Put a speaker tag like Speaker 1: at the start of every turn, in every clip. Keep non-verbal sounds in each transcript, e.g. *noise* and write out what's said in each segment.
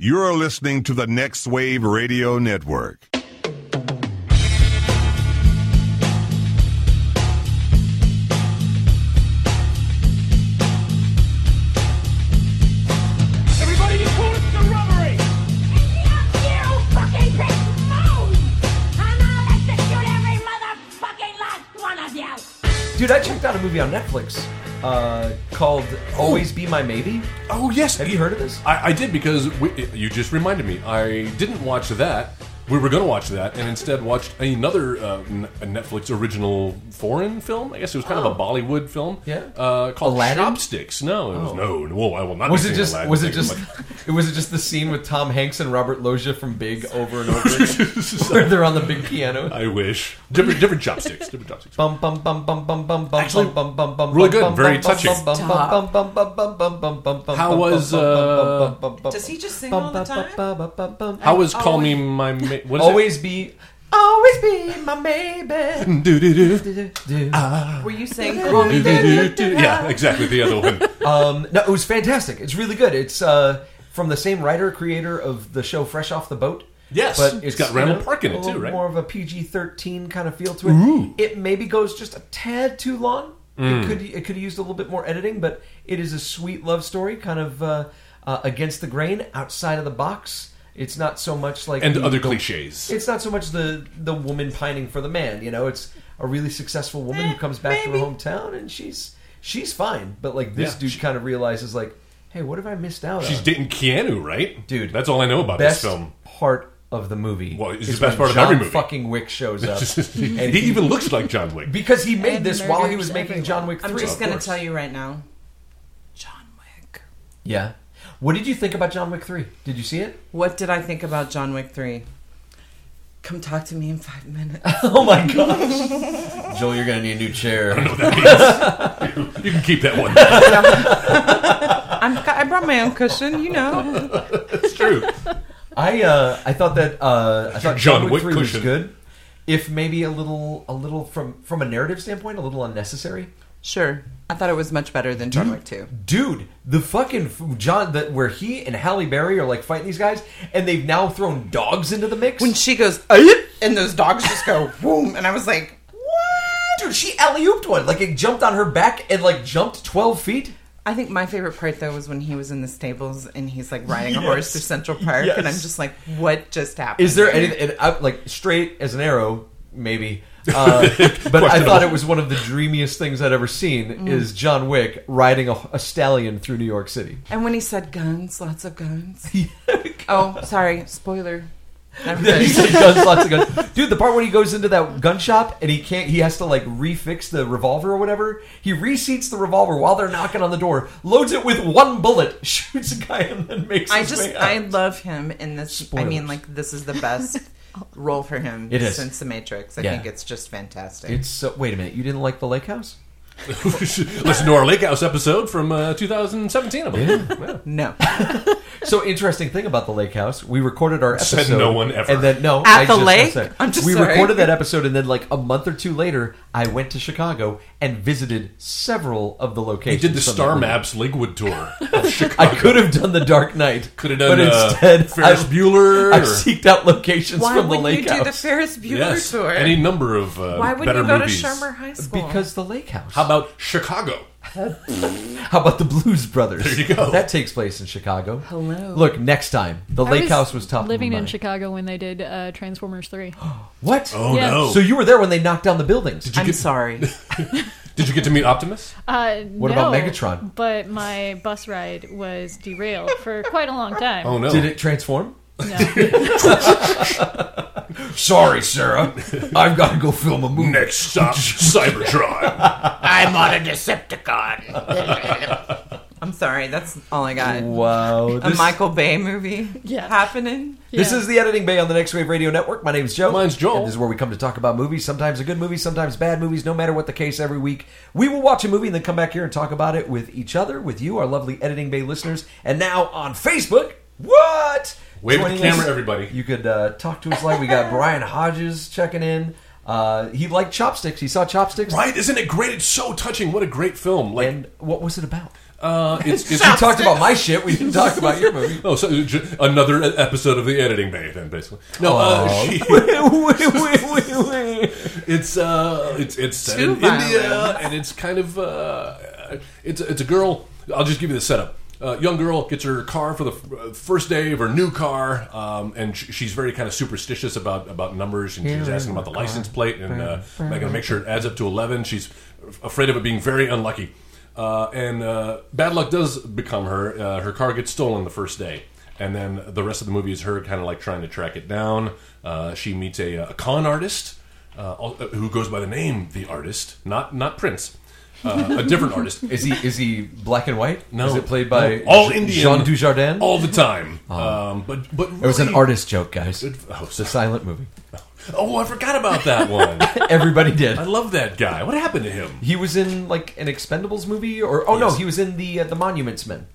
Speaker 1: You're listening to the Next Wave Radio Network.
Speaker 2: Everybody, you call it the robbery!
Speaker 3: Dude, I checked out a movie on Netflix uh, called Always Be My Maybe.
Speaker 4: Oh yes,
Speaker 3: Have you heard of this?
Speaker 4: I, I did because we, you just reminded me. I didn't watch that. We were going to watch that, and instead watched another uh, N- a Netflix original foreign film. I guess it was kind of a Bollywood film.
Speaker 3: Oh. Yeah.
Speaker 4: uh, called
Speaker 3: Aladdin? Oh.
Speaker 4: Chopsticks. No, it was no, no. I will not.
Speaker 3: Was it
Speaker 4: be seeing
Speaker 3: just?
Speaker 4: Aladdin.
Speaker 3: Was it
Speaker 4: Thank you
Speaker 3: just? *laughs*
Speaker 4: much.
Speaker 3: Was it just the scene with Tom Hanks and Robert Loggia from Big over and over
Speaker 4: *laughs*
Speaker 3: again, where they're on the big piano?
Speaker 4: I wish different
Speaker 3: *laughs*
Speaker 4: different chopsticks. Different chopsticks.
Speaker 3: Bum bum bum bum bum bum bum
Speaker 4: Actually,
Speaker 3: bum bum bum bum.
Speaker 4: really good,
Speaker 3: bum,
Speaker 4: very
Speaker 3: bum, bum,
Speaker 4: touching.
Speaker 3: bum, bum, bum,
Speaker 5: Stop.
Speaker 3: bum, bum, bum, bum, bum, bum, bum,
Speaker 4: How
Speaker 3: bum,
Speaker 4: was,
Speaker 3: bum, bum, bum,
Speaker 4: uh,
Speaker 3: bum, bum, bum,
Speaker 5: Does he just sing
Speaker 3: bum,
Speaker 5: all the
Speaker 3: bum,
Speaker 5: time?
Speaker 3: bum, bum, bum, bum.
Speaker 4: How was Call Me My Ma- what is it?
Speaker 3: Always be, always be my
Speaker 4: *laughs*
Speaker 3: baby.
Speaker 4: Do, do, do.
Speaker 3: Do, do.
Speaker 5: Were you saying
Speaker 4: Do, do, do, do. Yeah, exactly. The other one.
Speaker 3: Um, no, it was fantastic. It's really good. It's uh, from the same writer, creator of the show Fresh Off the Boat.
Speaker 4: Yes,
Speaker 3: but
Speaker 4: it's
Speaker 3: it's
Speaker 4: got
Speaker 3: you
Speaker 4: Randall
Speaker 3: know,
Speaker 4: Park in
Speaker 3: a
Speaker 4: it, too,
Speaker 3: little
Speaker 4: right?
Speaker 3: More of a PG thirteen kind of feel to it. It maybe goes just a tad too long.
Speaker 4: Mm.
Speaker 3: It could it could have used a little bit more editing, but it is a sweet love story, kind of uh, uh, against the grain, outside of the box. It's not so much like
Speaker 4: and
Speaker 3: the-
Speaker 4: other
Speaker 3: the-
Speaker 4: cliches.
Speaker 3: It's not so much the the woman pining for the man. You know, it's a really successful woman who comes back to her hometown and she's she's fine, but like this
Speaker 4: Yeah,
Speaker 3: dude
Speaker 4: she-
Speaker 3: kind of realizes like, hey, what have I missed out
Speaker 4: She's
Speaker 3: on?
Speaker 4: dating Keanu, right?
Speaker 3: Dude,
Speaker 4: that's all I know about
Speaker 3: best
Speaker 4: this film.
Speaker 3: part of the movie.
Speaker 4: Well, it's
Speaker 3: is
Speaker 4: the best
Speaker 3: when
Speaker 4: part of every
Speaker 3: John
Speaker 4: movie.
Speaker 3: Fucking Wick shows up,
Speaker 4: *laughs* he,
Speaker 3: and
Speaker 4: even looks like John Wick.
Speaker 3: because he made
Speaker 6: And
Speaker 3: this while he
Speaker 6: murders
Speaker 3: was making
Speaker 6: everyone.
Speaker 3: John Wick. 3.
Speaker 5: I'm just
Speaker 4: Of
Speaker 5: going to
Speaker 4: course.
Speaker 5: tell you right now. John Wick.
Speaker 3: Yeah. What did you think about John Wick three? Did you see
Speaker 4: *laughs*
Speaker 3: it?
Speaker 5: What did I think about John Wick 3? Come talk to me in five minutes.
Speaker 3: Oh *laughs* my gosh, Joel, you're gonna need a new chair.
Speaker 4: You can keep
Speaker 3: *laughs*
Speaker 4: that one. That's
Speaker 5: *laughs* I'm, I brought my own cushion,
Speaker 3: *laughs*
Speaker 5: you know.
Speaker 4: true.
Speaker 3: I uh, I thought that uh, I thought
Speaker 4: John
Speaker 3: John, Wick
Speaker 4: Wick
Speaker 3: three was
Speaker 4: cushion.
Speaker 3: good, if maybe a little a little from from a narrative standpoint, a little unnecessary.
Speaker 5: Sure. I thought it was much better than John Wick 2.
Speaker 3: Dude, the fucking f- John that where he and Halle Berry are like fighting these guys, and they've now thrown dogs into the mix.
Speaker 5: When she goes, "Ayup," and those dogs just go, boom. And I was like, what?
Speaker 3: Dude, she alley ooped one like it jumped on her back and like jumped twelve feet.
Speaker 5: I think my favorite part though was when he was in the stables and he's like riding a
Speaker 3: Yes.
Speaker 5: horse through Central Park, and I'm
Speaker 3: Yes.
Speaker 5: just like, what just happened?
Speaker 3: Is there anything and I, like straight as an arrow? Maybe, uh, but I thought it was one of the dreamiest things I'd ever seen. Is John Wick riding a, a stallion through New York City?
Speaker 5: And when he said guns, lots
Speaker 3: *laughs*
Speaker 5: of guns. oh, sorry, spoiler.
Speaker 3: *laughs*
Speaker 5: Never
Speaker 3: He
Speaker 5: mind.
Speaker 3: said guns, lots of guns. Dude, the part when he goes into that gun shop and he can't, he has to like refix the revolver or whatever. He reseats the revolver while they're knocking on the door, loads it with one bullet, *laughs* shoots a guy, and then makes.
Speaker 5: I
Speaker 3: his
Speaker 5: just
Speaker 3: way out.
Speaker 5: I love him in this. I
Speaker 3: uh, Spoilers.
Speaker 5: mean, like this is the
Speaker 6: *laughs*
Speaker 5: best role for him
Speaker 3: It is.
Speaker 5: since The Matrix. I
Speaker 3: Yeah.
Speaker 5: think it's just fantastic.
Speaker 3: It's so, wait a minute, you didn't like the lake house?
Speaker 4: *laughs* Listen to our Lake House episode from uh, 2017, I believe. Yeah.
Speaker 3: *laughs*
Speaker 5: no,
Speaker 3: So interesting thing about the lake house, we recorded our
Speaker 4: Said
Speaker 3: episode.
Speaker 4: no one ever.
Speaker 3: And then no,
Speaker 5: At
Speaker 3: I
Speaker 5: the
Speaker 3: just
Speaker 5: lake?
Speaker 3: said-
Speaker 5: I'm just
Speaker 3: we
Speaker 5: sorry.
Speaker 3: recorded that episode, and then like a month or two later, I went to Chicago and visited several of the
Speaker 4: He
Speaker 3: locations.
Speaker 4: did the
Speaker 3: from
Speaker 4: Star
Speaker 3: that movie.
Speaker 4: Maps Lakewood tour.
Speaker 3: *laughs* I could have done the Dark Knight.
Speaker 4: Could have done
Speaker 3: but
Speaker 4: uh,
Speaker 3: instead
Speaker 4: Ferris
Speaker 3: I,
Speaker 4: Bueller.
Speaker 3: I
Speaker 4: or-
Speaker 3: seeked out locations
Speaker 5: why
Speaker 3: from the
Speaker 5: wouldn't
Speaker 3: lake
Speaker 5: you do
Speaker 3: house
Speaker 5: the Ferris Bueller
Speaker 4: yes,
Speaker 5: tour?
Speaker 4: any number of uh,
Speaker 5: why
Speaker 4: better
Speaker 5: wouldn't you go
Speaker 4: movies.
Speaker 5: to Shermer High School?
Speaker 3: *laughs* because the lake house.
Speaker 4: How about Chicago?
Speaker 3: How about the Blues Brothers?
Speaker 4: There you go.
Speaker 3: That takes place in Chicago.
Speaker 5: Hello.
Speaker 3: Look, next time the
Speaker 6: I
Speaker 3: lake house was top. of
Speaker 6: Living
Speaker 3: my
Speaker 6: in
Speaker 3: mind.
Speaker 6: Chicago when they did uh, Transformers Three.
Speaker 3: *gasps* What?
Speaker 4: Oh
Speaker 6: Yeah.
Speaker 4: no!
Speaker 3: So you were there when they knocked down the buildings.
Speaker 5: I'm sorry.
Speaker 3: *laughs*
Speaker 4: Did you get to meet Optimus?
Speaker 6: Uh,
Speaker 3: What
Speaker 6: no,
Speaker 3: about Megatron?
Speaker 6: But my bus ride was derailed for
Speaker 3: *laughs*
Speaker 6: quite a long time.
Speaker 4: Oh no!
Speaker 3: Did it transform? *laughs*
Speaker 6: No.
Speaker 3: Sorry, Sarah.
Speaker 4: *laughs*
Speaker 3: I've got to go film a movie.
Speaker 4: Next
Speaker 3: *laughs*
Speaker 4: stop, Cybertron.
Speaker 5: I'm on a Decepticon. I'm sorry. That's all I got.
Speaker 3: Wow.
Speaker 5: A
Speaker 3: This,
Speaker 5: Michael Bay movie
Speaker 6: Yeah.
Speaker 5: happening.
Speaker 3: this
Speaker 6: Yeah.
Speaker 3: is the Editing Bay on the Next Wave Radio Network. My name's Joe.
Speaker 4: Mine's Joel.
Speaker 3: And this is where we come to talk about movies. Sometimes a good movie, sometimes bad movies, no matter what the case every week. We will watch a movie and then come back here and talk about it with each other, with you, our lovely Editing Bay listeners. And now on Facebook, what?
Speaker 4: Wave at the
Speaker 3: Joining
Speaker 4: camera, everybody.
Speaker 3: You could uh, talk to us live. We got Brian Hodges checking in. Uh, he liked chopsticks. He saw chopsticks.
Speaker 4: right? Isn't it great? It's so touching. What a great film! Like
Speaker 3: And what was it about?
Speaker 4: Uh,
Speaker 3: *laughs*
Speaker 4: it's, it's
Speaker 3: We talked about my shit. We didn't talk about your
Speaker 4: *laughs*
Speaker 3: movie.
Speaker 4: Oh, so j- another e, episode of the editing bay, then basically. No, uh, *laughs* she, it's uh, it's it's set
Speaker 5: Too
Speaker 4: in uh, India,
Speaker 5: violent.
Speaker 4: and it's kind of uh, it's it's a girl. I'll just give you the setup. Uh, young girl gets her car for the f- uh, first day of her new car, um, and sh- she's very kind of superstitious about about numbers, and she's asking about the license plate, and uh, am I going to make sure it adds up to eleven? She's afraid of it being very unlucky, uh, and uh, bad luck does become her. Uh, her car gets stolen the first day, and then the rest of the movie is her kind of like trying to track it down. Uh, she meets a, a con artist uh, al- uh, who goes by the name the artist, not not Prince, uh,
Speaker 3: *laughs*
Speaker 4: a different artist.
Speaker 3: Is he is he black and white?
Speaker 4: No,
Speaker 3: Is it played by
Speaker 4: No. all Indian
Speaker 3: Jean Dujardin? Oh.
Speaker 4: all the time? Um, but but
Speaker 3: it was an
Speaker 4: really-
Speaker 3: artist joke, guys. *laughs*
Speaker 4: Oh,
Speaker 3: It's a silent movie.
Speaker 4: oh, I forgot about that one.
Speaker 3: Everybody did.
Speaker 4: I love that guy. What happened to him?
Speaker 3: He was in like an Expendables movie, or oh no,
Speaker 4: Yes.
Speaker 3: he was in the uh, the Monuments Men.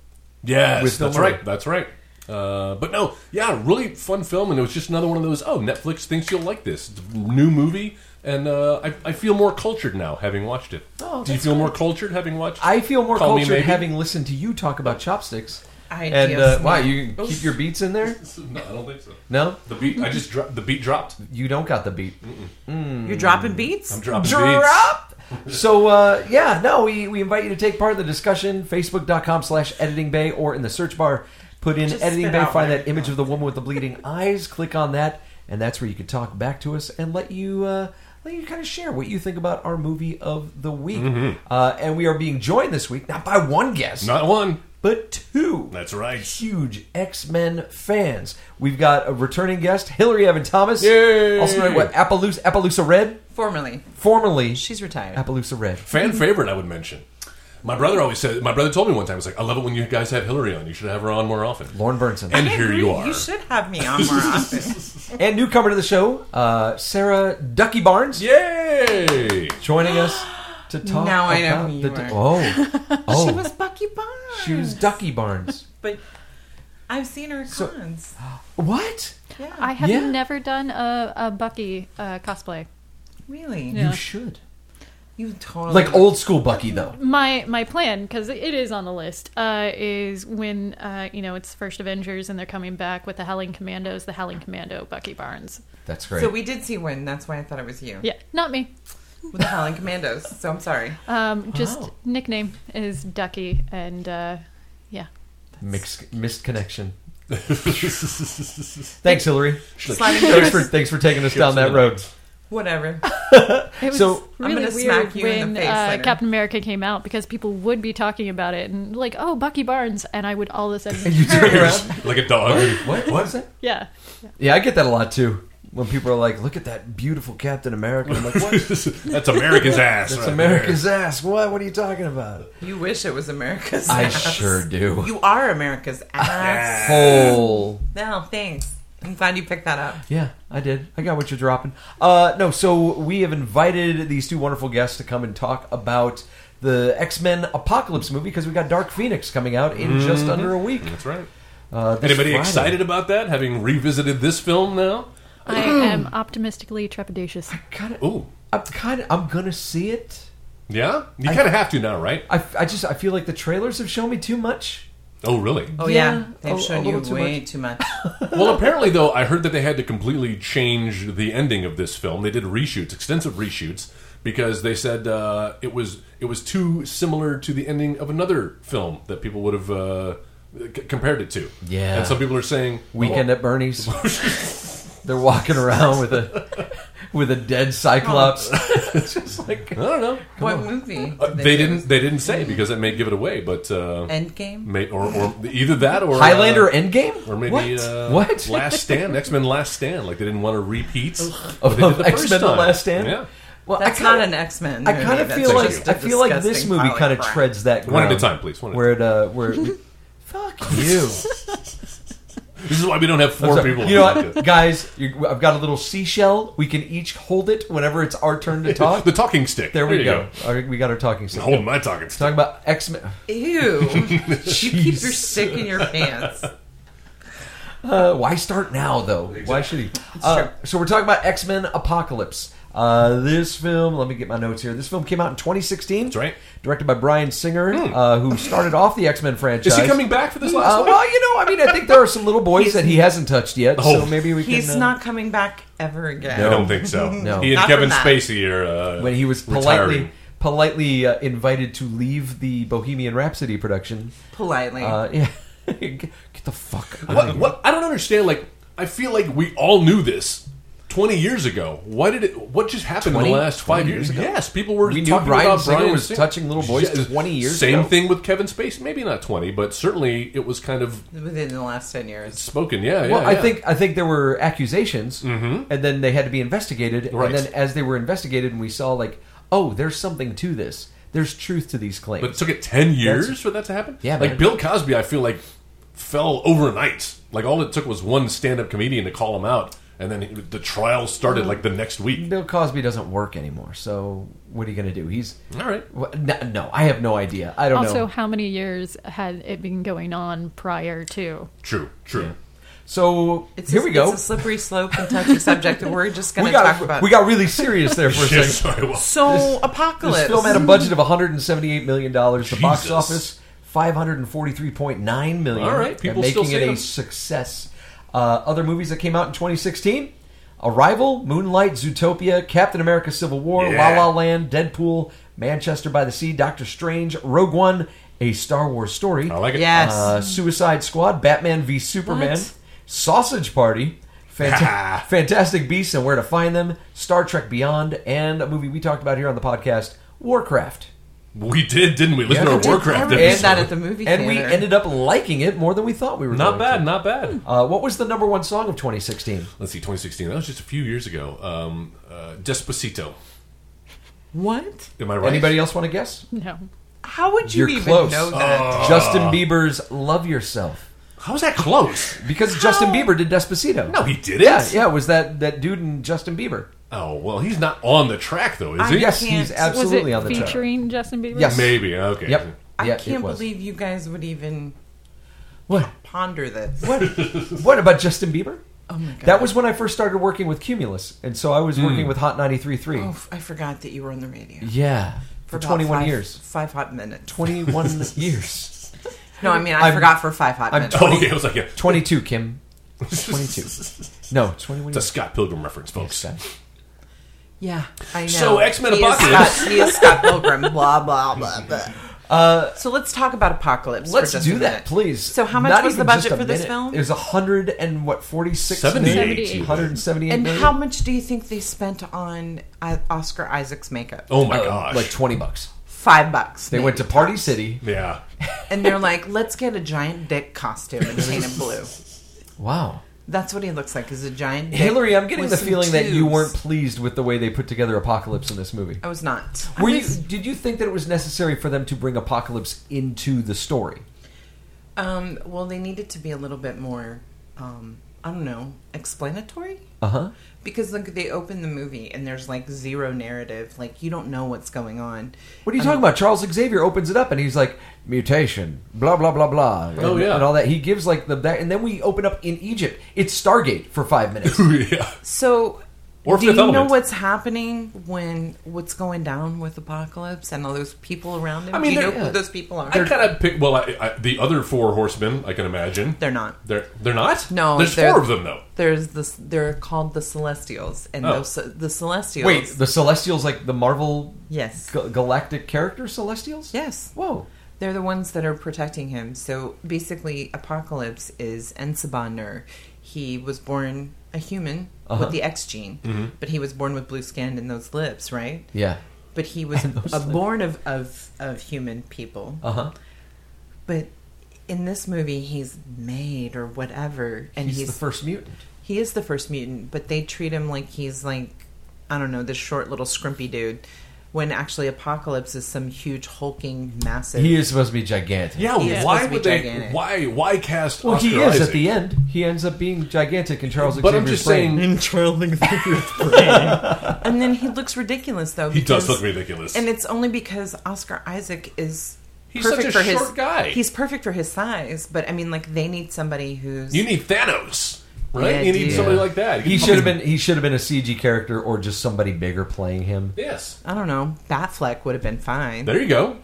Speaker 4: Yes,
Speaker 3: With Bill
Speaker 4: that's
Speaker 3: Murray.
Speaker 4: right. That's right. Uh, but no, yeah, really fun film, and it was just another one of those. Oh, Netflix thinks you'll like this It's a new movie, and uh, I, I feel more cultured now having watched it.
Speaker 3: Oh,
Speaker 4: do you
Speaker 3: that's
Speaker 4: feel more cultured having watched?
Speaker 3: I feel more
Speaker 4: Call Me
Speaker 3: cultured
Speaker 4: Maybe?
Speaker 3: having listened to you talk about chopsticks.
Speaker 5: I
Speaker 3: and
Speaker 5: do.
Speaker 3: uh, wow, you keep your beats in there?
Speaker 4: No, I don't think so.
Speaker 3: No,
Speaker 4: The beat. I just dropped. The beat dropped.
Speaker 3: you don't got the beat. Hmm.
Speaker 5: You're dropping beats?
Speaker 4: I'm dropping beats.
Speaker 5: Drop!
Speaker 3: So uh, yeah, no, we, we invite you to take part in the discussion. Facebook.com slash editing bay or in the search bar, put in
Speaker 5: Just
Speaker 3: editing
Speaker 5: spit
Speaker 3: bay,
Speaker 5: out
Speaker 3: find
Speaker 5: there.
Speaker 3: that image of the woman with the
Speaker 5: *laughs*
Speaker 3: bleeding eyes, click on that, and that's where you can talk back to us and let you uh, let you kind of share what you think about our movie of the week. Uh, and we are being joined this week not by one guest,
Speaker 4: Mm-hmm. Not one.
Speaker 3: but two.
Speaker 4: That's right.
Speaker 3: Huge X Men fans. We've got a returning guest, Hillary Evan Thomas,
Speaker 4: Yay!
Speaker 3: also known as Appaloosa, Appaloosa Red,
Speaker 5: Formerly.
Speaker 3: formerly
Speaker 5: She's retired.
Speaker 3: Appaloosa Red.
Speaker 4: Fan favorite, I would mention. My brother always said. My brother told me one time. He's like, "I love it when you guys have Hillary on. You should have her on more often."
Speaker 3: Lauren Burnson.
Speaker 4: And
Speaker 5: I
Speaker 4: here
Speaker 5: agree.
Speaker 4: you are.
Speaker 5: You should have me on
Speaker 3: *laughs*
Speaker 5: more often.
Speaker 3: And newcomer to the show, uh, Sarah Ducky Barnes,
Speaker 4: Yay!
Speaker 3: joining us
Speaker 5: *gasps*
Speaker 3: to talk.
Speaker 5: Now I know
Speaker 3: about
Speaker 5: who you
Speaker 3: the
Speaker 5: are. *laughs*
Speaker 3: oh, oh,
Speaker 5: She was Bucky Barnes.
Speaker 3: she was Ducky Barnes.
Speaker 5: But I've seen her at
Speaker 3: So-
Speaker 5: cons.
Speaker 3: What?
Speaker 5: Yeah.
Speaker 6: I have
Speaker 3: Yeah.
Speaker 6: never done a, a Bucky uh, cosplay.
Speaker 5: really?
Speaker 6: Yeah.
Speaker 3: You should
Speaker 5: You totally.
Speaker 3: like old school Bucky though.
Speaker 6: My my plan because it is on the list uh, is when uh, you know it's first Avengers and they're coming back with the Howling Commandos, the Howling Commando Bucky Barnes.
Speaker 3: That's great.
Speaker 5: So we did see one. That's why I thought it was you.
Speaker 6: Yeah, not me.
Speaker 5: With the Howling Commandos. So I'm
Speaker 3: *laughs*
Speaker 5: sorry.
Speaker 6: Um, just
Speaker 3: Wow.
Speaker 6: nickname is Ducky, and uh, yeah,
Speaker 3: Mixed, missed connection. Thanks, Hillary.
Speaker 5: Sliding *laughs*
Speaker 3: Thanks
Speaker 5: doors.
Speaker 3: for thanks for taking us down that
Speaker 4: Sure.
Speaker 3: road.
Speaker 5: Whatever.
Speaker 6: it was
Speaker 3: So-
Speaker 5: I'm
Speaker 6: really
Speaker 5: gonna
Speaker 6: weird
Speaker 5: smack you
Speaker 6: when
Speaker 5: in the face
Speaker 6: uh,
Speaker 5: later.
Speaker 6: Captain America came out because people would be talking about it and like, oh, Bucky Barnes, and I would all of a
Speaker 5: *laughs*
Speaker 6: sudden,
Speaker 3: You turn around.
Speaker 4: *laughs* like a dog.
Speaker 3: *laughs* What? What was that?
Speaker 6: yeah,
Speaker 3: Yeah, I get that a lot too. When people are like, "Look at that beautiful Captain America," I'm like, *laughs* "What?
Speaker 4: That's America's ass.
Speaker 3: That's
Speaker 4: right
Speaker 3: America's ass. What? What are you talking about?"
Speaker 5: You wish it was America's
Speaker 3: I
Speaker 5: ass.
Speaker 3: sure do.
Speaker 5: You
Speaker 3: *laughs*
Speaker 5: are America's ass.
Speaker 3: Whole.
Speaker 5: No, thanks. I'm glad you picked that up.
Speaker 3: Yeah, I did. I got what you're dropping. Uh, no, so we have invited these two wonderful guests to come and talk about the X Men Apocalypse movie because we got Dark Phoenix coming out in just under a week.
Speaker 4: That's right.
Speaker 3: Uh, this
Speaker 4: Mm-hmm. Anybody
Speaker 3: Friday.
Speaker 4: excited about that? Having revisited this film now?
Speaker 5: *clears throat*
Speaker 6: I am optimistically trepidatious.
Speaker 3: Kinda,
Speaker 4: Ooh,
Speaker 3: I'm kind of. I'm gonna see it.
Speaker 4: yeah. You kind of have to now, right?
Speaker 3: I, I just. I feel like the trailers have shown me too much.
Speaker 4: Oh, really?
Speaker 5: Oh
Speaker 3: Yeah,
Speaker 5: yeah, they've
Speaker 3: a- a
Speaker 5: shown you
Speaker 3: little too
Speaker 5: way
Speaker 3: much. *laughs*
Speaker 5: too much.
Speaker 4: well, apparently, though, I heard that they had to completely change the ending of this film. They did reshoots, extensive reshoots, because they said uh, it was it was too similar to the ending of another film that people would have uh, c- compared it to.
Speaker 3: Yeah.
Speaker 4: And some people are saying
Speaker 3: Weekend at Bernie's. They're walking around with a with a dead Cyclops. It's just like
Speaker 4: "Oh, I don't know.
Speaker 5: what movie?
Speaker 4: Uh,
Speaker 5: did
Speaker 4: they
Speaker 5: do?
Speaker 4: didn't. They didn't say because that may give it away. But uh,
Speaker 5: Endgame.
Speaker 4: may, or, or either that or uh,
Speaker 3: Highlander Endgame,
Speaker 4: or maybe
Speaker 3: what?
Speaker 4: Uh,
Speaker 3: what?
Speaker 4: Last Stand, X Men Last Stand. Like they didn't want
Speaker 3: *laughs*
Speaker 4: to repeat what they did
Speaker 3: of
Speaker 4: the first
Speaker 3: X Men: The
Speaker 4: time.
Speaker 3: Last Stand.
Speaker 4: Yeah,
Speaker 3: Well,
Speaker 5: That's
Speaker 3: I kinda,
Speaker 5: not an X Men.
Speaker 3: I kind of feel like I feel like this movie kind of treads that
Speaker 4: one
Speaker 3: ground.
Speaker 4: at a time, please. One
Speaker 3: Um,
Speaker 4: at a
Speaker 3: Where it uh, where *laughs* it, fuck you.
Speaker 4: time. This is why we don't have
Speaker 3: I'm
Speaker 4: four
Speaker 3: sorry.
Speaker 4: people.
Speaker 3: You know
Speaker 4: on
Speaker 3: what,
Speaker 4: the-
Speaker 3: guys? You, I've got a little seashell. We can each hold it whenever it's our turn *laughs* to talk.
Speaker 4: The talking stick.
Speaker 3: there we
Speaker 4: you
Speaker 3: go. All right, we got our talking stick.
Speaker 4: Hold my talking stick.
Speaker 3: Talking about X Men.
Speaker 5: Ew! *laughs*
Speaker 3: *laughs*
Speaker 5: you keep your stick in your pants.
Speaker 3: Uh, why start now, though? Why should he? Uh, so we're talking about X Men Apocalypse. Uh, this film, let me get my notes here. This film came out in 2016. That's
Speaker 4: right. Hmm.
Speaker 3: Directed by Brian Singer, uh, who started off the X Men franchise.
Speaker 4: Is he coming back for this last
Speaker 3: Uh,
Speaker 4: one?
Speaker 3: well, you know, I mean, I think there are some little boys
Speaker 5: He's-
Speaker 3: that he hasn't touched yet,
Speaker 4: Oh.
Speaker 3: so maybe we
Speaker 5: He's
Speaker 3: can. uh,
Speaker 5: not coming back ever again.
Speaker 4: I don't think so.
Speaker 3: *laughs* No.
Speaker 4: He and
Speaker 5: Not from
Speaker 4: Kevin
Speaker 5: that.
Speaker 4: Spacey are uh,
Speaker 3: when he was politely
Speaker 4: retiring.
Speaker 3: politely uh, invited to leave the Bohemian Rhapsody production.
Speaker 5: Politely.
Speaker 3: Uh, *laughs* yeah, get the fuck. Out
Speaker 4: What, what? I don't understand. Like, I feel like we all knew this. 20 years ago, why did it? What just happened in
Speaker 3: 20
Speaker 4: the last five
Speaker 3: 20
Speaker 4: years?
Speaker 3: years ago?
Speaker 4: Yes, people were
Speaker 3: We knew
Speaker 4: talking
Speaker 3: Bryan
Speaker 4: about
Speaker 3: Singer
Speaker 4: Bryan
Speaker 3: was touching little boys 20 years
Speaker 4: Same
Speaker 3: ago.
Speaker 4: thing with Kevin Spacey. Maybe not 20, but certainly it was kind of
Speaker 5: Within the last 10 years.
Speaker 4: spoken. Yeah, yeah.
Speaker 3: Well, I
Speaker 4: yeah. Mm-hmm.
Speaker 3: think I think there were accusations, and then they had to be investigated.
Speaker 4: Right.
Speaker 3: And then as they were investigated, and we saw like, oh, there's something to this. There's truth to these claims.
Speaker 4: But it took it ten years
Speaker 3: That's-
Speaker 4: for that to happen.
Speaker 3: Yeah,
Speaker 4: like
Speaker 3: man.
Speaker 4: Bill Cosby, I feel like fell overnight. Like all it took was one stand-up comedian to call him out, and then it- the trial started like the next week.
Speaker 3: Bill Cosby doesn't work anymore, so what are you going to do? He's
Speaker 4: All right,
Speaker 3: Wha- no, no, I have no idea. I don't
Speaker 6: Also,
Speaker 3: know.
Speaker 6: how many years had it been going on prior to?
Speaker 4: true, true.
Speaker 3: So
Speaker 5: It's
Speaker 3: here
Speaker 5: a,
Speaker 3: we go.
Speaker 5: It's a slippery slope and touchy subject that we're just
Speaker 3: *laughs*
Speaker 5: going
Speaker 3: we
Speaker 5: to
Speaker 3: got
Speaker 5: talk about.
Speaker 3: we got really serious there
Speaker 4: *laughs*
Speaker 3: for a
Speaker 4: Shit,
Speaker 3: second.
Speaker 4: sorry, well,
Speaker 5: so
Speaker 3: This
Speaker 5: apocalypse.
Speaker 3: film had a budget of 178 million dollars. The box
Speaker 4: Jesus.
Speaker 3: office 543.9 million.
Speaker 4: All right, people
Speaker 3: and making
Speaker 4: still
Speaker 3: it
Speaker 4: seeing
Speaker 3: a
Speaker 4: them.
Speaker 3: success. Uh, other movies that came out in 2016: Arrival, Moonlight, Zootopia, Captain America: Civil War,
Speaker 4: Yeah.
Speaker 3: La La Land, Deadpool, Manchester by the Sea, Doctor Strange, Rogue One, A Star Wars Story,
Speaker 4: I like it.
Speaker 5: Yes.
Speaker 3: uh, Suicide Squad, Batman v Superman,
Speaker 6: What?
Speaker 3: Sausage Party,
Speaker 5: *laughs*
Speaker 3: Fanta- Fantastic Beasts and Where to Find Them, Star Trek Beyond, and a movie we talked about here on the podcast, Warcraft.
Speaker 4: we did, didn't we? Listen
Speaker 3: Yeah,
Speaker 4: to our
Speaker 3: we did.
Speaker 4: Warcraft
Speaker 5: I read
Speaker 4: episode.
Speaker 5: that at the movie
Speaker 3: And we
Speaker 5: theater.
Speaker 3: ended up liking it more than we thought we were.
Speaker 4: Not
Speaker 3: going
Speaker 4: bad,
Speaker 3: to.
Speaker 4: not bad.
Speaker 3: Uh, what was the number one song of 2016?
Speaker 4: Let's see, 2016. That was just a few years ago. Um, uh, Despacito.
Speaker 5: what?
Speaker 4: Am I right?
Speaker 3: Anybody else want to guess?
Speaker 6: No.
Speaker 5: How would you
Speaker 3: You're
Speaker 5: even
Speaker 3: close.
Speaker 5: know that?
Speaker 4: Uh.
Speaker 3: Justin Bieber's "Love Yourself"
Speaker 4: How was that close?
Speaker 3: because Justin Bieber did Despacito.
Speaker 4: No, he did
Speaker 3: yeah,
Speaker 4: it.
Speaker 3: yeah, it was that that dude and Justin Bieber?
Speaker 4: Oh well, he's not on the track though, is
Speaker 5: I-
Speaker 4: he?
Speaker 3: Ah, Yes,
Speaker 5: can't-
Speaker 3: he's absolutely on
Speaker 6: was it
Speaker 3: the track.
Speaker 6: featuring Justin Bieber?
Speaker 3: Yes.
Speaker 4: Maybe. Okay.
Speaker 3: Yep.
Speaker 5: I
Speaker 3: yeah,
Speaker 5: can't
Speaker 3: it was.
Speaker 5: believe you guys would even
Speaker 3: what.
Speaker 5: ponder this. *laughs*
Speaker 3: What? what about Justin Bieber?
Speaker 5: Oh my god.
Speaker 3: That was when I first started working with Cumulus, and so I was working with Hot 93.3.
Speaker 5: Hmm. Oh, I forgot that you were on the radio
Speaker 3: yeah, for,
Speaker 5: about
Speaker 3: 21
Speaker 5: five-
Speaker 3: years.
Speaker 5: Five hot minutes.
Speaker 3: 21 *laughs* years.
Speaker 5: No, *laughs* I mean I
Speaker 3: I'm-
Speaker 5: forgot for five hot
Speaker 3: I'm
Speaker 5: minutes.
Speaker 4: *laughs* Oh, okay. I was like, yeah.
Speaker 3: 22, Kim.
Speaker 5: *laughs*
Speaker 3: 22. No, 21
Speaker 4: It's a
Speaker 3: years.
Speaker 4: Scott Pilgrim reference, folks.
Speaker 3: Scott.
Speaker 5: Yeah, I know.
Speaker 4: So, X-Men
Speaker 5: He is
Speaker 4: Apocalypse.
Speaker 5: Scott- He is Scott Pilgrim. Blah
Speaker 3: *laughs*
Speaker 5: blah blah. blah. so let's talk about apocalypse.
Speaker 3: Uh, Let's
Speaker 5: for just
Speaker 3: do
Speaker 5: a
Speaker 3: that,
Speaker 5: minute.
Speaker 3: please.
Speaker 5: So how much
Speaker 3: Not
Speaker 5: was the
Speaker 3: even just
Speaker 5: budget
Speaker 3: a
Speaker 5: for this
Speaker 3: minute.
Speaker 5: film?
Speaker 3: It was 100 and what 46 million?
Speaker 4: 78.
Speaker 6: 78.
Speaker 3: 178
Speaker 5: and
Speaker 3: million?
Speaker 5: how much do you think they spent on I- Oscar Isaac's makeup?
Speaker 4: Oh my
Speaker 3: Uh,
Speaker 4: gosh.
Speaker 3: Like 20 bucks.
Speaker 5: Five bucks.
Speaker 3: They went to Party City.
Speaker 4: yeah.
Speaker 5: and they're like, let's get a giant dick costume and
Speaker 3: *laughs*
Speaker 5: paint him blue.
Speaker 3: Wow.
Speaker 5: That's what he looks like. Is a giant. Dick
Speaker 3: Hillary, I'm getting
Speaker 5: with
Speaker 3: the
Speaker 5: some
Speaker 3: feeling that you
Speaker 5: tubes.
Speaker 3: weren't pleased with the way they put together Apocalypse in this movie.
Speaker 5: I was not. I
Speaker 3: Were you,
Speaker 5: was-
Speaker 3: did you think that it was necessary for them to bring Apocalypse into the story?
Speaker 5: Um, well, they needed to be a little bit more. Um, I don't know, explanatory.
Speaker 3: Uh
Speaker 4: Uh-huh.
Speaker 3: huh.
Speaker 5: Because look, they open the movie and there's like zero narrative. Like you don't know what's going on.
Speaker 3: What are you talking about? Charles Xavier opens it up and he's like, mutation, blah, blah, blah, blah.
Speaker 4: Oh,
Speaker 3: and,
Speaker 4: yeah.
Speaker 3: And all that. He gives like the, that, and then we open up in Egypt. It's Stargate for five
Speaker 4: *laughs*
Speaker 3: minutes.
Speaker 4: yeah.
Speaker 5: So,
Speaker 4: Or
Speaker 5: do
Speaker 4: Fifth
Speaker 5: you know
Speaker 4: Element.
Speaker 5: what's happening when what's going down with Apocalypse and all those people around him?
Speaker 4: I mean,
Speaker 5: do you know
Speaker 4: they're-
Speaker 5: who those people are?
Speaker 4: I kind of pick. Well, I, I, the other four horsemen, I can imagine.
Speaker 5: They're not.
Speaker 4: They're they're not.
Speaker 5: No,
Speaker 4: There's
Speaker 5: they're-
Speaker 4: four of them though.
Speaker 5: There's this. They're called the Celestials, and
Speaker 4: Oh.
Speaker 5: those the Celestials.
Speaker 3: Wait, the Celestials, like the Marvel
Speaker 5: yes,
Speaker 3: ga- galactic character Celestials?
Speaker 5: yes,
Speaker 3: Whoa.
Speaker 5: they're the ones that are protecting him. So basically, Apocalypse is Ensabaner. He was born a human
Speaker 3: Uh-huh.
Speaker 5: with the X gene, but he was born with blue skin and those lips, right?
Speaker 3: Mm-hmm. Yeah.
Speaker 5: But he was
Speaker 3: And *laughs* those
Speaker 5: a
Speaker 3: lips.
Speaker 5: born of of of human people.
Speaker 3: Uh huh.
Speaker 5: But in this movie, he's made or whatever, and
Speaker 3: He's,
Speaker 5: he's,
Speaker 3: the first mutant.
Speaker 5: he is the first mutant. But they treat him like he's like I don't know this short little scrimpy dude, when actually Apocalypse is some huge hulking massive.
Speaker 3: He is supposed to be gigantic.
Speaker 4: Yeah.
Speaker 5: He's
Speaker 4: why
Speaker 5: supposed to be
Speaker 4: would they?
Speaker 5: gigantic.
Speaker 4: Why why cast?
Speaker 3: Well,
Speaker 4: Oscar
Speaker 3: he is
Speaker 4: Isaac?
Speaker 3: at the end. He ends up being gigantic in Charles
Speaker 4: But
Speaker 3: Xavier's
Speaker 4: I'm just
Speaker 3: brain.
Speaker 4: saying,
Speaker 5: and then he looks ridiculous though.
Speaker 4: he does
Speaker 5: because-
Speaker 4: look ridiculous.
Speaker 5: And it's only because Oscar Isaac is
Speaker 4: He's such
Speaker 5: perfect
Speaker 4: a
Speaker 5: for his
Speaker 4: short guy.
Speaker 5: He's perfect for his size, but I mean, like they need somebody who's
Speaker 4: you need Thanos. right?
Speaker 5: Yeah,
Speaker 4: you need
Speaker 5: dude.
Speaker 4: somebody like that.
Speaker 3: He should have been. He should have been a CG character or just somebody bigger playing him.
Speaker 4: Yes.
Speaker 5: I don't know. Batfleck would have been fine.
Speaker 4: There you go.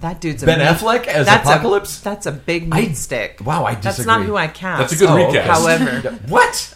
Speaker 5: that dude's a
Speaker 3: Ben
Speaker 5: meat-
Speaker 3: Affleck as
Speaker 5: that's
Speaker 3: Apocalypse?
Speaker 5: A, that's a big
Speaker 3: I-
Speaker 5: meat stick.
Speaker 3: Wow, I
Speaker 5: That's
Speaker 3: disagree.
Speaker 5: not who I cast.
Speaker 4: That's a good
Speaker 3: Oh,
Speaker 4: recast.
Speaker 5: However,
Speaker 4: *laughs*
Speaker 3: What?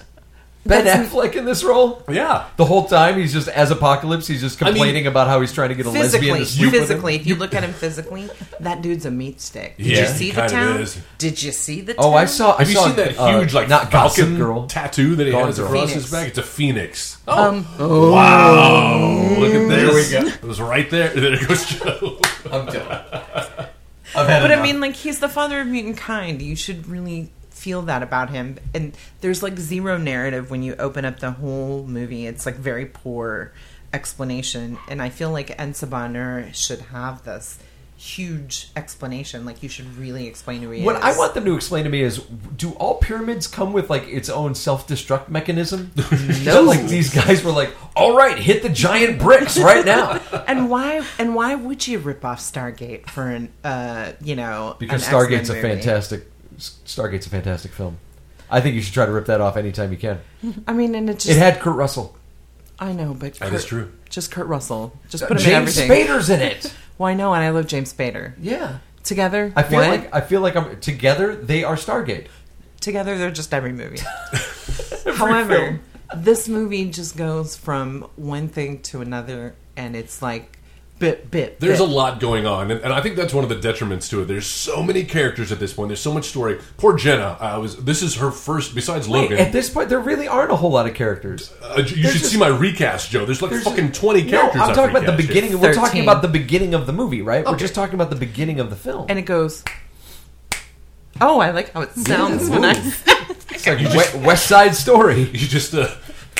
Speaker 3: Ben
Speaker 5: That's-
Speaker 3: Affleck in this role?
Speaker 4: Yeah.
Speaker 3: The whole time he's just as apocalypse. He's just
Speaker 4: mean,
Speaker 3: complaining about how he's trying to get a lesbian
Speaker 5: physically,
Speaker 3: to sleep with him.
Speaker 5: physically, if you look at him physically, that dude's a meat stick. Did
Speaker 4: Yeah,
Speaker 5: you see
Speaker 4: he
Speaker 5: the
Speaker 4: kinda
Speaker 5: town?
Speaker 4: is.
Speaker 5: Did you see the?
Speaker 3: Oh, I
Speaker 5: town?
Speaker 3: saw. I
Speaker 4: Have you
Speaker 3: saw,
Speaker 4: seen that
Speaker 3: uh,
Speaker 4: huge like
Speaker 3: not Gossip
Speaker 4: falcon
Speaker 3: girl? *laughs*
Speaker 4: tattoo that he
Speaker 3: Gone
Speaker 4: has
Speaker 3: Girl.
Speaker 4: across
Speaker 5: Phoenix.
Speaker 4: his back? It's a phoenix. Oh,
Speaker 5: Um,
Speaker 4: wow! Look at this.
Speaker 3: There we go.
Speaker 4: It was right there. *laughs* There goes Joe.
Speaker 3: I'm done. I've had
Speaker 5: But I
Speaker 3: enough.
Speaker 5: mean, like, he's the father of mutant kind. You should really feel that about him. And there's like zero narrative when you open up the whole movie. It's like very poor explanation. And I feel like Ensabaner should have this huge explanation. Like, you should really explain who he
Speaker 3: What
Speaker 5: is.
Speaker 3: I want them to explain to me is: Do all pyramids come with like its own self-destruct mechanism? no. *laughs* Like these guys were like, "All right, hit the giant bricks right now,"
Speaker 5: and why? And why would you rip off Stargate for an? Uh, you know,
Speaker 3: because
Speaker 5: an
Speaker 3: Stargate's a
Speaker 5: X-Men movie?
Speaker 3: fantastic. Stargate's a fantastic film. I think you should try to rip that off anytime you can.
Speaker 5: I mean, and it just.
Speaker 3: It had Kurt Russell.
Speaker 5: I know, but
Speaker 4: That
Speaker 5: Kurt-
Speaker 4: is true.
Speaker 5: Just Kurt Russell. Just put him in
Speaker 3: Uh, James
Speaker 5: everything.
Speaker 3: Spader's in
Speaker 5: *laughs*
Speaker 3: it.
Speaker 5: Well, I know, and I love James Spader.
Speaker 3: Yeah.
Speaker 5: Together,
Speaker 3: I feel
Speaker 5: what?
Speaker 3: like I feel like I'm together. They are Stargate.
Speaker 5: together they're just every movie. *laughs* However, this movie just goes from one thing to another, and it's like bit bit.
Speaker 4: There's a
Speaker 5: bit.
Speaker 4: lot going on, and, and I think that's one of the detriments to it. There's so many characters at this point. There's so much story. Poor Jenna. I was. This is her first. Besides Logan,
Speaker 3: At this point, there really aren't a whole lot of characters.
Speaker 4: uh, you should
Speaker 3: just-
Speaker 4: see my recast, Joe. There's like
Speaker 3: There's
Speaker 4: fucking 20 characters.
Speaker 3: No, I'm
Speaker 4: I've
Speaker 3: talking about the
Speaker 4: recast here.
Speaker 3: beginning. We're talking
Speaker 5: Thirteen.
Speaker 3: about the beginning of the movie, right? We're
Speaker 4: Okay.
Speaker 3: just talking about the beginning of the film.
Speaker 5: and it goes. Oh, I like how it sounds when I. *laughs*
Speaker 3: it's like We- West Side
Speaker 4: *laughs*
Speaker 3: Story.
Speaker 4: *laughs* You just uh,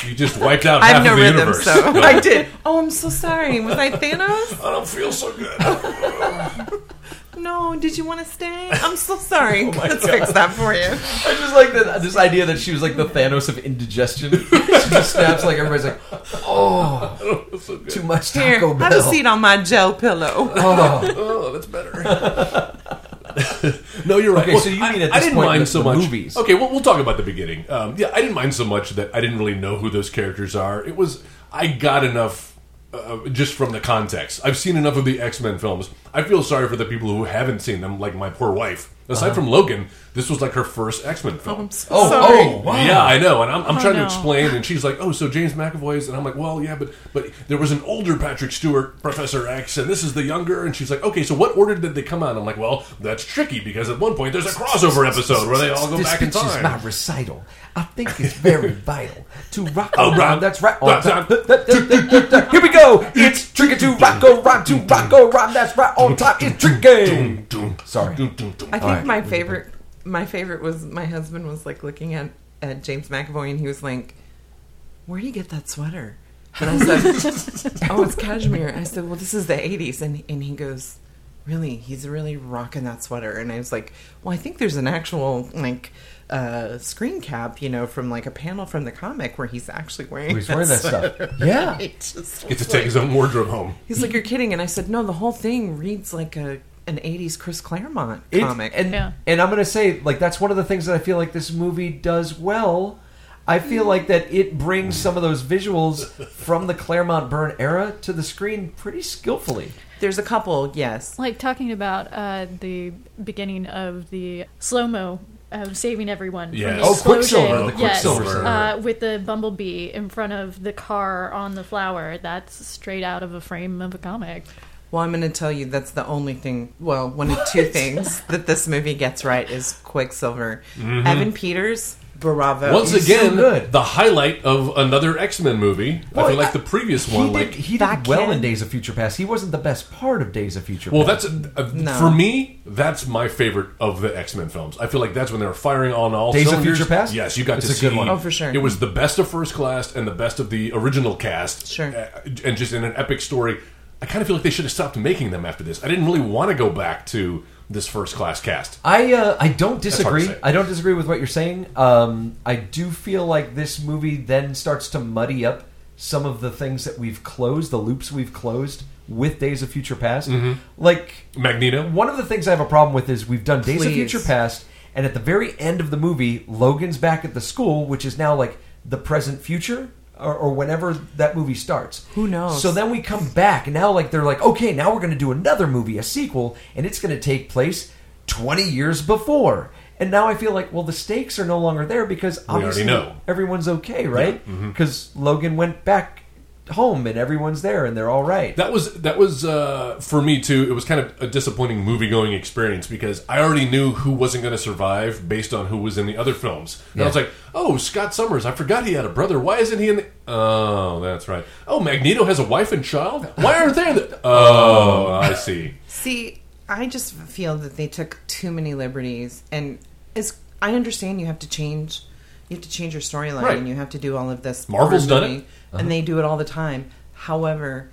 Speaker 4: you just
Speaker 3: *laughs*
Speaker 4: wiped out
Speaker 5: I
Speaker 4: half
Speaker 5: have no
Speaker 4: of the
Speaker 5: rhythm,
Speaker 4: universe.
Speaker 5: so *laughs* I did. Oh, I'm so sorry. Was I
Speaker 4: *laughs*
Speaker 5: Thanos?
Speaker 4: I don't feel so good.
Speaker 3: *laughs*
Speaker 5: No. Did you want to stay? I'm so sorry. Let's fix that for you.
Speaker 3: I just like the, this idea that she was like the Thanos of
Speaker 4: *laughs*
Speaker 3: indigestion. she just snaps like everybody's like, oh, too much Taco
Speaker 5: Here,
Speaker 3: Bell.
Speaker 5: have a seat on my gel pillow. *laughs*
Speaker 3: Oh.
Speaker 4: Oh, that's better. no, you're right.
Speaker 3: Okay, so you
Speaker 4: I-
Speaker 3: mean at
Speaker 4: I
Speaker 3: this
Speaker 4: didn't
Speaker 3: point
Speaker 4: mind
Speaker 3: the-
Speaker 4: so
Speaker 3: the
Speaker 4: much.
Speaker 3: movies.
Speaker 4: Okay, well, we'll talk about the beginning. Um, yeah, I didn't mind so much that I didn't really know who those characters are. It was I got enough uh, just from the context. I've seen enough of the X Men films. I feel sorry for the people who haven't seen them, like my poor wife. Aside
Speaker 3: Uh-huh.
Speaker 4: from Logan, this was like her first X Men film.
Speaker 3: Oh,
Speaker 5: Sorry.
Speaker 3: oh, wow.
Speaker 4: Yeah, I know, and I'm, I'm trying
Speaker 6: no.
Speaker 4: to explain, and she's like, "Oh, so James McAvoy's," and I'm like, "Well, yeah, but but there was an older Patrick Stewart, Professor X, and this is the younger," and she's like, "Okay, so what order did they come out?" I'm like, "Well, that's tricky because at one point there's a crossover episode where they all go
Speaker 3: this
Speaker 4: back in
Speaker 3: speech is
Speaker 4: time."
Speaker 3: my recital. I think it's
Speaker 4: *laughs*
Speaker 3: very vital to rock
Speaker 4: Oh,
Speaker 3: around.
Speaker 4: rock.
Speaker 3: That's right. On *laughs*
Speaker 4: Rock
Speaker 3: time.
Speaker 4: time.
Speaker 3: Here we go. It's tricky to rock go rock to rock go rock. That's right. On time. It's tricky.
Speaker 4: Doom, doom,
Speaker 3: Sorry.
Speaker 4: doom, doom, doom.
Speaker 5: I think
Speaker 3: Alright.
Speaker 5: my favorite my favorite was my husband was like looking at, at James McAvoy and he was like, Where do you get that sweater? And I said,
Speaker 3: *laughs*
Speaker 5: Oh, it's cashmere. I said, Well, this is the eighties and and he goes, Really? He's really rocking that sweater and I was like, Well, I think there's an actual like uh, screen cap, you know, from like a panel from the comic where he's actually wearing.
Speaker 3: He's wearing that
Speaker 5: this.
Speaker 3: stuff.
Speaker 5: *laughs*
Speaker 3: Yeah.
Speaker 5: It's just-
Speaker 4: Get to take his own wardrobe home.
Speaker 5: He's like, "You're kidding!" And I said, "No, the whole thing reads like a an '80s Chris Claremont
Speaker 3: It-
Speaker 5: comic."
Speaker 3: And
Speaker 6: Yeah.
Speaker 3: and I'm gonna say like that's one of the things that I feel like this movie does well. I feel like that it brings some of those visuals from the Claremont Burn era to the screen pretty skillfully.
Speaker 5: There's a couple, yes.
Speaker 6: Like talking about uh, the beginning of the slow mo of saving everyone.
Speaker 4: Yes.
Speaker 6: From the
Speaker 4: Oh,
Speaker 6: explosion.
Speaker 3: Quicksilver, the
Speaker 6: Yes.
Speaker 4: Quicksilver.
Speaker 6: Uh, with the bumblebee in front of the car on the flower. That's straight out of a frame of a comic.
Speaker 5: Well, I'm going to tell you that's the only thing, well, one of two things that this movie gets right is Quicksilver. Evan Peters, bravo.
Speaker 4: Mm-hmm. Once
Speaker 3: he's
Speaker 4: again,
Speaker 3: so good.
Speaker 4: the highlight of another X Men movie. I
Speaker 3: Well,
Speaker 4: feel like
Speaker 3: I-
Speaker 4: the previous
Speaker 3: He
Speaker 4: one,
Speaker 3: did,
Speaker 4: like
Speaker 3: he
Speaker 5: that
Speaker 3: did well in
Speaker 5: kid-
Speaker 3: Days of Future Past. He wasn't the best part of Days of Future
Speaker 4: Well,
Speaker 3: Past.
Speaker 4: that's uh, for me. That's my favorite of the X Men films. I feel like that's when they were firing on all
Speaker 3: Days of
Speaker 4: cylinders.
Speaker 3: Future Past?
Speaker 4: Yes, you got
Speaker 3: It's
Speaker 4: to
Speaker 3: a
Speaker 4: see.
Speaker 3: good one.
Speaker 5: Oh, for sure.
Speaker 4: It was the best of First Class and the best of the original cast.
Speaker 5: Sure.
Speaker 4: uh, and just in an epic story. I kind of feel like they should have stopped making them after this. I didn't really want to go back to this First Class cast.
Speaker 3: I uh, I don't
Speaker 4: hard to
Speaker 3: disagree.
Speaker 4: say.
Speaker 3: I don't disagree with what you're saying. Um, I do feel like this movie then starts to muddy up some of the things that we've closed, the loops we've closed with Days of Future Past. Like
Speaker 4: Mm-hmm. Magneto.
Speaker 3: one of the things I have a problem with is we've done Days of
Speaker 5: Please.
Speaker 3: Future Past And at the very end of the movie, Logan's back at the school, which is now like the present future. Or, or whenever that movie starts,
Speaker 5: Who knows?
Speaker 3: So then we come back, and now like they're like, okay, now we're going to do another movie, a sequel, and it's going to take place twenty years before. And now I feel like, well, the stakes are no longer there because
Speaker 4: already
Speaker 3: obviously
Speaker 4: know. Mm-hmm.
Speaker 3: everyone's okay, right? Because Logan went back home and everyone's there and they're all right.
Speaker 4: That was that was uh, for me too. It was kind of a disappointing movie going experience because I already knew who wasn't going to survive based on who was in the other films. And I was like, oh, Scott Summers, I forgot he had a brother. Why isn't he in? The- oh, that's right. Oh, Magneto has a wife and child. Why aren't they? In the- oh, I see.
Speaker 5: See, I just feel that they took too many liberties, and as I understand, you have to change, you have to change your storyline,
Speaker 4: Right.
Speaker 5: and you have to do all of this.
Speaker 4: Marvel's
Speaker 5: per
Speaker 4: done it. Uh-huh.
Speaker 5: movie, and they do it all the time. However,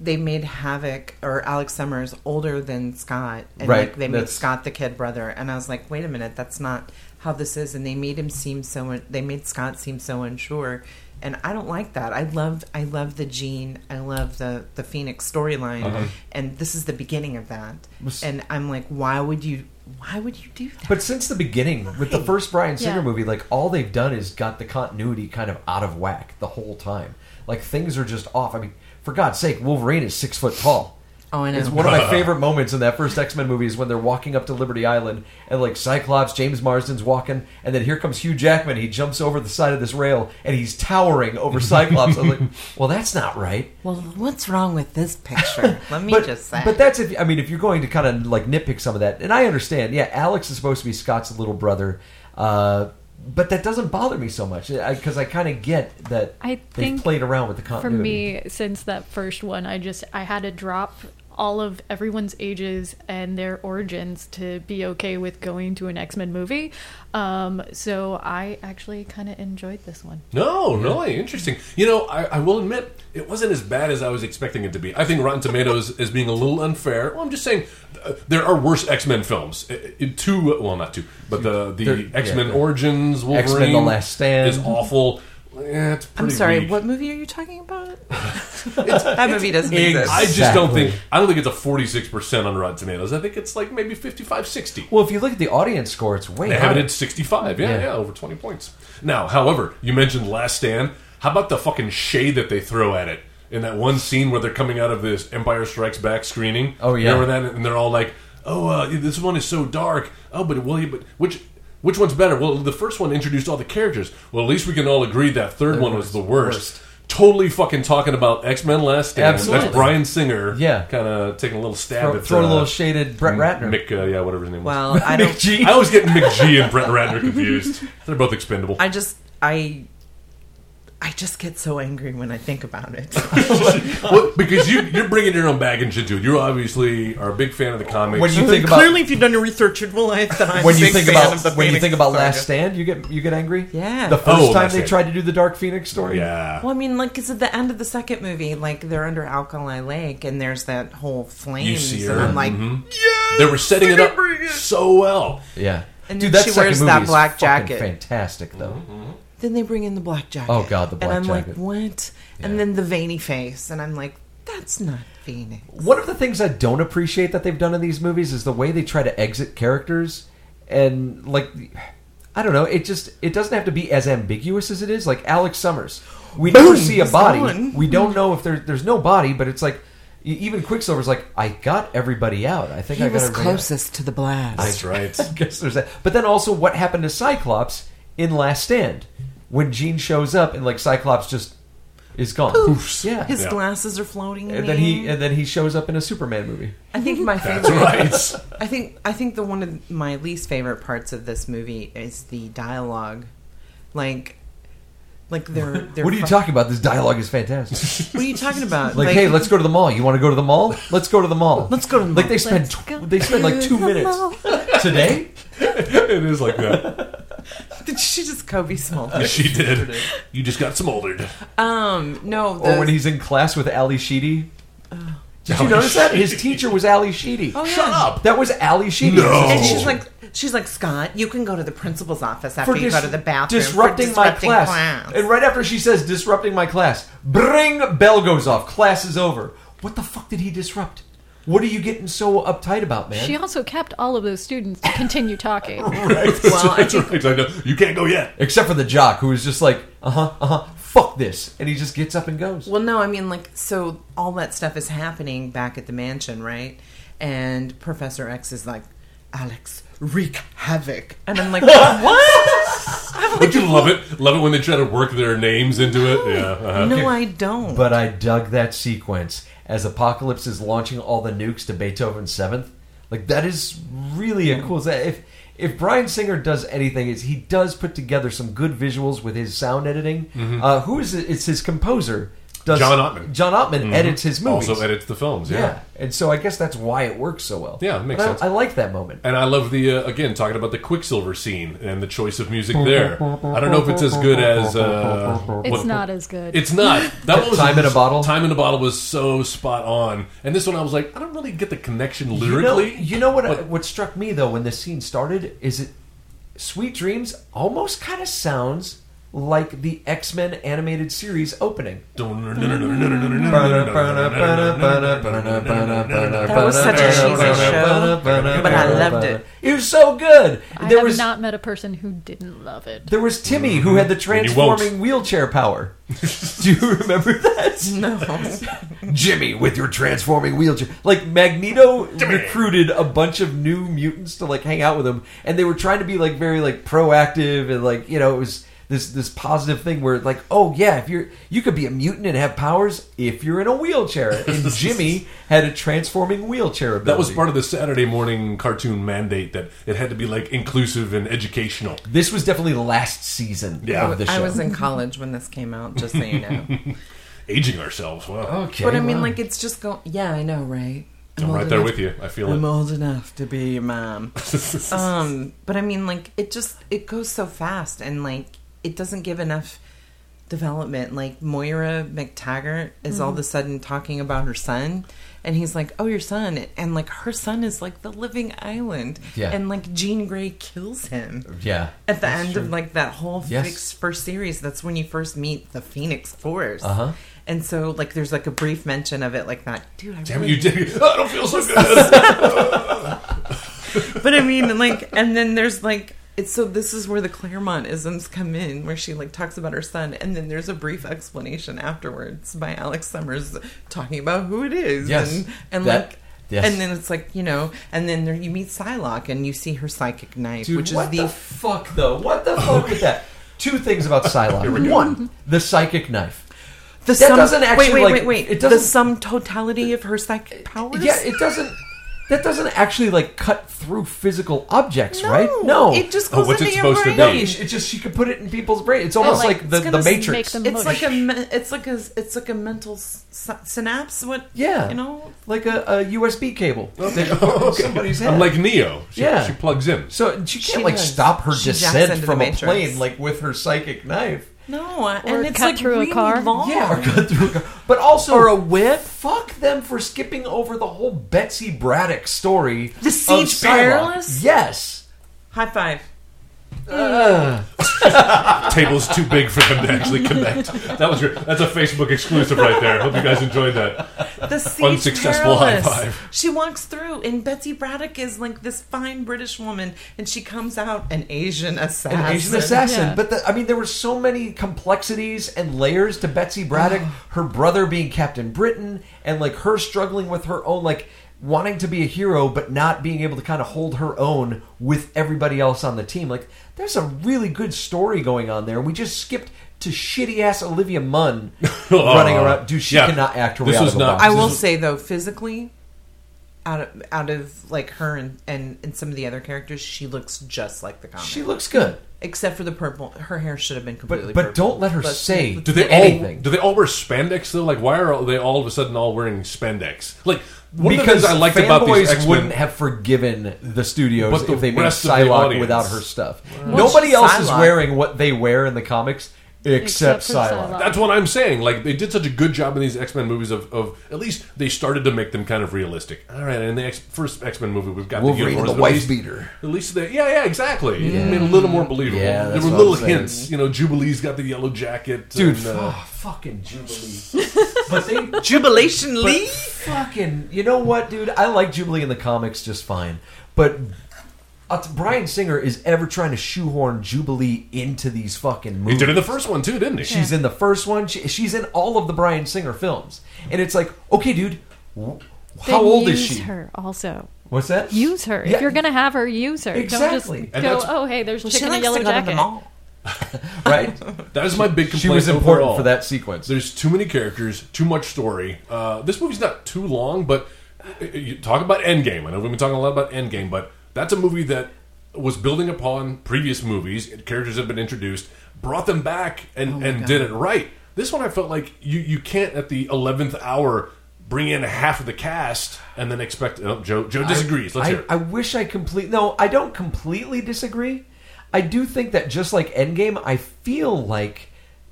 Speaker 5: they made Havoc or Alex Summers older than Scott, and
Speaker 3: Right,
Speaker 5: like they made
Speaker 3: that's-
Speaker 5: Scott the kid brother, and I was like, wait a minute, that's not how this is, and they made him seem so. un- They made Scott seem so unsure. And I don't like that. I love I love the Gene. I love the the Phoenix storyline,
Speaker 3: Uh-huh.
Speaker 5: and this is the beginning of that. And I'm like, why would you? Why would you do that?
Speaker 3: But since the beginning, with the first Brian Singer
Speaker 6: Yeah.
Speaker 3: movie, like all they've done is got the continuity kind of out of whack the whole time. Like things are just off. I mean, for God's sake, Wolverine is six foot tall.
Speaker 5: Oh, I know.
Speaker 3: It's one of my favorite moments in that first X Men movie is when they're walking up to Liberty Island and like Cyclops, James Marsden's walking, and then here comes Hugh Jackman. He jumps over the side of this rail and he's towering over Cyclops. I'm like, well, that's not right.
Speaker 5: well, what's wrong with this picture? *laughs* Let me
Speaker 3: but,
Speaker 5: just say.
Speaker 3: But that's if I mean if you're going to kind of like nitpick some of that, and I understand. Yeah, Alex is supposed to be Scott's little brother, uh, but that doesn't bother me so much because I, kind of get that
Speaker 6: I
Speaker 3: they
Speaker 6: think
Speaker 3: played around with the
Speaker 6: For
Speaker 3: continuity.
Speaker 6: me, since that first one, I just I had to drop all of everyone's ages and their origins to be okay with going to an X Men movie. Um, so I actually kind of enjoyed this one.
Speaker 4: No, really interesting. You know, I, I will admit it wasn't as bad as I was expecting it to be. I think Rotten Tomatoes is being a little unfair. Well, I'm just saying uh, there are worse X Men films. Uh, uh, two, well, not two, but the
Speaker 3: There-
Speaker 4: the
Speaker 3: yeah,
Speaker 4: X Men
Speaker 3: the-
Speaker 4: Origins Wolverine,
Speaker 3: X-Men The Last Stand.
Speaker 4: is awful. Eh, it's
Speaker 5: I'm
Speaker 4: pretty
Speaker 5: sorry.
Speaker 4: weak.
Speaker 5: What movie are you talking about? *laughs* that movie doesn't exist.
Speaker 4: I just don't
Speaker 3: Exactly.
Speaker 4: think I don't think it's a 46 percent on Rotten Tomatoes. I think it's like maybe 55, 60.
Speaker 3: Well, if you look at the audience score, it's way
Speaker 4: They have it
Speaker 3: higher.
Speaker 4: at 65. Yeah, yeah,
Speaker 3: Yeah.
Speaker 4: over 20 points. Now, however, you mentioned Last Stand. How about the fucking shade that they throw at it in that one scene where they're coming out of this Empire Strikes Back screening?
Speaker 3: Oh, yeah.
Speaker 4: remember that? And they're all like, "Oh, uh, this one is so dark." Oh, but will you? But which? Which one's better? Well, the first one introduced all the characters. Well, at least we can all agree that third one was the worst.
Speaker 3: Worst.
Speaker 4: Totally fucking talking about X Men Last Stand.
Speaker 3: Absolutely.
Speaker 4: That's Brian Singer.
Speaker 3: Yeah.
Speaker 4: kind of taking a little stab
Speaker 3: Throw,
Speaker 4: at
Speaker 3: throw a
Speaker 4: uh,
Speaker 3: little shaded Brett Ratner.
Speaker 4: Mick, uh, yeah, whatever his name was.
Speaker 5: well, I
Speaker 3: Mick
Speaker 5: don't.
Speaker 3: G.
Speaker 4: *laughs* I always get McG and Brett Ratner confused. They're both expendable.
Speaker 5: I just I I just get so angry when I think about it.
Speaker 4: Well, because you, you're bringing your own baggage into it. You obviously are a big fan of the comics.
Speaker 3: When you think about
Speaker 5: Clearly, if you've done your research in real life, then I'm
Speaker 3: when
Speaker 5: a
Speaker 3: you
Speaker 5: big
Speaker 3: think
Speaker 5: fan
Speaker 3: about
Speaker 5: of the
Speaker 3: when you
Speaker 5: Phoenix
Speaker 3: think about
Speaker 5: Saga.
Speaker 3: Last Stand, you get you get angry.
Speaker 5: Yeah.
Speaker 3: the first
Speaker 4: Oh,
Speaker 3: time
Speaker 4: Last
Speaker 3: they
Speaker 4: Stand.
Speaker 3: tried to do the Dark Phoenix story.
Speaker 4: yeah.
Speaker 5: Well, I mean, like it's at the end of the second movie. Like they're under Alkali Lake, and there's that whole flame.
Speaker 4: You see her.
Speaker 5: And I'm like,
Speaker 3: Mm-hmm.
Speaker 4: they were setting it up so well.
Speaker 3: yeah.
Speaker 5: And
Speaker 3: Dude,
Speaker 5: then
Speaker 3: that
Speaker 5: she
Speaker 3: second
Speaker 5: wears
Speaker 3: movie
Speaker 5: that
Speaker 3: is
Speaker 5: black
Speaker 3: fucking
Speaker 5: jacket.
Speaker 3: Fantastic though.
Speaker 5: then they bring in the black jacket.
Speaker 3: Oh, God, the black
Speaker 5: and I'm
Speaker 3: jacket.
Speaker 5: like, what? And then the veiny face, and I'm like, that's not Phoenix.
Speaker 3: One of the things I don't appreciate that they've done in these movies is the way they try to exit characters and like I don't know, it just it doesn't have to be as ambiguous as it is like Alex Summers. We never see a
Speaker 5: he's
Speaker 3: body.
Speaker 5: gone.
Speaker 3: We don't know if there, there's no body, but it's like e- even Quicksilver's like I got everybody out. I think
Speaker 5: He
Speaker 3: I got
Speaker 5: was
Speaker 3: everybody out."
Speaker 5: closest to the blast.
Speaker 4: That's right.
Speaker 3: I *laughs* guess there's that. But then also, what happened to Cyclops in Last Stand when Jean shows up and like Cyclops just is gone.
Speaker 4: Poofs.
Speaker 3: Yeah.
Speaker 5: His
Speaker 4: Yeah.
Speaker 5: glasses are floating.
Speaker 3: and then he and then he shows up in a Superman movie.
Speaker 5: I think my
Speaker 4: That's
Speaker 5: favorite.
Speaker 4: right.
Speaker 5: I think I think the one of my least favorite parts of this movie is the dialogue, like, like they're, they're
Speaker 3: What are you
Speaker 5: fu-
Speaker 3: talking about? This dialogue is
Speaker 5: *laughs*
Speaker 3: fantastic.
Speaker 5: What are you talking about?
Speaker 3: Like, hey, let's go to the mall. You want to go to the mall? Let's go to the mall.
Speaker 5: Let's go to the
Speaker 3: like
Speaker 5: mall.
Speaker 3: they spend tw- they spend like two minutes *laughs*
Speaker 5: *laughs*
Speaker 3: today.
Speaker 4: it is like that.
Speaker 5: Did *laughs* she just Kobe Smolders?
Speaker 4: She did. You just got smoldered.
Speaker 5: Um, no. The,
Speaker 3: Or when he's in class with Ali Sheedy. Did you notice that his teacher was Ali Sheedy?
Speaker 5: Oh. yeah.
Speaker 4: Shut up.
Speaker 3: That was Ali Sheedy.
Speaker 4: No.
Speaker 5: and
Speaker 3: Oh.
Speaker 5: she's like, she's like Scott. You can go to the principal's office after you
Speaker 3: dis-
Speaker 5: go to the bathroom. for
Speaker 3: disrupting,
Speaker 5: disrupting
Speaker 3: my class. And right after she says disrupting my class, bring bell goes off. Class is over. What the fuck did he disrupt? What are you getting so uptight about, man?
Speaker 6: She also kept all of those students to continue talking.
Speaker 4: Right. *laughs*
Speaker 5: Well, I
Speaker 4: That's right. I know. You can't go yet.
Speaker 3: Except for the jock who is just like, uh huh, uh huh, fuck this, and he just gets up and goes.
Speaker 5: Well, no, I mean, like, so all that stuff is happening back at the mansion, right? And Professor X is like, Alex, wreak havoc.
Speaker 4: *laughs*
Speaker 5: And I'm like, what? I'm
Speaker 4: Would
Speaker 5: like,
Speaker 4: you love it? Love it when they try to work their names into it. Yeah. Uh-huh.
Speaker 5: no, I don't.
Speaker 3: But I dug that sequence as Apocalypse is launching all the nukes to Beethoven's Seventh. Like that is really
Speaker 4: Hmm.
Speaker 3: a cool. If if Brian Singer does anything, is he does put together some good visuals with his sound editing. Uh, who is it? It's his composer. Does,
Speaker 4: Mm-hmm. John Ottman. Mm-hmm.
Speaker 3: John Ottman edits his movies.
Speaker 4: Also edits the films.
Speaker 3: yeah.
Speaker 4: Yeah.
Speaker 3: and so I guess that's why it works so well.
Speaker 4: Yeah, it makes
Speaker 3: But I-
Speaker 4: sense.
Speaker 3: I, like that moment.
Speaker 4: And I love the uh, again talking about the Quicksilver scene and the choice of music there. I don't know if it's as good as uh,
Speaker 6: It's
Speaker 4: what-
Speaker 6: not as good.
Speaker 4: It's
Speaker 3: *laughs*
Speaker 4: not. That one was
Speaker 3: Time in a Bottle?
Speaker 4: Time in a bottle was so spot on, and this one I was like, I don't really get the connection
Speaker 3: You know,
Speaker 4: lyrically.
Speaker 3: you know what? uh,
Speaker 4: but-
Speaker 3: what struck me though when this scene started is it "Sweet Dreams" almost kind of sounds like the X Men animated series opening.
Speaker 4: That
Speaker 5: That was such a cheesy show, but I loved it.
Speaker 3: It was so good.
Speaker 6: I
Speaker 3: there
Speaker 6: have
Speaker 3: was
Speaker 6: not met a person who didn't love it.
Speaker 3: there was Timmy who had the
Speaker 4: you Mm-hmm. won't.
Speaker 3: transforming wheelchair power. *laughs* Do you remember that?
Speaker 5: no.
Speaker 3: Jimmy with your transforming wheelchair. Like Magneto recruited a bunch of new mutants to like hang out with him, and they were trying to be like very like proactive and like you know it was this this positive thing where like oh yeah if you're you could be a mutant and have powers if you're in a wheelchair.
Speaker 4: *laughs*
Speaker 3: And Jimmy had a transforming wheelchair ability.
Speaker 4: That was part of the Saturday morning cartoon mandate that it had to be like inclusive and educational.
Speaker 3: This was definitely last season
Speaker 4: Yeah.
Speaker 3: of the show.
Speaker 5: I was in college when this came out, just so
Speaker 3: *laughs*
Speaker 5: you know.
Speaker 4: Aging ourselves. Wow.
Speaker 3: Oh, okay,
Speaker 5: but I mean,
Speaker 3: wow.
Speaker 5: like, it's just going, yeah, I know, right?
Speaker 4: I'm right
Speaker 5: old
Speaker 4: there
Speaker 5: enough-
Speaker 4: with you. I feel
Speaker 5: I'm
Speaker 4: it.
Speaker 5: old enough to be your mom. um, but I mean, like, it just it goes so fast, and like, it doesn't give enough development. Like Moira McTaggart is all of a sudden talking about her son, and he's like, "Oh, your son," and like, her son is like the living island,
Speaker 3: Yeah.
Speaker 5: and like, Jean Grey kills him.
Speaker 3: yeah.
Speaker 5: At the end of like that whole
Speaker 3: Yes.
Speaker 5: fix first series, that's when you first meet the Phoenix Force.
Speaker 3: Uh-huh.
Speaker 5: And so, like, there's like a brief mention of it, like that. Dude, I
Speaker 4: Damn it, *laughs*
Speaker 5: really
Speaker 4: you did. I don't feel
Speaker 3: *laughs*
Speaker 4: so good.
Speaker 5: But I mean, like, and then there's like, it's so this is where the Claremont isms come in, where she like talks about her son, and then there's a brief explanation afterwards by Alex Summers talking about who it is,
Speaker 3: Yes.
Speaker 5: and and
Speaker 3: That-
Speaker 5: like.
Speaker 3: yes.
Speaker 5: And then it's like you know, and then there, you meet Psylocke and you see her psychic knife,
Speaker 3: Dude,
Speaker 5: which is
Speaker 3: what
Speaker 5: the,
Speaker 3: the, fuck though? What the fuck with that? Two things about Psylocke.
Speaker 5: Mm-hmm.
Speaker 3: One, the psychic knife.
Speaker 5: the
Speaker 3: that doesn't actually,
Speaker 5: wait wait
Speaker 3: like,
Speaker 5: wait wait
Speaker 3: it
Speaker 5: the
Speaker 3: doesn't- Uh,
Speaker 5: sum totality of her psychic powers.
Speaker 3: Yeah, it doesn't. That doesn't actually like cut through physical objects, right? No,
Speaker 5: it just
Speaker 4: Oh,
Speaker 5: goes
Speaker 4: what's
Speaker 5: into
Speaker 4: it
Speaker 5: your
Speaker 4: supposed to
Speaker 5: brain.
Speaker 4: be?
Speaker 3: no. It's it's just she could put it in people's brain.
Speaker 5: Oh,
Speaker 3: It's almost
Speaker 6: like,
Speaker 3: like, the,
Speaker 6: it's
Speaker 3: the
Speaker 6: gonna
Speaker 3: Matrix.
Speaker 6: make them-
Speaker 5: It's like a me- it's like a it's like a mental s- synapse. What
Speaker 3: yeah,
Speaker 5: you know
Speaker 3: like a, a USB cable that you put in somebody's head.
Speaker 4: I'm like Neo. She,
Speaker 3: Yeah.
Speaker 4: She plugs in.
Speaker 3: so and she can't
Speaker 5: She
Speaker 3: like
Speaker 5: does.
Speaker 3: stop her
Speaker 5: She jacks
Speaker 3: descent
Speaker 5: into the
Speaker 3: from a
Speaker 5: Matrix.
Speaker 3: plane like with her psychic knife.
Speaker 5: No,
Speaker 6: Or
Speaker 5: and it's
Speaker 6: cut
Speaker 5: like
Speaker 6: through a
Speaker 5: really
Speaker 6: car.
Speaker 5: Long.
Speaker 3: Yeah, or cut through a car. But also, Oh. or a whip. Fuck them for skipping over the whole Betsy Braddock story.
Speaker 5: The
Speaker 3: of
Speaker 5: Siege
Speaker 3: Psylocke.
Speaker 5: Perilous?
Speaker 3: Yes.
Speaker 5: High
Speaker 3: *laughs*
Speaker 5: five.
Speaker 4: Table's too big for them to actually connect. That was great. That's a Facebook exclusive right there. Hope you guys enjoyed that.
Speaker 5: The siege
Speaker 4: Unsuccessful high
Speaker 5: *laughs* perilous.
Speaker 4: five.
Speaker 5: She walks through, and Betsy Braddock is like this fine British woman, and she comes out an Asian assassin.
Speaker 3: an Asian assassin.
Speaker 6: Yeah.
Speaker 3: But the, I mean, there were so many complexities and layers to Betsy Braddock. her brother being Captain Britain, and like her struggling with her own like wanting to be a hero but not being able to kind of hold her own with everybody else on the team. Like, there's a really good story going on there, and we just skipped. To shitty ass Olivia
Speaker 4: *laughs*
Speaker 3: Munn running around, dude. She
Speaker 4: Oh. Yeah.
Speaker 3: cannot act her way
Speaker 4: This
Speaker 3: out
Speaker 4: was
Speaker 3: of a
Speaker 4: not-
Speaker 3: box.
Speaker 5: I will say though, physically, out of out of like her and, and and some of the other characters, she looks just like the comic,
Speaker 3: She looks good,
Speaker 5: except for the purple. Her hair should have been completely.
Speaker 3: but but
Speaker 5: purple.
Speaker 3: don't let her
Speaker 5: But-
Speaker 3: say
Speaker 4: Do they
Speaker 3: anything.
Speaker 4: all do they all wear spandex though? Like why are all- they all of a sudden all wearing spandex? Like one of the
Speaker 3: because
Speaker 4: things I liked about these
Speaker 3: fanboys
Speaker 4: X
Speaker 3: wouldn't
Speaker 4: Men.
Speaker 3: have forgiven the studios
Speaker 4: But the
Speaker 3: if they made
Speaker 4: rest of the
Speaker 3: Psylocke
Speaker 4: audience.
Speaker 3: without her stuff.
Speaker 5: Well,
Speaker 3: Nobody
Speaker 5: she's
Speaker 3: else is
Speaker 5: Psylocke.
Speaker 3: wearing what they wear in the comics except,
Speaker 6: Except for
Speaker 3: Psylocke.
Speaker 6: Psylocke.
Speaker 4: That's what I'm saying. Like they did such a good job in these X Men movies of, of at least they started to make them kind of realistic. All right, in the X, first X Men movie, we've got the
Speaker 3: Wolverine and
Speaker 4: uniforms,
Speaker 3: the
Speaker 4: but at
Speaker 3: wife
Speaker 4: least-
Speaker 3: beater.
Speaker 4: At least they, yeah, yeah, exactly. It made it a little more believable.
Speaker 3: Yeah,
Speaker 4: there
Speaker 3: that's
Speaker 4: were
Speaker 3: what
Speaker 4: little
Speaker 3: I'm saying.
Speaker 4: hints. You know, Jubilee's got the yellow jacket.
Speaker 3: Dude,
Speaker 4: and, uh,
Speaker 3: oh, fucking Jubilee. But they
Speaker 5: Jubilation Lee?
Speaker 3: fucking you know what dude i like jubilee in the comics just fine but uh, brian singer is ever trying to shoehorn jubilee into these fucking
Speaker 4: He
Speaker 3: movies
Speaker 4: did it in the first one too, didn't he?
Speaker 3: she's in the first one she, she's in all of the brian singer films and it's like okay dude wh-
Speaker 6: Then
Speaker 3: how old is
Speaker 6: use
Speaker 3: she
Speaker 6: her also.
Speaker 3: what's that
Speaker 6: Use her.
Speaker 3: Yeah.
Speaker 6: If you're going to have her, use her.
Speaker 3: Exactly.
Speaker 6: Don't
Speaker 4: And
Speaker 6: just go,
Speaker 4: that's-
Speaker 6: oh, hey, there's a chick in a
Speaker 5: likes
Speaker 6: yellow
Speaker 5: to go to the
Speaker 6: jacket.
Speaker 5: mall.
Speaker 3: right
Speaker 4: That is my big complaint.
Speaker 3: she was important
Speaker 4: overall.
Speaker 3: for that sequence
Speaker 4: There's too many characters, too much story. Uh, this movie's not too long, but uh, you talk about Endgame. I know we've been talking a lot about Endgame, but that's a movie that was building upon previous movies. Characters have been introduced, brought them back, and, and did it right. This one, I felt like you, you can't at the eleventh hour bring in half of the cast and then expect. Oh, Joe Joe disagrees. Let's
Speaker 3: I,
Speaker 4: hear it.
Speaker 3: I wish I complete. No, I don't completely disagree. I do think that just like Endgame, I feel like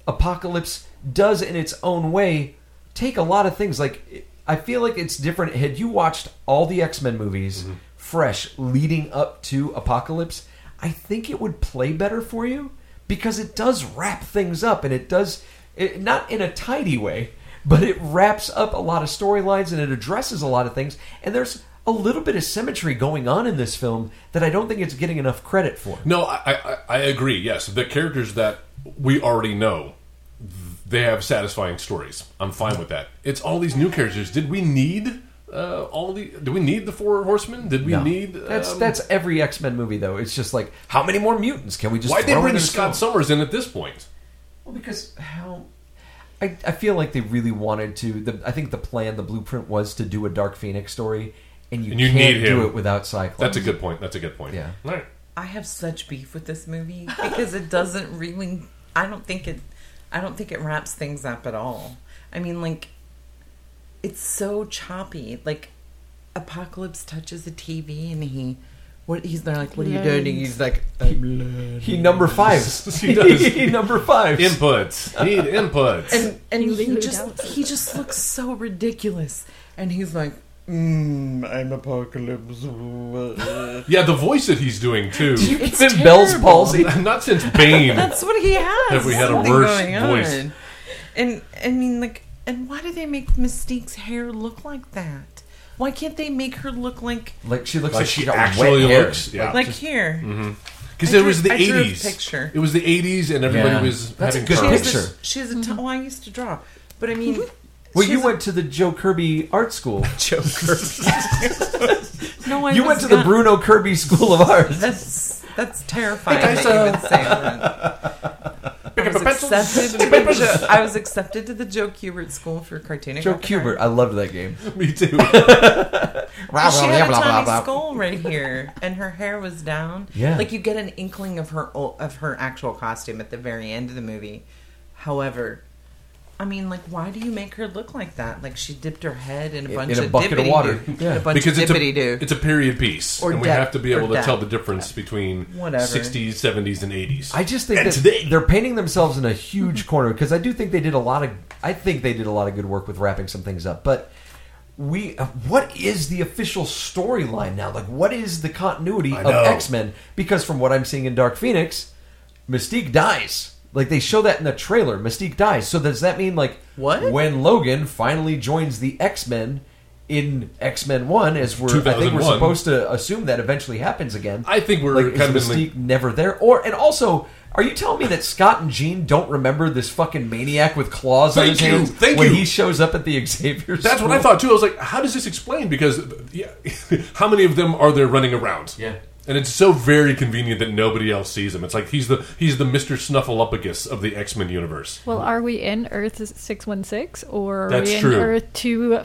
Speaker 3: Apocalypse does in its own way take a lot of things. Like I feel like it's different. Had you watched all the X Men movies
Speaker 4: Mm-hmm.
Speaker 3: fresh leading up to Apocalypse, I think it would play better for you because it does wrap things up and it does it, not in a tidy way but it wraps up a lot of storylines and it addresses a lot of things and there's a little bit of symmetry going on in this film that i don't think it's getting enough credit for
Speaker 4: No, I, I, I agree. Yes, the characters that we already know, they have satisfying stories. I'm fine with that. It's all these new characters. Did we need uh, all the? Did we need the four horsemen? Did we
Speaker 3: No.
Speaker 4: need?
Speaker 3: that's
Speaker 4: um,
Speaker 3: that's every x-men movie though it's just like how many more mutants can we just
Speaker 4: why
Speaker 3: throw
Speaker 4: did bring
Speaker 3: into this
Speaker 4: Scott
Speaker 3: film?
Speaker 4: Summers in at this point?
Speaker 3: well, because how I, I feel like they really wanted to the, i think the plan the blueprint was to do a dark phoenix story and you,
Speaker 4: And you
Speaker 3: can't
Speaker 4: need him.
Speaker 3: do it without cyclops
Speaker 4: That's a good point. That's a good point.
Speaker 3: Yeah.
Speaker 4: All right.
Speaker 5: I have such beef with this movie because it *laughs* doesn't really. I don't think it. I don't think it wraps things up at all. I mean, like, it's so choppy. Like, Apocalypse touches a TV and he, what he's there like, what are you doing? And he's like, I'm learning.
Speaker 3: he number
Speaker 5: *laughs*
Speaker 3: five
Speaker 4: He
Speaker 3: *laughs*
Speaker 4: does.
Speaker 3: he number five
Speaker 4: Inputs. Need inputs.
Speaker 5: and and
Speaker 6: You
Speaker 5: he,
Speaker 6: leave it out.
Speaker 5: just he just looks so ridiculous. And he's like, mm, I'm Apocalypse.
Speaker 4: yeah, the voice that he's doing too.
Speaker 3: Did you
Speaker 5: It's
Speaker 3: give him Bell's
Speaker 5: terrible.
Speaker 3: palsy?
Speaker 4: *laughs* Not since Bane.
Speaker 5: That's what he has.
Speaker 4: If we had a
Speaker 5: Something
Speaker 4: worse
Speaker 5: going on.
Speaker 4: voice.
Speaker 5: And I mean, like, and why do they make Mystique's hair look like that? Why can't they make her look like
Speaker 3: Like she looks like,
Speaker 4: Like
Speaker 3: she,
Speaker 4: she
Speaker 3: got
Speaker 4: actually
Speaker 3: wet hair.
Speaker 4: looks. Yeah. Mm-hmm.
Speaker 5: like here?
Speaker 4: Because
Speaker 5: I
Speaker 4: it
Speaker 5: drew-
Speaker 4: was the
Speaker 5: I drew a
Speaker 4: 80s.
Speaker 5: picture.
Speaker 4: It was the 80s, and everybody
Speaker 3: Yeah.
Speaker 4: was
Speaker 3: That's a
Speaker 4: having
Speaker 3: good
Speaker 4: curls.
Speaker 5: She has
Speaker 3: picture.
Speaker 5: this- she has a. T- oh, I used to draw, but I mean,
Speaker 3: Well,
Speaker 5: she
Speaker 3: you
Speaker 5: has a-
Speaker 3: went to the Joe Kirby art school.
Speaker 5: *laughs* No, I
Speaker 3: You
Speaker 5: was
Speaker 3: went to the
Speaker 5: not-
Speaker 3: Bruno Kirby School of
Speaker 5: *laughs*
Speaker 3: Art.
Speaker 5: That's that's terrifying.
Speaker 4: Hey, guys,
Speaker 5: that you
Speaker 4: uh,
Speaker 5: would say that.
Speaker 4: *laughs*
Speaker 5: I was, accepted to the Jo- I was accepted to the Joe Kubert School for cartooning.
Speaker 3: Joe
Speaker 5: graphic art.
Speaker 3: Kubert. I loved that game.
Speaker 4: *laughs* Me too.
Speaker 5: she had a tiny skull right here, and her hair was down.
Speaker 3: Yeah.
Speaker 5: like you get an inkling of her o- of her actual costume at the very end of the movie. However, I mean, like, why do you make her look like that? Like she dipped her head in a bunch
Speaker 3: in a
Speaker 5: of
Speaker 3: bucket of
Speaker 5: dippity-doo.
Speaker 3: water. Yeah.
Speaker 5: a bunch
Speaker 4: because
Speaker 5: of
Speaker 4: it's a,
Speaker 5: dippity doo.
Speaker 4: it's a period piece,
Speaker 5: Or
Speaker 4: and we
Speaker 5: depth,
Speaker 4: have to be
Speaker 5: or
Speaker 4: able to
Speaker 5: depth.
Speaker 4: tell the difference between
Speaker 5: Whatever.
Speaker 4: 60s, 70s, and 80s.
Speaker 3: I just think
Speaker 4: And
Speaker 3: that
Speaker 4: today.
Speaker 3: they're painting themselves in a huge corner because I do think they did a lot of. I think they did a lot of good work with wrapping some things up, but. We, uh, what is the official storyline now? Like, what is the continuity
Speaker 4: I
Speaker 3: of
Speaker 4: know.
Speaker 3: X Men? Because from what I'm seeing in Dark Phoenix, Mystique dies. Like they show that in the trailer, Mystique dies. So does that mean like
Speaker 5: What?
Speaker 3: when Logan finally joins the X Men in X Men One? As we're, I think we're
Speaker 4: 2001.
Speaker 3: supposed to assume that eventually happens again.
Speaker 4: I think we're
Speaker 3: like,
Speaker 4: kind of
Speaker 3: is
Speaker 4: in the-
Speaker 3: Mystique never there. Or and also, are you telling me that Scott and Jean don't remember this fucking maniac with claws on
Speaker 4: Thank
Speaker 3: his
Speaker 4: you,
Speaker 3: hands
Speaker 4: thank
Speaker 3: when
Speaker 4: you.
Speaker 3: he shows up at the Xavier?
Speaker 4: That's what I thought too. I was like, how does this explain? Because yeah, *laughs* how many of them are there running around?
Speaker 3: Yeah.
Speaker 4: And it's so very convenient that nobody else sees him. It's like he's the he's the Mr. Snuffleupagus of the X Men universe.
Speaker 6: Well, are we in Earth 616 or are
Speaker 4: That's
Speaker 6: we in
Speaker 4: true.
Speaker 6: Earth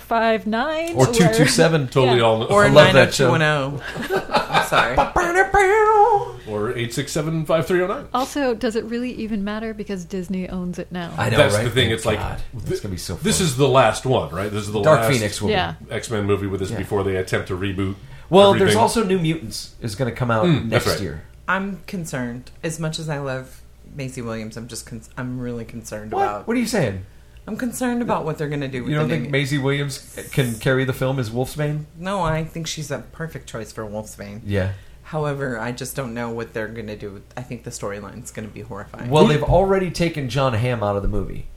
Speaker 6: 259?
Speaker 3: Or two two seven.
Speaker 5: *laughs*
Speaker 4: Totally
Speaker 6: Yeah.
Speaker 4: all
Speaker 5: or
Speaker 3: I
Speaker 5: a
Speaker 3: love that show.
Speaker 5: 90210. oh. I'm sorry.
Speaker 4: or eight six seven five three zero nine.
Speaker 6: *laughs*
Speaker 3: Oh.
Speaker 6: Also, does it really even matter because Disney owns it now?
Speaker 3: I know,
Speaker 4: That's
Speaker 3: right?
Speaker 4: the thing.
Speaker 3: Thank
Speaker 4: It's like
Speaker 3: God.
Speaker 4: thi-
Speaker 3: it's gonna be so.
Speaker 4: This
Speaker 3: fun.
Speaker 4: is the last one, right? This is the
Speaker 3: Dark
Speaker 4: last
Speaker 3: Phoenix will be.
Speaker 6: Yeah.
Speaker 4: X Men movie with this
Speaker 3: Yeah.
Speaker 4: before they attempt to reboot.
Speaker 3: Well, there's
Speaker 4: everything. Hmm,
Speaker 3: also New Mutants is going to come out
Speaker 4: that's
Speaker 3: next
Speaker 4: right.
Speaker 3: year.
Speaker 5: I'm concerned. As much as I love Macy Williams, I'm just con- I'm really concerned
Speaker 3: What?
Speaker 5: about.
Speaker 3: What are you saying?
Speaker 5: I'm concerned about what they're going to do. With
Speaker 3: You don't
Speaker 5: the
Speaker 3: think
Speaker 5: new-
Speaker 3: Maisie Williams can carry the film as Wolfsbane?
Speaker 5: No, I think she's a perfect choice for Wolfsbane.
Speaker 3: Yeah.
Speaker 5: However, I just don't know what they're going to do. with- I think the storyline's going to be horrifying.
Speaker 3: Well, they've already taken John Hamm out of the movie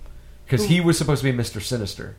Speaker 3: because he was supposed to be Mister Sinister.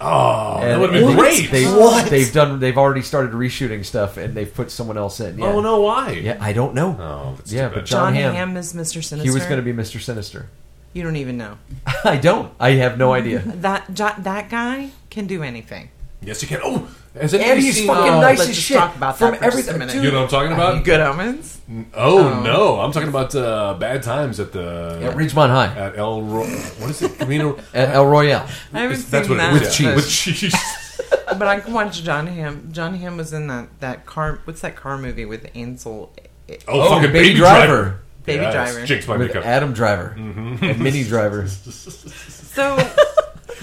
Speaker 4: Oh, that
Speaker 3: And
Speaker 4: would have
Speaker 3: it's-
Speaker 4: been great. Oh,
Speaker 3: They,
Speaker 7: What?
Speaker 3: have done. They've already started reshooting stuff, and they've put someone else in. Yeah.
Speaker 4: Oh no, why?
Speaker 3: Yeah, I don't know.
Speaker 4: Oh, that's
Speaker 3: yeah,
Speaker 4: too
Speaker 3: but
Speaker 4: bad.
Speaker 3: John,
Speaker 5: John
Speaker 3: Hamm.
Speaker 5: Hamm is Mr. Sinister.
Speaker 3: he was going to be Mr. Sinister. *laughs*
Speaker 5: You don't even know
Speaker 3: I don't. I have no *laughs* idea.
Speaker 5: that jo- that guy can do anything.
Speaker 4: Yes, you can. Oh, has anybody
Speaker 3: and he's
Speaker 4: seen,
Speaker 3: fucking
Speaker 4: uh,
Speaker 3: nice
Speaker 5: let's
Speaker 3: as
Speaker 5: just
Speaker 3: shit.
Speaker 5: talk about
Speaker 3: from
Speaker 5: that for just a
Speaker 3: everything.
Speaker 5: minute.
Speaker 3: Dude,
Speaker 4: You know what I'm talking
Speaker 5: Uh,
Speaker 4: about?
Speaker 5: Good omens.
Speaker 4: Oh, no, I'm talking about uh, bad times at the
Speaker 3: at Ridgemont High
Speaker 4: at El Ro- what is it? Camino.
Speaker 3: at El Royale.
Speaker 5: I haven't
Speaker 4: That's
Speaker 5: seen
Speaker 4: what
Speaker 5: that.
Speaker 4: it is.
Speaker 3: With
Speaker 4: yeah.
Speaker 3: cheese.
Speaker 4: With cheese.
Speaker 5: but I can watch John Hamm. John Hamm was in that that car. What's that car movie with Ansel?
Speaker 4: Oh,
Speaker 3: Oh,
Speaker 4: fucking
Speaker 3: Baby
Speaker 4: Baby
Speaker 3: Driver.
Speaker 4: Driver. Mm-hmm.
Speaker 5: Baby
Speaker 4: Yes,
Speaker 5: Driver.
Speaker 4: Jinx my
Speaker 3: with
Speaker 4: makeup.
Speaker 3: Adam Driver and Mini
Speaker 4: *laughs*
Speaker 3: Driver.
Speaker 5: So
Speaker 3: *laughs*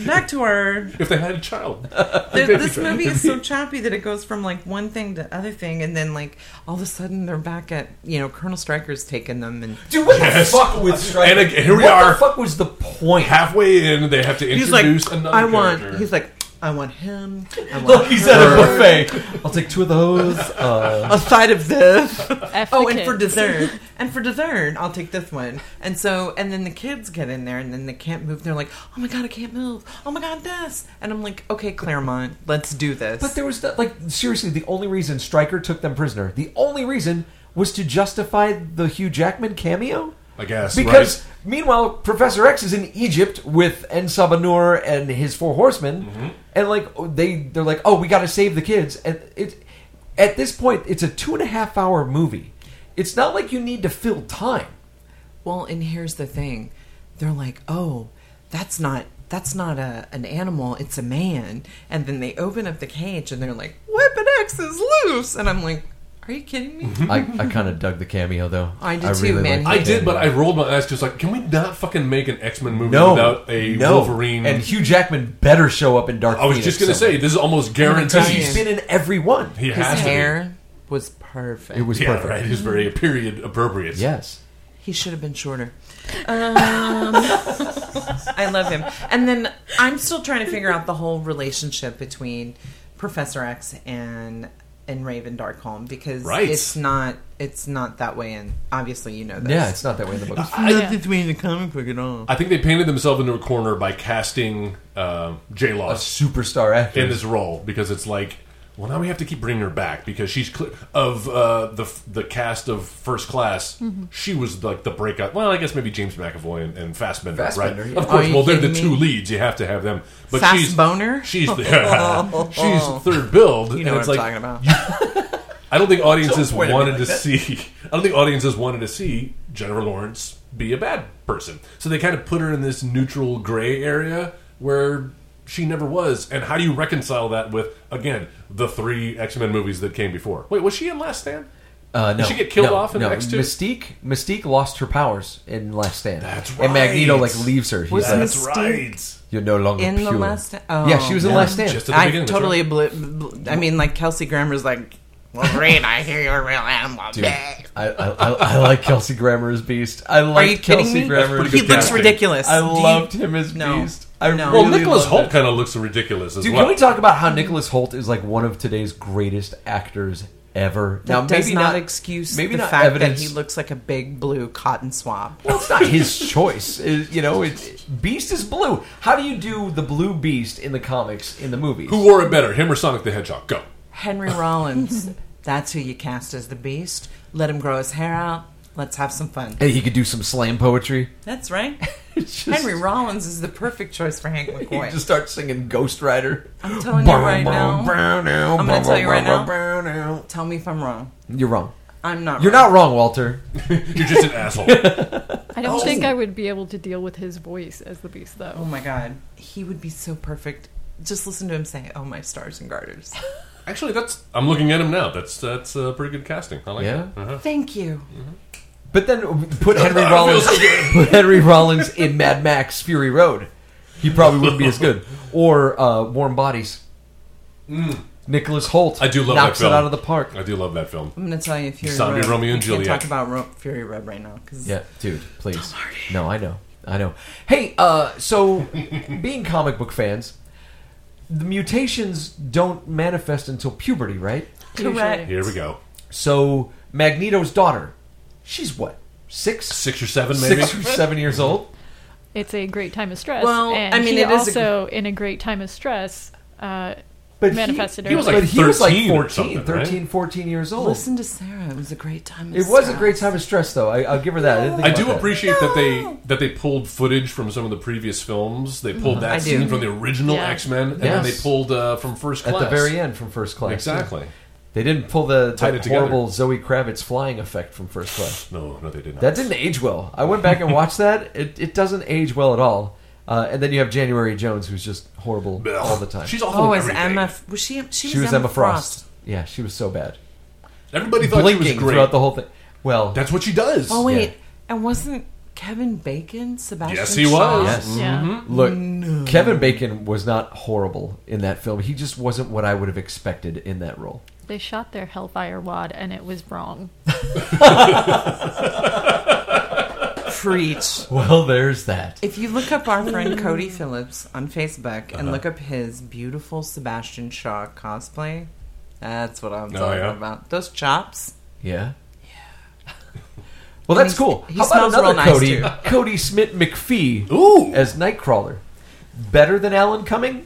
Speaker 5: back to our.
Speaker 4: if they had a child.
Speaker 5: th- this movie is so choppy that it goes from like one thing to other thing, and then like all of a sudden they're back at you know Colonel Stryker's taking them, and
Speaker 3: Dude, what
Speaker 4: Yes.
Speaker 3: the fuck with Stryker?
Speaker 4: And again, here we
Speaker 3: what
Speaker 4: are.
Speaker 3: the fuck was the point?
Speaker 4: Halfway in, they have to
Speaker 5: he's like,
Speaker 4: introduce another
Speaker 5: I want.
Speaker 4: character.
Speaker 5: He's like, I want him. I want
Speaker 3: Look, he's at
Speaker 5: her,
Speaker 3: a buffet. I'll take two of those. Uh,
Speaker 5: a side of this.
Speaker 6: F the
Speaker 5: Oh, and for
Speaker 6: kids.
Speaker 5: dessert, and for dessert, I'll take this one. And so, and then the kids get in there, and then they can't move. They're like, "Oh my god, I can't move! Oh my god, this!" And I'm like, "Okay, Claremont, let's do this."
Speaker 3: but there was no, like seriously, the only reason Stryker took them prisoner, the only reason was to justify the Hugh Jackman cameo.
Speaker 4: I guess,
Speaker 3: because
Speaker 4: right?
Speaker 3: meanwhile, Professor X is in Egypt with En Sabanur and his four horsemen,
Speaker 4: Mm-hmm.
Speaker 3: and like they they're like, oh, we got to save the kids, and it at this point it's a two and a half hour movie. It's not like you need to fill time.
Speaker 5: well, and here's the thing: they're like, "Oh, that's not that's not a an animal; it's a man." And then they open up the cage, and they're like, "Weapon X is loose!" And I'm like, "Are you kidding me?"
Speaker 3: I, I kind of dug the cameo though.
Speaker 5: I did too, man.
Speaker 3: liked the
Speaker 4: I did, but I
Speaker 3: cameo.
Speaker 4: rolled my eyes just like, can we not fucking make an X Men movie
Speaker 3: no
Speaker 4: without a
Speaker 3: no.
Speaker 4: Wolverine?
Speaker 3: and Hugh Jackman better show up in Dark.
Speaker 4: I was just gonna say this is almost guaranteed.
Speaker 5: tell you.
Speaker 3: he's been in every one.
Speaker 4: He
Speaker 5: His
Speaker 4: has
Speaker 5: hair
Speaker 4: to
Speaker 5: was perfect.
Speaker 3: It was
Speaker 4: be. Yeah,
Speaker 3: perfect.
Speaker 4: right. He's very period appropriate.
Speaker 3: Yes.
Speaker 5: He should have been shorter. Um, *laughs* I love him. And then I'm still trying to figure out the whole relationship between Professor X and and Raven Darkholm because
Speaker 4: Right.
Speaker 5: it's not it's not that way. And obviously, you know this.
Speaker 3: Yeah, it's not that way in the books.
Speaker 4: Uh,
Speaker 6: Yeah.
Speaker 5: between the comic book at all.
Speaker 4: I think they painted themselves into a corner by casting uh, J.
Speaker 3: A
Speaker 4: Law
Speaker 3: superstar actor.
Speaker 4: in this role because it's like, well, now we have to keep bringing her back because she's cl- of uh, the f- the cast of First Class.
Speaker 5: Mm-hmm.
Speaker 4: She was like the breakout. Well, I guess maybe James McAvoy and, and Fassbender,
Speaker 3: Fassbender,
Speaker 4: right?
Speaker 3: yeah.
Speaker 4: Of course.
Speaker 5: Are Oh, you
Speaker 4: Well, they're the
Speaker 5: kidding
Speaker 4: two
Speaker 5: me?
Speaker 4: leads. You have to have them. But she's
Speaker 5: Fassboner?
Speaker 4: She's
Speaker 5: *laughs*
Speaker 4: the, *laughs* she's third build.
Speaker 5: Oh. You know
Speaker 4: and
Speaker 5: what
Speaker 4: it's
Speaker 5: I'm
Speaker 4: like,
Speaker 5: talking about.
Speaker 4: I don't think audiences
Speaker 3: Don't point at me
Speaker 4: wanted
Speaker 3: like
Speaker 4: to
Speaker 3: that.
Speaker 4: see. I don't think audiences wanted to see Jennifer Lawrence be a bad person. So they kind of put her in this neutral gray area where she never was. And how do you reconcile that with again the three X Men movies that came before? Wait, was she in Last Stand?
Speaker 3: Uh, no,
Speaker 4: Did she get killed
Speaker 3: no,
Speaker 4: off in
Speaker 3: no.
Speaker 4: the next two?
Speaker 3: Mystique, Mystique lost her powers in Last Stand.
Speaker 4: That's
Speaker 3: And Magneto
Speaker 4: right.
Speaker 3: like leaves her. He's
Speaker 5: Was
Speaker 3: like,
Speaker 4: That's
Speaker 5: Mystique
Speaker 4: right.
Speaker 3: "You're no longer
Speaker 5: in the
Speaker 3: pure."
Speaker 5: Last Sta- oh.
Speaker 3: yeah, she was in
Speaker 5: Yeah.
Speaker 3: Last Stand.
Speaker 4: Just at the
Speaker 5: I
Speaker 4: beginning. that's
Speaker 5: totally.
Speaker 4: right.
Speaker 5: Obli- bl- I mean, like Kelsey Grammer's like, well, great. I hear you're a real animal.
Speaker 3: Dude, I, I, I, I like Kelsey Grammer as Beast. I
Speaker 5: Are
Speaker 3: like
Speaker 5: you kidding
Speaker 3: Kelsey
Speaker 5: me?
Speaker 3: Grammer.
Speaker 4: That's
Speaker 3: as
Speaker 4: pretty good
Speaker 5: He
Speaker 3: Beast.
Speaker 5: looks
Speaker 4: casting.
Speaker 5: ridiculous.
Speaker 3: I
Speaker 5: Do you-
Speaker 3: loved him as
Speaker 5: No.
Speaker 3: Beast. I
Speaker 5: No.
Speaker 3: really
Speaker 4: Well, Nicholas
Speaker 3: loved
Speaker 4: Holt
Speaker 3: it.
Speaker 4: kind of looks ridiculous as
Speaker 3: Dude,
Speaker 4: well.
Speaker 3: can we talk about how Nicholas Holt is like one of today's greatest actors ever?
Speaker 5: That does not, excuse
Speaker 3: maybe
Speaker 5: the
Speaker 3: not
Speaker 5: fact
Speaker 3: evidence-
Speaker 5: that he looks like a big blue cotton swab.
Speaker 3: Well, it's not his choice. It- you know, it's Beast is blue. How do you do the blue Beast in the comics in the movies?
Speaker 4: Who wore it better, him or Sonic the Hedgehog? Go.
Speaker 5: Henry Rollins, *laughs* that's who you cast as the Beast. Let him grow his hair out. Let's have some fun.
Speaker 3: Hey, he could do some slam poetry.
Speaker 5: That's right.
Speaker 3: *laughs* It's just-
Speaker 5: Henry Rollins is the perfect choice for Hank
Speaker 3: He
Speaker 5: McCoy.
Speaker 3: could just start singing Ghost Rider.
Speaker 5: I'm telling you
Speaker 3: *laughs*
Speaker 5: right now.
Speaker 3: I'm
Speaker 5: I'm gonna tell you right Tell me if I'm wrong.
Speaker 3: You're wrong.
Speaker 5: I'm not.
Speaker 3: You're
Speaker 5: wrong.
Speaker 3: not wrong, Walter.
Speaker 4: You're
Speaker 3: *laughs*
Speaker 4: just an asshole.
Speaker 6: I don't think I would be able to deal with his voice as the beast, though.
Speaker 5: Oh my God, he would be so perfect. Just listen to him say, "Oh my stars and garters."
Speaker 4: Actually, that's. I'm looking at him now. That's that's uh, pretty good casting. I like
Speaker 3: Yeah.
Speaker 4: that. Uh-huh.
Speaker 5: *laughs* Thank you.
Speaker 3: But then put Henry Rollins put Henry Rollins in Mad Max Fury Road. He probably wouldn't be as good. Or uh, Warm Bodies. Nicholas Holt.
Speaker 4: Mm. I do love
Speaker 3: knocks
Speaker 4: that film.
Speaker 3: it out of the park.
Speaker 4: I do love that film.
Speaker 5: I'm going to tell you, Fury
Speaker 4: Zombie
Speaker 5: Road.
Speaker 4: Romeo and
Speaker 5: we
Speaker 4: Juliet.
Speaker 5: Can't talk about Ro- Fury Road right now because
Speaker 3: Yeah, dude, please. No, I know. I know. Hey, uh, so being comic book fans, the mutations don't manifest until puberty, right?
Speaker 5: Correct.
Speaker 4: Here we go.
Speaker 3: So Magneto's daughter, she's what? Six?
Speaker 4: Six or seven, maybe.
Speaker 3: Six or seven years old.
Speaker 6: it's a great time of stress.
Speaker 5: Well,
Speaker 6: and
Speaker 5: I mean,
Speaker 6: he
Speaker 5: it is a-
Speaker 6: also in a great time of stress. Uh,
Speaker 3: But he-
Speaker 6: manifested
Speaker 3: he,
Speaker 4: was
Speaker 3: was
Speaker 4: like
Speaker 3: like, but he was like
Speaker 4: 13 or
Speaker 3: 14,
Speaker 4: something, right?
Speaker 3: 13, 14 years old.
Speaker 5: Listen to Sarah. It was a great time.
Speaker 3: it was a great time of stress, though. I, I'll give her that. I, didn't think
Speaker 4: I
Speaker 3: about
Speaker 4: do
Speaker 3: that.
Speaker 4: appreciate that they that they pulled footage from some of the previous films. They pulled that
Speaker 5: I do.
Speaker 4: scene from the original
Speaker 6: Yeah.
Speaker 4: X Men, and then they
Speaker 3: Mm-hmm. Yes.
Speaker 4: pulled uh, from First
Speaker 3: at
Speaker 4: Class
Speaker 3: the very end from First Class.
Speaker 4: Exactly.
Speaker 3: They didn't pull the,
Speaker 4: Tied
Speaker 3: the
Speaker 4: it together.
Speaker 3: horrible Zoe Kravitz flying effect from First Class.
Speaker 4: No, no, they did not.
Speaker 3: That didn't age well. I went back and watched that. It, it doesn't age well at all. Uh, and then you have January Jones, who's just horrible
Speaker 4: Ugh.
Speaker 3: all the time.
Speaker 4: She's awful.
Speaker 5: Oh,
Speaker 4: in
Speaker 5: as
Speaker 4: everything.
Speaker 5: Emma? Was she? She was,
Speaker 3: she was Emma Frost.
Speaker 5: Frost.
Speaker 3: Yeah, she was so bad.
Speaker 4: Everybody thought she was
Speaker 3: Blinking
Speaker 4: great.
Speaker 3: throughout the whole thing. Well,
Speaker 4: That's what she does.
Speaker 5: Oh wait,
Speaker 3: Yeah.
Speaker 5: and wasn't Kevin Bacon Sebastian?
Speaker 4: Yes, he
Speaker 5: Shaw?
Speaker 4: was.
Speaker 3: Yes.
Speaker 6: yeah.
Speaker 3: Look, Kevin Bacon was not horrible in that film. He just wasn't what I would have expected in that role.
Speaker 6: They shot their Hellfire wad and it was wrong.
Speaker 5: Preach.
Speaker 3: Well, there's that.
Speaker 5: If you look up our friend Cody Phillips on Facebook
Speaker 3: Uh-huh.
Speaker 5: and look up his beautiful Sebastian Shaw cosplay, that's what I'm
Speaker 4: Oh,
Speaker 5: talking
Speaker 4: yeah?
Speaker 5: about. Those chops.
Speaker 3: Yeah. Well, that's
Speaker 5: he's-
Speaker 3: cool.
Speaker 5: he
Speaker 3: How about
Speaker 5: smells
Speaker 3: another
Speaker 5: real nice,
Speaker 3: Cody?
Speaker 5: too.
Speaker 3: Cody Smith McPhee
Speaker 4: Ooh.
Speaker 3: as Nightcrawler. Better than Alan Cumming?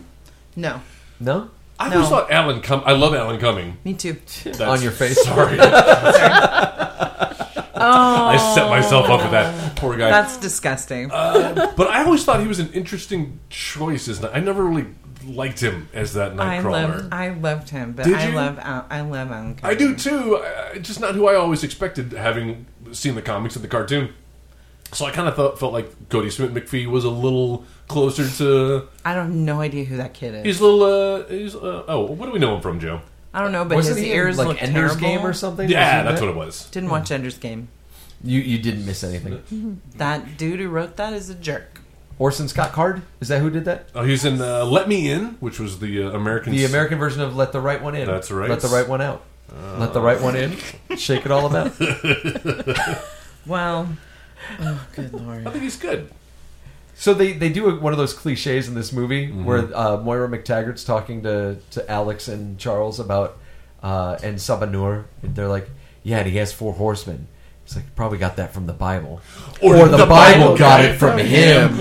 Speaker 5: No,
Speaker 3: No?
Speaker 4: I always
Speaker 5: No.
Speaker 4: thought Alan Cum. I love Alan Cumming.
Speaker 5: me too.
Speaker 4: That's-
Speaker 3: On your face.
Speaker 4: *laughs*
Speaker 5: *laughs*
Speaker 4: Sorry. I set myself up with that poor guy.
Speaker 5: Oh. That's disgusting.
Speaker 3: Uh,
Speaker 4: but I always thought he was an interesting choice. As Night- I never really liked him as that
Speaker 5: I
Speaker 4: Nightcrawler.
Speaker 5: loved, I loved him, but
Speaker 4: Did
Speaker 5: I
Speaker 4: you?
Speaker 5: love Al- I love Alan.
Speaker 4: I
Speaker 5: Cumming.
Speaker 4: do too. I, I- just not who I always expected, having seen the comics and the cartoon. So I kind of thought, felt like Cody Smith McPhee was a little closer to.
Speaker 5: I don't have no idea who that kid is.
Speaker 4: He's a little. Uh, he's, uh, oh, what do we know him from, Joe?
Speaker 5: I don't know, but
Speaker 3: Wasn't
Speaker 5: his
Speaker 3: he in,
Speaker 5: ears
Speaker 3: like
Speaker 5: look
Speaker 3: Ender's
Speaker 5: terrible.
Speaker 3: Game or something?
Speaker 4: Yeah, that's what it was.
Speaker 5: Didn't watch Ender's Game.
Speaker 3: You you didn't miss anything.
Speaker 5: That dude who wrote that is a jerk.
Speaker 3: Orson Scott Card? Is that who did that?
Speaker 4: Oh, he was in uh, Let Me In, which was the uh, American.
Speaker 3: The American version of Let the Right One In.
Speaker 4: That's right.
Speaker 3: Let the Right One Out. Let the Right One
Speaker 4: *laughs*
Speaker 3: In. Shake it all about.
Speaker 5: Well, oh good lord.
Speaker 4: I think he's good.
Speaker 3: So they, they do one of those cliches in this movie where uh, Moira McTaggart's talking to, to Alex and Charles about uh, and Sabanur. And they're like, yeah, and he has four horsemen. It's like probably got that from the Bible, or, the, Bible, got it *laughs* from him.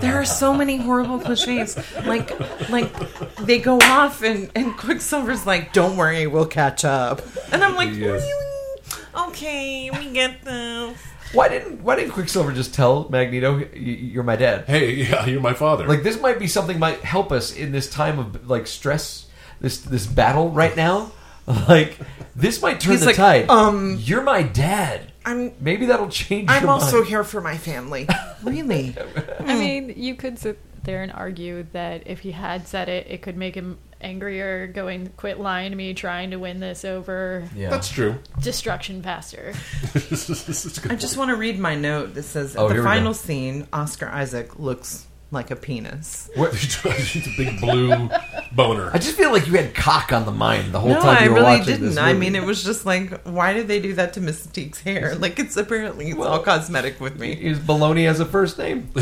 Speaker 5: There are so many horrible cliches. Like, like they go off, and and Quicksilver's like, "Don't worry, we'll catch up." And I'm like,
Speaker 4: Yes.
Speaker 5: "Really? Okay, we get this."
Speaker 3: Why didn't Why didn't Quicksilver just tell Magneto, "Y- "You're my dad"?
Speaker 4: Hey, *laughs* yeah, you're my father.
Speaker 3: Like this might be something might help us in this time of like stress, this this battle right now. *laughs* Like this might turn
Speaker 5: He's
Speaker 3: the
Speaker 5: like,
Speaker 3: tide.
Speaker 5: um,
Speaker 3: you're my dad.
Speaker 5: I'm
Speaker 3: Maybe that'll change.
Speaker 5: I'm
Speaker 3: your
Speaker 5: also
Speaker 3: mind.
Speaker 5: here for my family. Really?
Speaker 3: Hmm.
Speaker 6: I mean, you could sit there and argue that if he had said it, it could make him angrier, going, quit lying to me, trying to win this over,
Speaker 3: Yeah. *laughs*
Speaker 4: That's true. *laughs*
Speaker 6: destruction faster.
Speaker 4: This is- this is a good
Speaker 5: I just
Speaker 4: point.
Speaker 5: want to read my note that says
Speaker 3: Oh, here
Speaker 5: at the
Speaker 3: we go.
Speaker 5: final scene, Oscar Isaac looks like a penis.
Speaker 4: it's a big blue boner.
Speaker 3: I just feel like you had cock on the mind the whole
Speaker 5: No,
Speaker 3: time
Speaker 5: I
Speaker 3: you were
Speaker 5: really
Speaker 3: watching
Speaker 5: didn't.
Speaker 3: this
Speaker 5: I
Speaker 3: movie.
Speaker 5: mean, it was just like, why did they do that to Mystique's hair? Like, it's apparently it's all cosmetic with
Speaker 3: *laughs*
Speaker 5: me.
Speaker 3: is baloney as a first name?
Speaker 4: *laughs*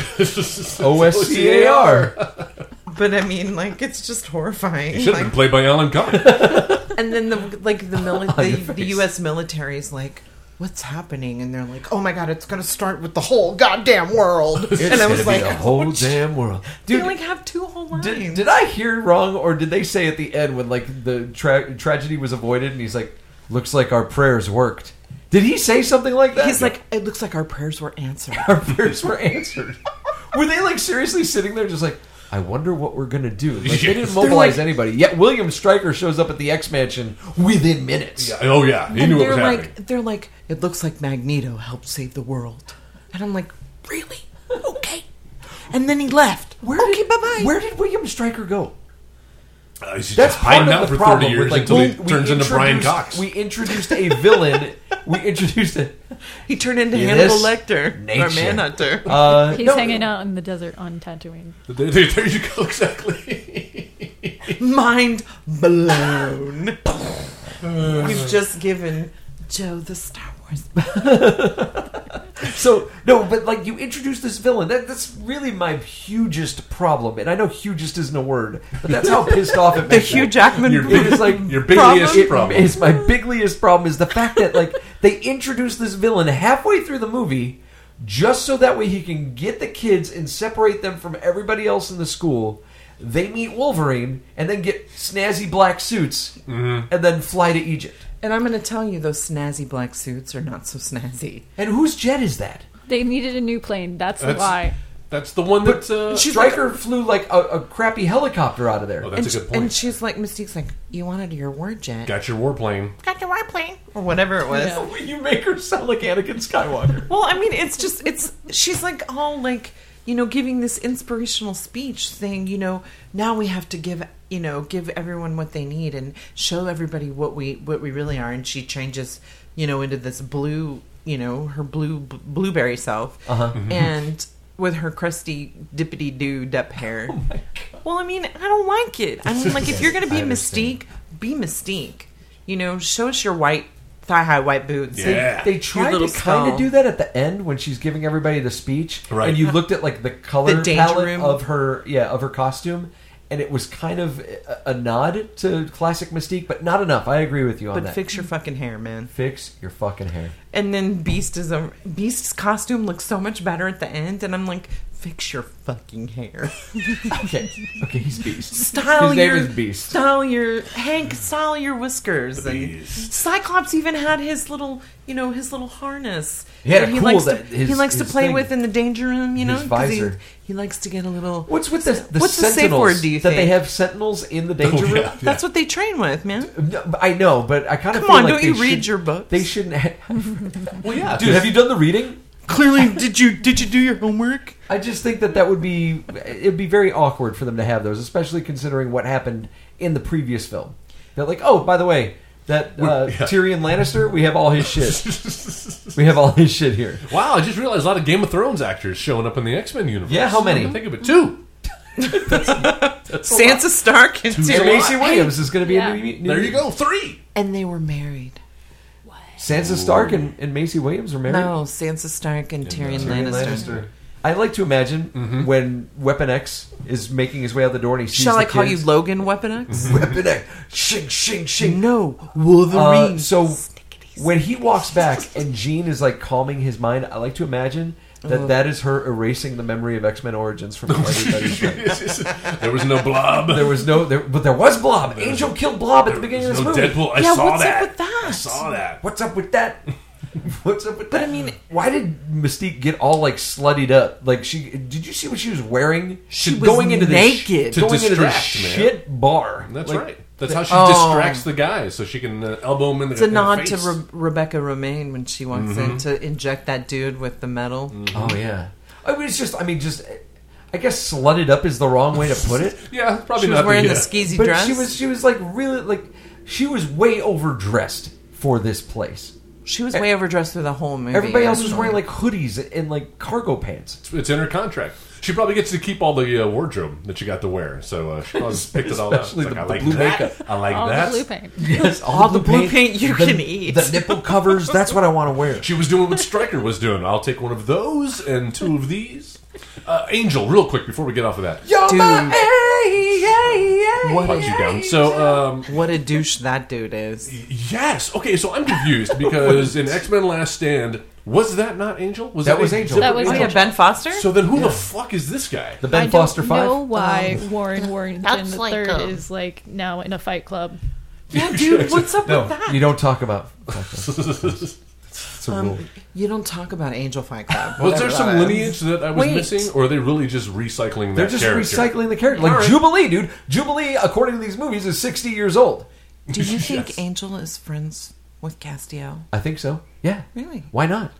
Speaker 3: O S C A R.
Speaker 5: But I mean, like, it's just horrifying.
Speaker 4: Should have been
Speaker 5: Like,
Speaker 4: played by
Speaker 3: *laughs*
Speaker 4: Alan Cumming.
Speaker 5: and then the like the, mili-
Speaker 3: your
Speaker 5: the the
Speaker 3: face.
Speaker 5: U.S. military is like. What's happening? And they're like, "Oh my god, it's gonna start with the whole goddamn
Speaker 3: *laughs*
Speaker 5: world." *laughs* and I was like,
Speaker 3: the whole damn world,
Speaker 5: "They
Speaker 3: dude.
Speaker 5: like have two whole lines."
Speaker 3: did, did I hear wrong, or did they say at the end when like the tra- tragedy was avoided, and he's like, "Looks like our prayers worked." Did he say something like that?
Speaker 5: He's like, "It looks like our prayers were answered."
Speaker 3: *laughs* "Our prayers were answered." *laughs* were they like seriously sitting there, just like? I wonder what we're gonna do.
Speaker 4: *laughs*
Speaker 3: Like, They didn't mobilize anybody. Yet William Stryker shows up at the X Mansion within minutes.
Speaker 4: Yeah, oh yeah, he
Speaker 5: and
Speaker 4: knew what
Speaker 5: they're
Speaker 4: was
Speaker 5: like,
Speaker 4: happening.
Speaker 5: they're like, it looks like Magneto helped save the world, and I'm like, really? Okay. And then he left. Where okay,
Speaker 3: did-
Speaker 5: bye bye.
Speaker 3: Where did William Stryker go?
Speaker 4: Uh, he's
Speaker 3: That's
Speaker 4: just
Speaker 3: part
Speaker 4: hiding
Speaker 3: of
Speaker 4: out
Speaker 3: the
Speaker 4: for
Speaker 3: problem.
Speaker 4: thirty years
Speaker 3: with, like,
Speaker 4: until he
Speaker 3: we- we
Speaker 4: turns into Brian
Speaker 3: introduced-
Speaker 4: Cox.
Speaker 3: We introduced a villain. *laughs* we introduced a.
Speaker 5: He turned into
Speaker 3: Yes,
Speaker 5: Hannibal Lecter
Speaker 3: nature.
Speaker 5: or Manhunter.
Speaker 3: Uh,
Speaker 6: He's
Speaker 3: no,
Speaker 6: hanging out in the desert on Tatooine.
Speaker 4: *laughs* there, there- there you go, exactly.
Speaker 5: Mind blown. We've just given Joe the Star Wars.
Speaker 3: So no, but like you introduced this villain. That, that's really my hugest problem, and I know hugest isn't a word, but that's how pissed off it
Speaker 5: The
Speaker 3: makes me.
Speaker 5: Hugh Jackman.
Speaker 4: Your
Speaker 3: It is like
Speaker 4: Your biggest
Speaker 3: it-
Speaker 4: problem.
Speaker 3: It's my bigliest problem is the fact that like they introduced this villain halfway through the movie. just so that way he can get the kids and separate them from everybody else in the school. They meet Wolverine and then get snazzy black suits
Speaker 4: Mm-hmm.
Speaker 3: and then fly to Egypt.
Speaker 5: And I'm going to tell you, those snazzy black suits are not so snazzy.
Speaker 3: And whose jet is that?
Speaker 6: They needed a new plane. That's,
Speaker 4: That's
Speaker 6: why.
Speaker 4: That's the one that. Uh,
Speaker 3: Stryker flew like a, a crappy helicopter out of there.
Speaker 4: oh, that's
Speaker 5: and,
Speaker 4: a
Speaker 5: sh-
Speaker 4: good point.
Speaker 5: and she's like, Mystique's like, you wanted your war jet.
Speaker 4: Got your warplane.
Speaker 5: Got your warplane. Or whatever it
Speaker 3: *laughs*
Speaker 5: was.
Speaker 3: you make her sound like Anakin Skywalker.
Speaker 5: Well, I mean, it's just it's she's like all like you know giving this inspirational speech saying you know now we have to give you know give everyone what they need and show everybody what we what we really are and she changes you know into this blue you know her blue b- blueberry self and with her crusty dippity doo dup hair well i mean i don't like it i mean like if you're gonna be mystique be mystique you know show us your white thigh-high white
Speaker 4: *laughs*
Speaker 5: boots
Speaker 4: Yeah.
Speaker 3: They tried to
Speaker 5: little
Speaker 3: kind
Speaker 5: skull.
Speaker 3: of do that at the end when she's giving everybody the speech,
Speaker 4: Right.
Speaker 3: and you looked at like the color
Speaker 5: The danger
Speaker 3: palette
Speaker 5: room.
Speaker 3: of her, yeah, of her costume, and it was kind of a, a nod to classic Mystique, but not enough. I agree with you on
Speaker 5: But
Speaker 3: that.
Speaker 5: fix your fucking hair, man.
Speaker 3: Fix your fucking hair.
Speaker 5: And then Beast is a Beast's costume looks so much better at the end, and I'm like, fix your fucking hair,
Speaker 3: *laughs* Okay, okay, he's beast.
Speaker 5: style
Speaker 3: His name
Speaker 5: your
Speaker 3: is Beast.
Speaker 5: style your Hank, style your whiskers. And
Speaker 4: Beast.
Speaker 5: Cyclops even had his little, you know, his little harness
Speaker 3: He had
Speaker 5: that
Speaker 3: a
Speaker 5: he
Speaker 3: cool
Speaker 5: likes
Speaker 3: that-
Speaker 5: to
Speaker 3: his-
Speaker 5: he likes to
Speaker 3: his
Speaker 5: play
Speaker 3: thing.
Speaker 5: with in the danger room, you know,
Speaker 3: His
Speaker 5: 'cause he,
Speaker 3: visor.
Speaker 5: he likes to get a little.
Speaker 3: What's with the the
Speaker 5: What's the
Speaker 3: sentinels
Speaker 5: safe word, do you
Speaker 3: that they
Speaker 5: think?
Speaker 3: have sentinels in the danger room?
Speaker 4: Oh, Yeah, yeah.
Speaker 5: That's what they train with, man.
Speaker 3: No, I know, but I kind of
Speaker 5: Come
Speaker 3: feel
Speaker 5: on,
Speaker 3: like
Speaker 5: don't
Speaker 3: they
Speaker 5: you read
Speaker 3: should-
Speaker 5: your books?
Speaker 3: They shouldn't. *laughs* Have,
Speaker 4: Well, yeah.
Speaker 3: dude, have you done the reading?
Speaker 5: Clearly, did you did you do your homework?
Speaker 3: I just think that that would be it'd be very awkward for them to have those, especially considering what happened in the previous film. They're like, oh, by the way, that uh,
Speaker 4: yeah.
Speaker 3: Tyrion Lannister, we have all his shit. we have all his shit here.
Speaker 4: Wow, I just realized a lot of Game of Thrones actors showing up in the X Men universe.
Speaker 3: Yeah, how many?
Speaker 4: Come to Think of it. Two.
Speaker 5: Sansa Stark and
Speaker 4: There's
Speaker 3: And
Speaker 4: a
Speaker 3: Macy
Speaker 4: lot.
Speaker 3: Williams is going to be
Speaker 6: Yeah.
Speaker 3: a new, new.
Speaker 4: There you go. Three.
Speaker 5: and they were married.
Speaker 3: Sansa Stark and, and Macy Williams are married.
Speaker 5: No, Sansa Stark and Tyrion,
Speaker 3: Tyrion
Speaker 5: Lannister.
Speaker 3: Lannister. Mm-hmm. I like to imagine when Weapon X is making his way out the door and he sees
Speaker 5: Shall
Speaker 3: the Mm-hmm.
Speaker 5: I call
Speaker 3: kids.
Speaker 5: you Logan Weapon X?
Speaker 3: *laughs* Weapon X? Shing, shing, shing.
Speaker 5: no,
Speaker 3: Uh,
Speaker 5: Wolverine.
Speaker 3: so when he walks back and Jean is like calming his mind, I like to imagine that that is her erasing the memory of X Men Origins from everybody's mind.
Speaker 4: there was no blob.
Speaker 3: There was no, there, but there was Blob. Angel killed Blob at the beginning of
Speaker 4: There's
Speaker 3: this
Speaker 4: no
Speaker 3: movie.
Speaker 4: Deadpool. I
Speaker 5: Yeah,
Speaker 4: saw
Speaker 5: what's up
Speaker 4: that.
Speaker 5: with that?
Speaker 4: I saw that.
Speaker 3: What's up with that? What's up with that?
Speaker 5: I mean-
Speaker 3: why did Mystique get all like sluttied up? Like she, did you see what she was wearing?
Speaker 5: She was
Speaker 3: going into this,
Speaker 5: naked. To
Speaker 3: going into this
Speaker 4: distract, man.
Speaker 3: shit bar.
Speaker 4: That's
Speaker 3: Like,
Speaker 4: right. That's how she
Speaker 5: Oh.
Speaker 4: distracts the guy so she can uh, elbow him in the
Speaker 5: it's a
Speaker 4: in the
Speaker 5: nod to
Speaker 4: face.
Speaker 5: Re- Rebecca Romaine when she walks
Speaker 3: Mm-hmm.
Speaker 5: in to inject that dude with the metal.
Speaker 3: Oh yeah. I mean, it's just. I mean, just. I guess slutted up is the wrong way to put it.
Speaker 4: yeah, probably
Speaker 5: She was
Speaker 4: not
Speaker 5: wearing
Speaker 4: the,
Speaker 5: the
Speaker 4: uh,
Speaker 5: skeezy
Speaker 3: but
Speaker 5: dress.
Speaker 3: she was she was like really like she was way overdressed for this place.
Speaker 5: She was way overdressed through the whole movie.
Speaker 3: Eh, Everybody else was
Speaker 5: actually.
Speaker 3: wearing like hoodies and like cargo pants.
Speaker 4: It's in her contract. She probably gets to keep all the uh, wardrobe that she got to wear. So uh, she probably picked it all up.
Speaker 3: Especially the-
Speaker 4: It's like,
Speaker 3: the
Speaker 4: I like
Speaker 3: blue
Speaker 4: that.
Speaker 3: makeup.
Speaker 4: I like
Speaker 6: All
Speaker 4: that.
Speaker 6: the
Speaker 3: *laughs*
Speaker 6: blue paint.
Speaker 3: Yes,
Speaker 5: All the blue paint you
Speaker 3: the-
Speaker 5: can eat.
Speaker 3: The nipple covers. That's what I want to wear.
Speaker 5: *laughs*
Speaker 4: She was doing what Stryker was doing. I'll take one of those and two of these. Uh, Angel, real quick before we get off of that.
Speaker 3: You're
Speaker 5: Dude.
Speaker 3: my-
Speaker 5: What
Speaker 4: Punch you down. So, um,
Speaker 5: What a douche that
Speaker 3: *laughs*
Speaker 5: dude is.
Speaker 4: yes. Okay, so I'm confused because in X Men Last Stand, was that not Angel? Was
Speaker 3: That was Angel.
Speaker 6: That was
Speaker 5: Oh yeah, Ben Foster.
Speaker 4: So then who the fuck is this guy?
Speaker 3: The
Speaker 6: I
Speaker 3: Ben
Speaker 6: don't
Speaker 3: Foster Five. Oh.
Speaker 6: know why
Speaker 3: *laughs*
Speaker 6: Warren Warrington
Speaker 5: That's
Speaker 6: the
Speaker 5: like,
Speaker 6: third
Speaker 5: um,
Speaker 6: is like now in a Fight Club.
Speaker 5: yeah, dude, what's up with
Speaker 3: No,
Speaker 5: that?
Speaker 3: you don't talk
Speaker 6: *laughs*
Speaker 3: about. Um, It's a rule.
Speaker 5: You don't talk about Angel Fight
Speaker 3: *laughs*
Speaker 5: Club.
Speaker 4: Was there
Speaker 5: whatever
Speaker 4: some
Speaker 5: that is.
Speaker 4: lineage that I was
Speaker 5: Wait.
Speaker 4: missing, or are they really just recycling
Speaker 3: They're
Speaker 4: that
Speaker 3: just
Speaker 4: character?
Speaker 3: recycling the character. Like
Speaker 4: Alright.
Speaker 3: Jubilee, dude. Jubilee, according to these movies, is sixty years old.
Speaker 5: Do you think
Speaker 4: Yes.
Speaker 5: Angel is friends with Castiel?
Speaker 3: I think so. Yeah.
Speaker 5: Really?
Speaker 3: Why not?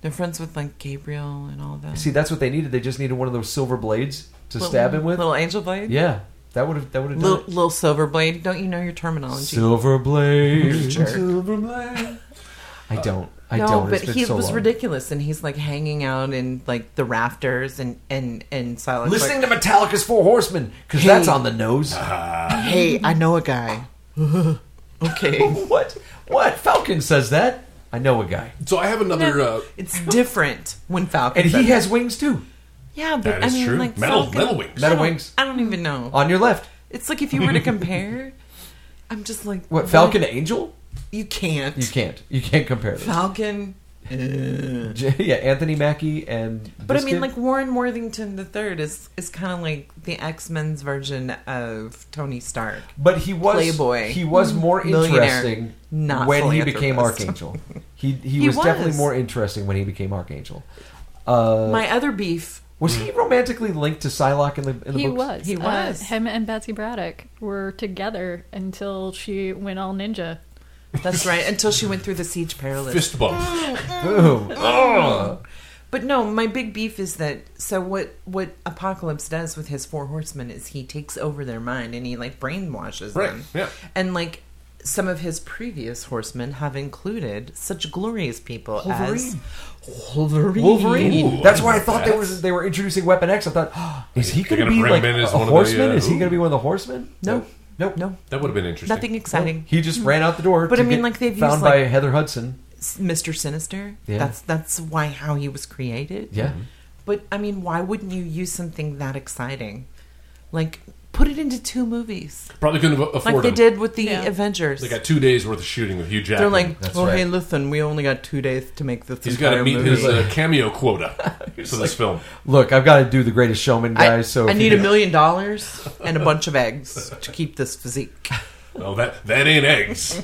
Speaker 5: They're friends with like Gabriel and all that.
Speaker 3: See, that's what they needed. They just needed one of those silver blades to stab him with.
Speaker 5: Little Angel Blade?
Speaker 3: Yeah, that would have that would have done
Speaker 5: Little, little Silver Blade. Don't you know your terminology?
Speaker 3: it. Silver blade.
Speaker 5: Jerk.
Speaker 3: Silver blade. I don't. I
Speaker 5: no,
Speaker 3: don't.
Speaker 5: but
Speaker 3: it's been
Speaker 5: he
Speaker 3: so
Speaker 5: was
Speaker 3: long.
Speaker 5: ridiculous, and he's like hanging out in like the rafters and and and silence.
Speaker 3: Listening to Metallica's Four Horsemen because
Speaker 5: Hey.
Speaker 3: that's on the nose.
Speaker 5: hey, I know a *laughs* guy. okay,
Speaker 3: *laughs* what? What? Falcon says that. I know a guy,
Speaker 4: So I have another. Uh,
Speaker 5: it's different when Falcon.
Speaker 3: and he
Speaker 5: said
Speaker 3: has wings too.
Speaker 5: that. yeah, but
Speaker 4: that
Speaker 5: I
Speaker 4: is
Speaker 5: mean,
Speaker 4: true.
Speaker 5: like
Speaker 4: metal,
Speaker 5: Falcon-
Speaker 4: metal wings.
Speaker 5: I
Speaker 3: Metal
Speaker 5: don't-
Speaker 3: wings Uh,
Speaker 5: I don't even know.
Speaker 3: on your left.
Speaker 5: It's like if you were
Speaker 3: *laughs*
Speaker 5: to compare. I'm just like
Speaker 3: What? Falcon Angel?
Speaker 5: You can't.
Speaker 3: You can't. You can't compare this.
Speaker 5: Falcon
Speaker 3: *laughs* yeah, Anthony Mackie and.
Speaker 5: But I
Speaker 3: Biscuit.
Speaker 5: mean, like Warren Worthington the third is is kind of like the X Men's version of Tony Stark.
Speaker 3: But he was
Speaker 5: Playboy. Mm.
Speaker 3: He was more
Speaker 5: Millionaire.
Speaker 3: interesting
Speaker 5: Not
Speaker 3: when he became
Speaker 5: philanthropist. *laughs*
Speaker 3: Archangel. He he,
Speaker 5: He
Speaker 3: was, definitely
Speaker 5: was.
Speaker 3: more interesting when he became Archangel. Uh,
Speaker 5: My other beef.
Speaker 3: was he romantically linked to Psylocke in the in the
Speaker 6: He
Speaker 3: books?
Speaker 6: was.
Speaker 5: He
Speaker 6: Uh,
Speaker 5: was.
Speaker 6: him and Betsy Braddock were together until she went all ninja.
Speaker 5: That's right. Until she went through the siege perilous.
Speaker 4: Fist bump.
Speaker 3: Boom.
Speaker 5: But no, my big beef is that so what what Apocalypse does with his four horsemen is he takes over their mind and he like brainwashes
Speaker 4: Right,
Speaker 5: them.
Speaker 4: yeah.
Speaker 5: And like some of his previous horsemen have included such glorious people as Wolverine.
Speaker 3: Wolverine.
Speaker 4: Ooh,
Speaker 3: That's
Speaker 4: I
Speaker 3: why I
Speaker 4: like
Speaker 3: thought
Speaker 4: that.
Speaker 3: they was they were introducing Weapon X. I thought, *gasps* oh, is he going
Speaker 4: They're
Speaker 3: to
Speaker 4: gonna
Speaker 3: be
Speaker 4: bring
Speaker 3: like
Speaker 4: him in
Speaker 3: a
Speaker 4: as one of the,
Speaker 3: horseman?
Speaker 4: uh,
Speaker 3: is he
Speaker 4: ooh.
Speaker 3: going to be one of the horsemen?
Speaker 5: No.
Speaker 3: Nope.
Speaker 5: No.
Speaker 4: That would have been interesting.
Speaker 5: Nothing exciting.
Speaker 3: He just ran out the door.
Speaker 5: But
Speaker 3: to
Speaker 5: I mean,
Speaker 3: get
Speaker 5: like, they've
Speaker 3: found
Speaker 5: used,
Speaker 3: by
Speaker 5: like-
Speaker 3: Heather Hudson.
Speaker 5: S- Mr. Sinister.
Speaker 3: Yeah.
Speaker 5: That's that's why how he was created.
Speaker 3: Yeah.
Speaker 5: But I mean, why wouldn't you use something that exciting? Like put it into two movies.
Speaker 4: Probably couldn't afford
Speaker 5: Like they
Speaker 4: them.
Speaker 5: did with the
Speaker 6: Yeah.
Speaker 5: Avengers.
Speaker 4: They got two days worth of shooting with Hugh
Speaker 5: They're
Speaker 4: Jackman.
Speaker 5: like,
Speaker 3: That's
Speaker 5: oh
Speaker 3: right.
Speaker 5: hey, listen, we only got two days to make this.
Speaker 4: He's got to
Speaker 5: entire
Speaker 4: meet
Speaker 5: movie.
Speaker 4: his uh, cameo quota
Speaker 3: *laughs*
Speaker 4: for this film.
Speaker 3: Look, I've got to do the Greatest Showman, guys.
Speaker 5: *laughs* I,
Speaker 3: so
Speaker 5: I
Speaker 3: if you
Speaker 5: need a
Speaker 3: could-
Speaker 5: million dollars and a bunch of eggs to keep this physique.
Speaker 4: No, that that ain't eggs.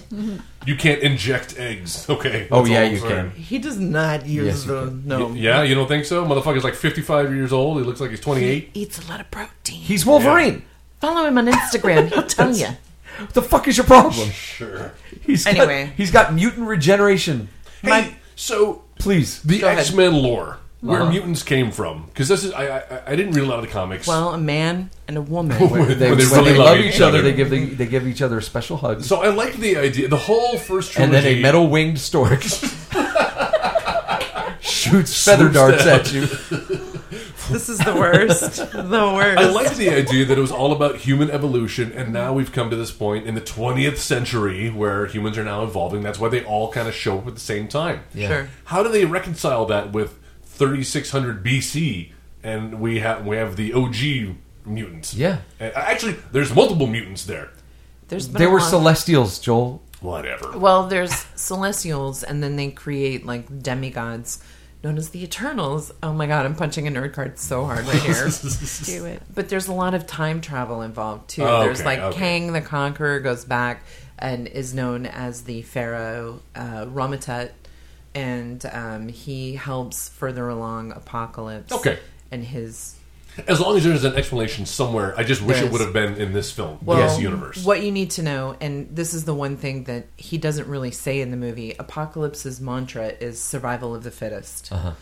Speaker 4: you can't inject eggs. *laughs* Okay.
Speaker 3: Oh
Speaker 4: That's
Speaker 3: yeah,
Speaker 4: all I'm
Speaker 3: you can.
Speaker 4: saying.
Speaker 5: He does not use
Speaker 3: Yes, you
Speaker 5: the no.
Speaker 4: Y- Yeah, you don't think so? Motherfucker's like 55 years old. He looks like he's 28.
Speaker 5: Eats a lot of protein.
Speaker 3: He's Wolverine.
Speaker 5: Follow him on Instagram. He'll tell you.
Speaker 3: What the fuck is your
Speaker 5: *laughs*
Speaker 3: problem?
Speaker 4: Sure.
Speaker 3: He's got,
Speaker 5: Anyway.
Speaker 3: he's got mutant regeneration.
Speaker 4: Hey, so
Speaker 3: Please,
Speaker 4: the
Speaker 5: Go ahead. Uh-huh.
Speaker 4: X Men lore, where mutants came from, because this is I, I I didn't read a lot of the comics.
Speaker 5: Well, a man and a woman.
Speaker 4: When
Speaker 3: they,
Speaker 4: they
Speaker 3: when
Speaker 4: really
Speaker 3: they
Speaker 4: love
Speaker 3: love
Speaker 4: each
Speaker 3: each other.
Speaker 4: other.
Speaker 3: They give the, they give each other special hugs,
Speaker 4: so I liked the idea. The whole first
Speaker 3: and
Speaker 4: trilogy,
Speaker 3: then a metal winged
Speaker 4: *laughs*
Speaker 3: stork shoots feather darts
Speaker 4: down.
Speaker 3: at you.
Speaker 5: this is the worst. The worst.
Speaker 4: I liked the idea that it was all about human evolution, and now we've come to this point in the 20th century where humans are now evolving. That's why they all kind of show up at the same time.
Speaker 3: Yeah.
Speaker 5: Sure.
Speaker 4: How do they reconcile that with 3600 BC and we have we have the OG mutants?
Speaker 3: Yeah.
Speaker 4: And actually, there's multiple mutants there.
Speaker 5: There's been
Speaker 3: They
Speaker 5: a
Speaker 3: were
Speaker 5: lot-
Speaker 3: Celestials, Joel.
Speaker 4: Whatever.
Speaker 5: Well, there's celestials, and then they create like demigods known as the Eternals. Oh my god, I'm punching a nerd card so hard right
Speaker 4: *laughs*
Speaker 5: here.
Speaker 6: Do it.
Speaker 5: but there's a lot of time travel involved too.
Speaker 4: Oh,
Speaker 5: there's
Speaker 4: okay,
Speaker 5: like
Speaker 4: okay.
Speaker 5: Kang the Conqueror goes back and is known as the Pharaoh uh, Ramatut, and um, he helps further along Apocalypse.
Speaker 4: Okay.
Speaker 5: and his
Speaker 4: As long as there's an explanation somewhere, I just wish
Speaker 5: There
Speaker 4: it
Speaker 5: is.
Speaker 4: would have been in this film,
Speaker 5: well,
Speaker 4: this
Speaker 3: *laughs*
Speaker 4: universe.
Speaker 5: What you need to know, and this is the one thing that he doesn't really say in the movie Apocalypse's mantra is survival of the fittest.
Speaker 4: Uh-huh.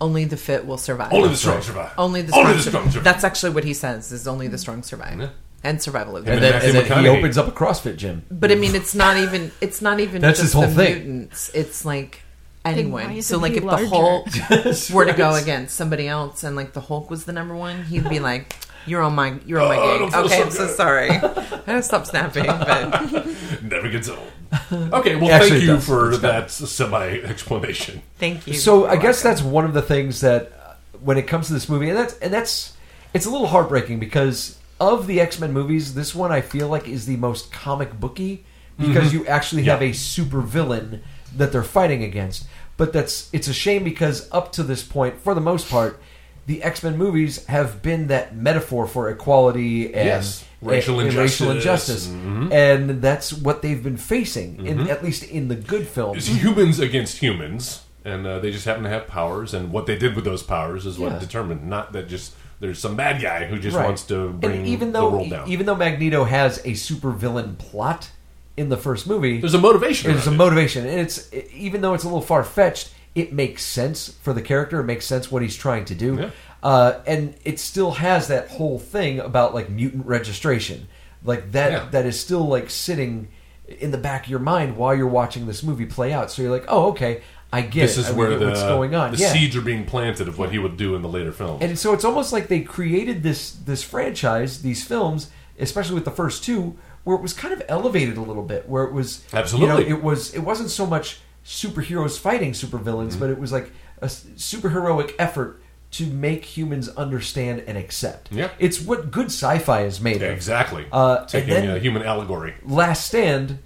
Speaker 5: Only the fit will survive.
Speaker 4: Hmm. Only the strong survive.
Speaker 5: Only the strong,
Speaker 4: Only the strong
Speaker 5: sur-
Speaker 4: survive.
Speaker 5: That's actually what he says is only the strong survive.
Speaker 4: Yeah.
Speaker 5: And survival of the
Speaker 4: And
Speaker 3: And
Speaker 5: fittest.
Speaker 3: then,
Speaker 4: Matthew
Speaker 3: and then he
Speaker 4: McConaughey.
Speaker 3: opens up a CrossFit gym.
Speaker 5: But I mean, it's not even. It's not even.
Speaker 3: That's his
Speaker 5: just
Speaker 3: whole
Speaker 5: the
Speaker 3: thing.
Speaker 5: Mutants. It's like
Speaker 6: why
Speaker 5: anyone.
Speaker 6: is
Speaker 5: So
Speaker 6: it
Speaker 5: like,
Speaker 6: he
Speaker 5: if
Speaker 6: larger?
Speaker 5: the Hulk
Speaker 3: *laughs*
Speaker 5: were to go against somebody else, and like the Hulk was the number one, he'd be like, "You're on my. You're on my
Speaker 4: Oh, I don't
Speaker 5: gig.
Speaker 4: feel
Speaker 5: Okay,
Speaker 4: so
Speaker 5: I'm so
Speaker 3: *laughs*
Speaker 4: good."
Speaker 5: sorry. I gotta stop snapping. But
Speaker 4: Never gets old. Okay,
Speaker 3: Actually,
Speaker 4: well, thank
Speaker 3: it
Speaker 4: you
Speaker 3: does.
Speaker 4: for
Speaker 3: It's got-
Speaker 4: that semi explanation.
Speaker 5: thank you.
Speaker 3: So I
Speaker 5: You're
Speaker 3: guess that's
Speaker 5: welcome.
Speaker 3: one of the things that, uh, when it comes to this movie, and that's and that's it's a little heartbreaking because of the X Men movies, this one I feel like is the most comic booky because
Speaker 4: Mm-hmm.
Speaker 3: you actually have a super villain that they're fighting against. But that's it's a shame because up to this point, for the most part, the X Men movies have been that metaphor for equality and
Speaker 4: Yes.
Speaker 3: and-
Speaker 4: Racial
Speaker 3: and racial
Speaker 4: injustice. Mm-hmm.
Speaker 3: injustice. and that's what they've been facing, in, at least in the good films.
Speaker 4: It's humans against humans, and uh, they just happen to have powers, and what they did with those powers is what
Speaker 3: Yeah.
Speaker 4: determined. Not that just there's some bad guy who just
Speaker 3: Right.
Speaker 4: wants to
Speaker 3: And
Speaker 4: bring
Speaker 3: even though, e-
Speaker 4: the world down.
Speaker 3: Even though Magneto has a supervillain plot in the first movie,
Speaker 4: there's a motivation.
Speaker 3: there's a
Speaker 4: around it.
Speaker 3: motivation, and it's e, even though it's a little far fetched, it makes sense for the character. It makes sense what he's trying to do,
Speaker 4: Yeah.
Speaker 3: uh, and it still has that whole thing about like mutant registration, like that
Speaker 4: Yeah.
Speaker 3: that is still like sitting in the back of your mind while you're watching this movie play out. So you're like, oh, okay, I get
Speaker 4: This
Speaker 3: it.
Speaker 4: is
Speaker 3: I
Speaker 4: where
Speaker 3: get
Speaker 4: the,
Speaker 3: what's going on.
Speaker 4: the
Speaker 3: yeah.
Speaker 4: seeds are being planted of what he would do in the later films.
Speaker 3: And so it's almost like they created this this franchise, these films, especially with the first two, where it was kind of elevated a little bit, where it was
Speaker 4: Absolutely.
Speaker 3: you know, it was it wasn't so much superheroes fighting supervillains,
Speaker 4: Mm-hmm.
Speaker 3: but it was like a s- superheroic effort to make humans understand and accept.
Speaker 4: Yeah.
Speaker 3: it's what good sci-fi is made
Speaker 4: Yeah,
Speaker 3: of.
Speaker 4: exactly.
Speaker 3: Uh, and
Speaker 4: Taking
Speaker 3: then-
Speaker 4: a human allegory.
Speaker 3: Last Stand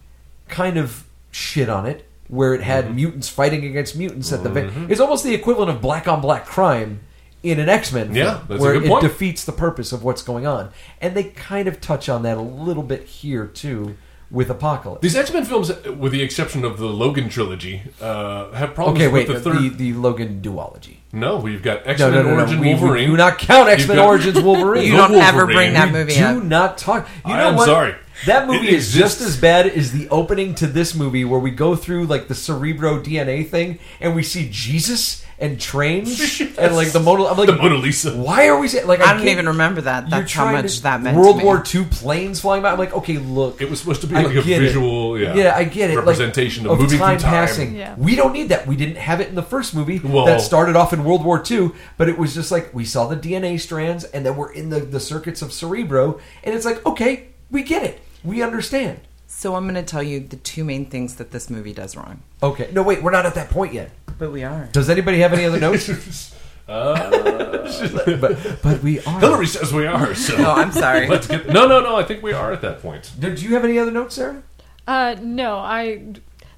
Speaker 3: kind of shit on it where it had
Speaker 4: Mm-hmm.
Speaker 3: mutants fighting against mutants at the very. It's almost the equivalent of black on black crime in an X Men.
Speaker 4: Yeah, that's a
Speaker 3: where
Speaker 4: good
Speaker 3: it
Speaker 4: point.
Speaker 3: defeats the purpose of what's going on, and they kind of touch on that a little bit here too with Apocalypse.
Speaker 4: These X Men films, with the exception of the Logan trilogy, uh, have problems
Speaker 3: okay, wait,
Speaker 4: with the third.
Speaker 3: the, the Logan duology.
Speaker 4: No, we've got X
Speaker 3: No,
Speaker 4: Men
Speaker 3: no, no, no.
Speaker 4: Origin
Speaker 3: we, we
Speaker 4: Wolverine.
Speaker 3: do not count
Speaker 4: You've
Speaker 3: X Men
Speaker 4: got- *laughs*
Speaker 3: Origins Wolverine.
Speaker 5: You
Speaker 4: The
Speaker 5: don't ever
Speaker 4: Wolverine.
Speaker 5: bring
Speaker 3: We
Speaker 5: that movie
Speaker 3: do
Speaker 5: up.
Speaker 3: not talk. You
Speaker 4: I
Speaker 3: know
Speaker 4: am
Speaker 3: what?
Speaker 4: sorry.
Speaker 3: That
Speaker 4: It
Speaker 3: movie is
Speaker 4: exists.
Speaker 3: just as bad as the opening to this movie, where we go through like the Cerebro DNA thing, and we see Jesus and
Speaker 4: *laughs*
Speaker 3: trains and like the Mona. I'm like
Speaker 4: The Mona Lisa.
Speaker 3: Why are we saying like
Speaker 5: I don't
Speaker 3: can't-
Speaker 5: even remember that.
Speaker 3: you're
Speaker 5: That's how
Speaker 3: trying
Speaker 5: much
Speaker 3: to-
Speaker 5: that meant.
Speaker 3: World
Speaker 5: to me.
Speaker 3: War II planes flying by. I'm like, okay, look.
Speaker 4: It was supposed to be
Speaker 3: I
Speaker 4: like a
Speaker 3: get it.
Speaker 4: visual, yeah,
Speaker 3: I get it. Like,
Speaker 4: representation of, moving
Speaker 3: time
Speaker 4: through time.
Speaker 3: passing.
Speaker 6: Yeah.
Speaker 3: We don't need that. We didn't have it in the first movie
Speaker 4: Whoa.
Speaker 3: that started off in World War II, but it was just like we saw the DNA strands and then we're in the, the circuits of Cerebro, and it's like, okay, we get it. We understand.
Speaker 5: So I'm going to tell you the two main things that this movie does wrong.
Speaker 3: Okay. No, wait, we're not at that point yet.
Speaker 5: But we are.
Speaker 3: Does anybody have
Speaker 4: *laughs*
Speaker 3: any other notes? but, but we are.
Speaker 4: Uh. Hillary says we are. So
Speaker 5: Oh, I'm
Speaker 3: *laughs*
Speaker 5: sorry.
Speaker 4: let's get. No, no, no. I think we are at that point.
Speaker 3: Do do you have any other notes, Sarah?
Speaker 6: Uh, no, I.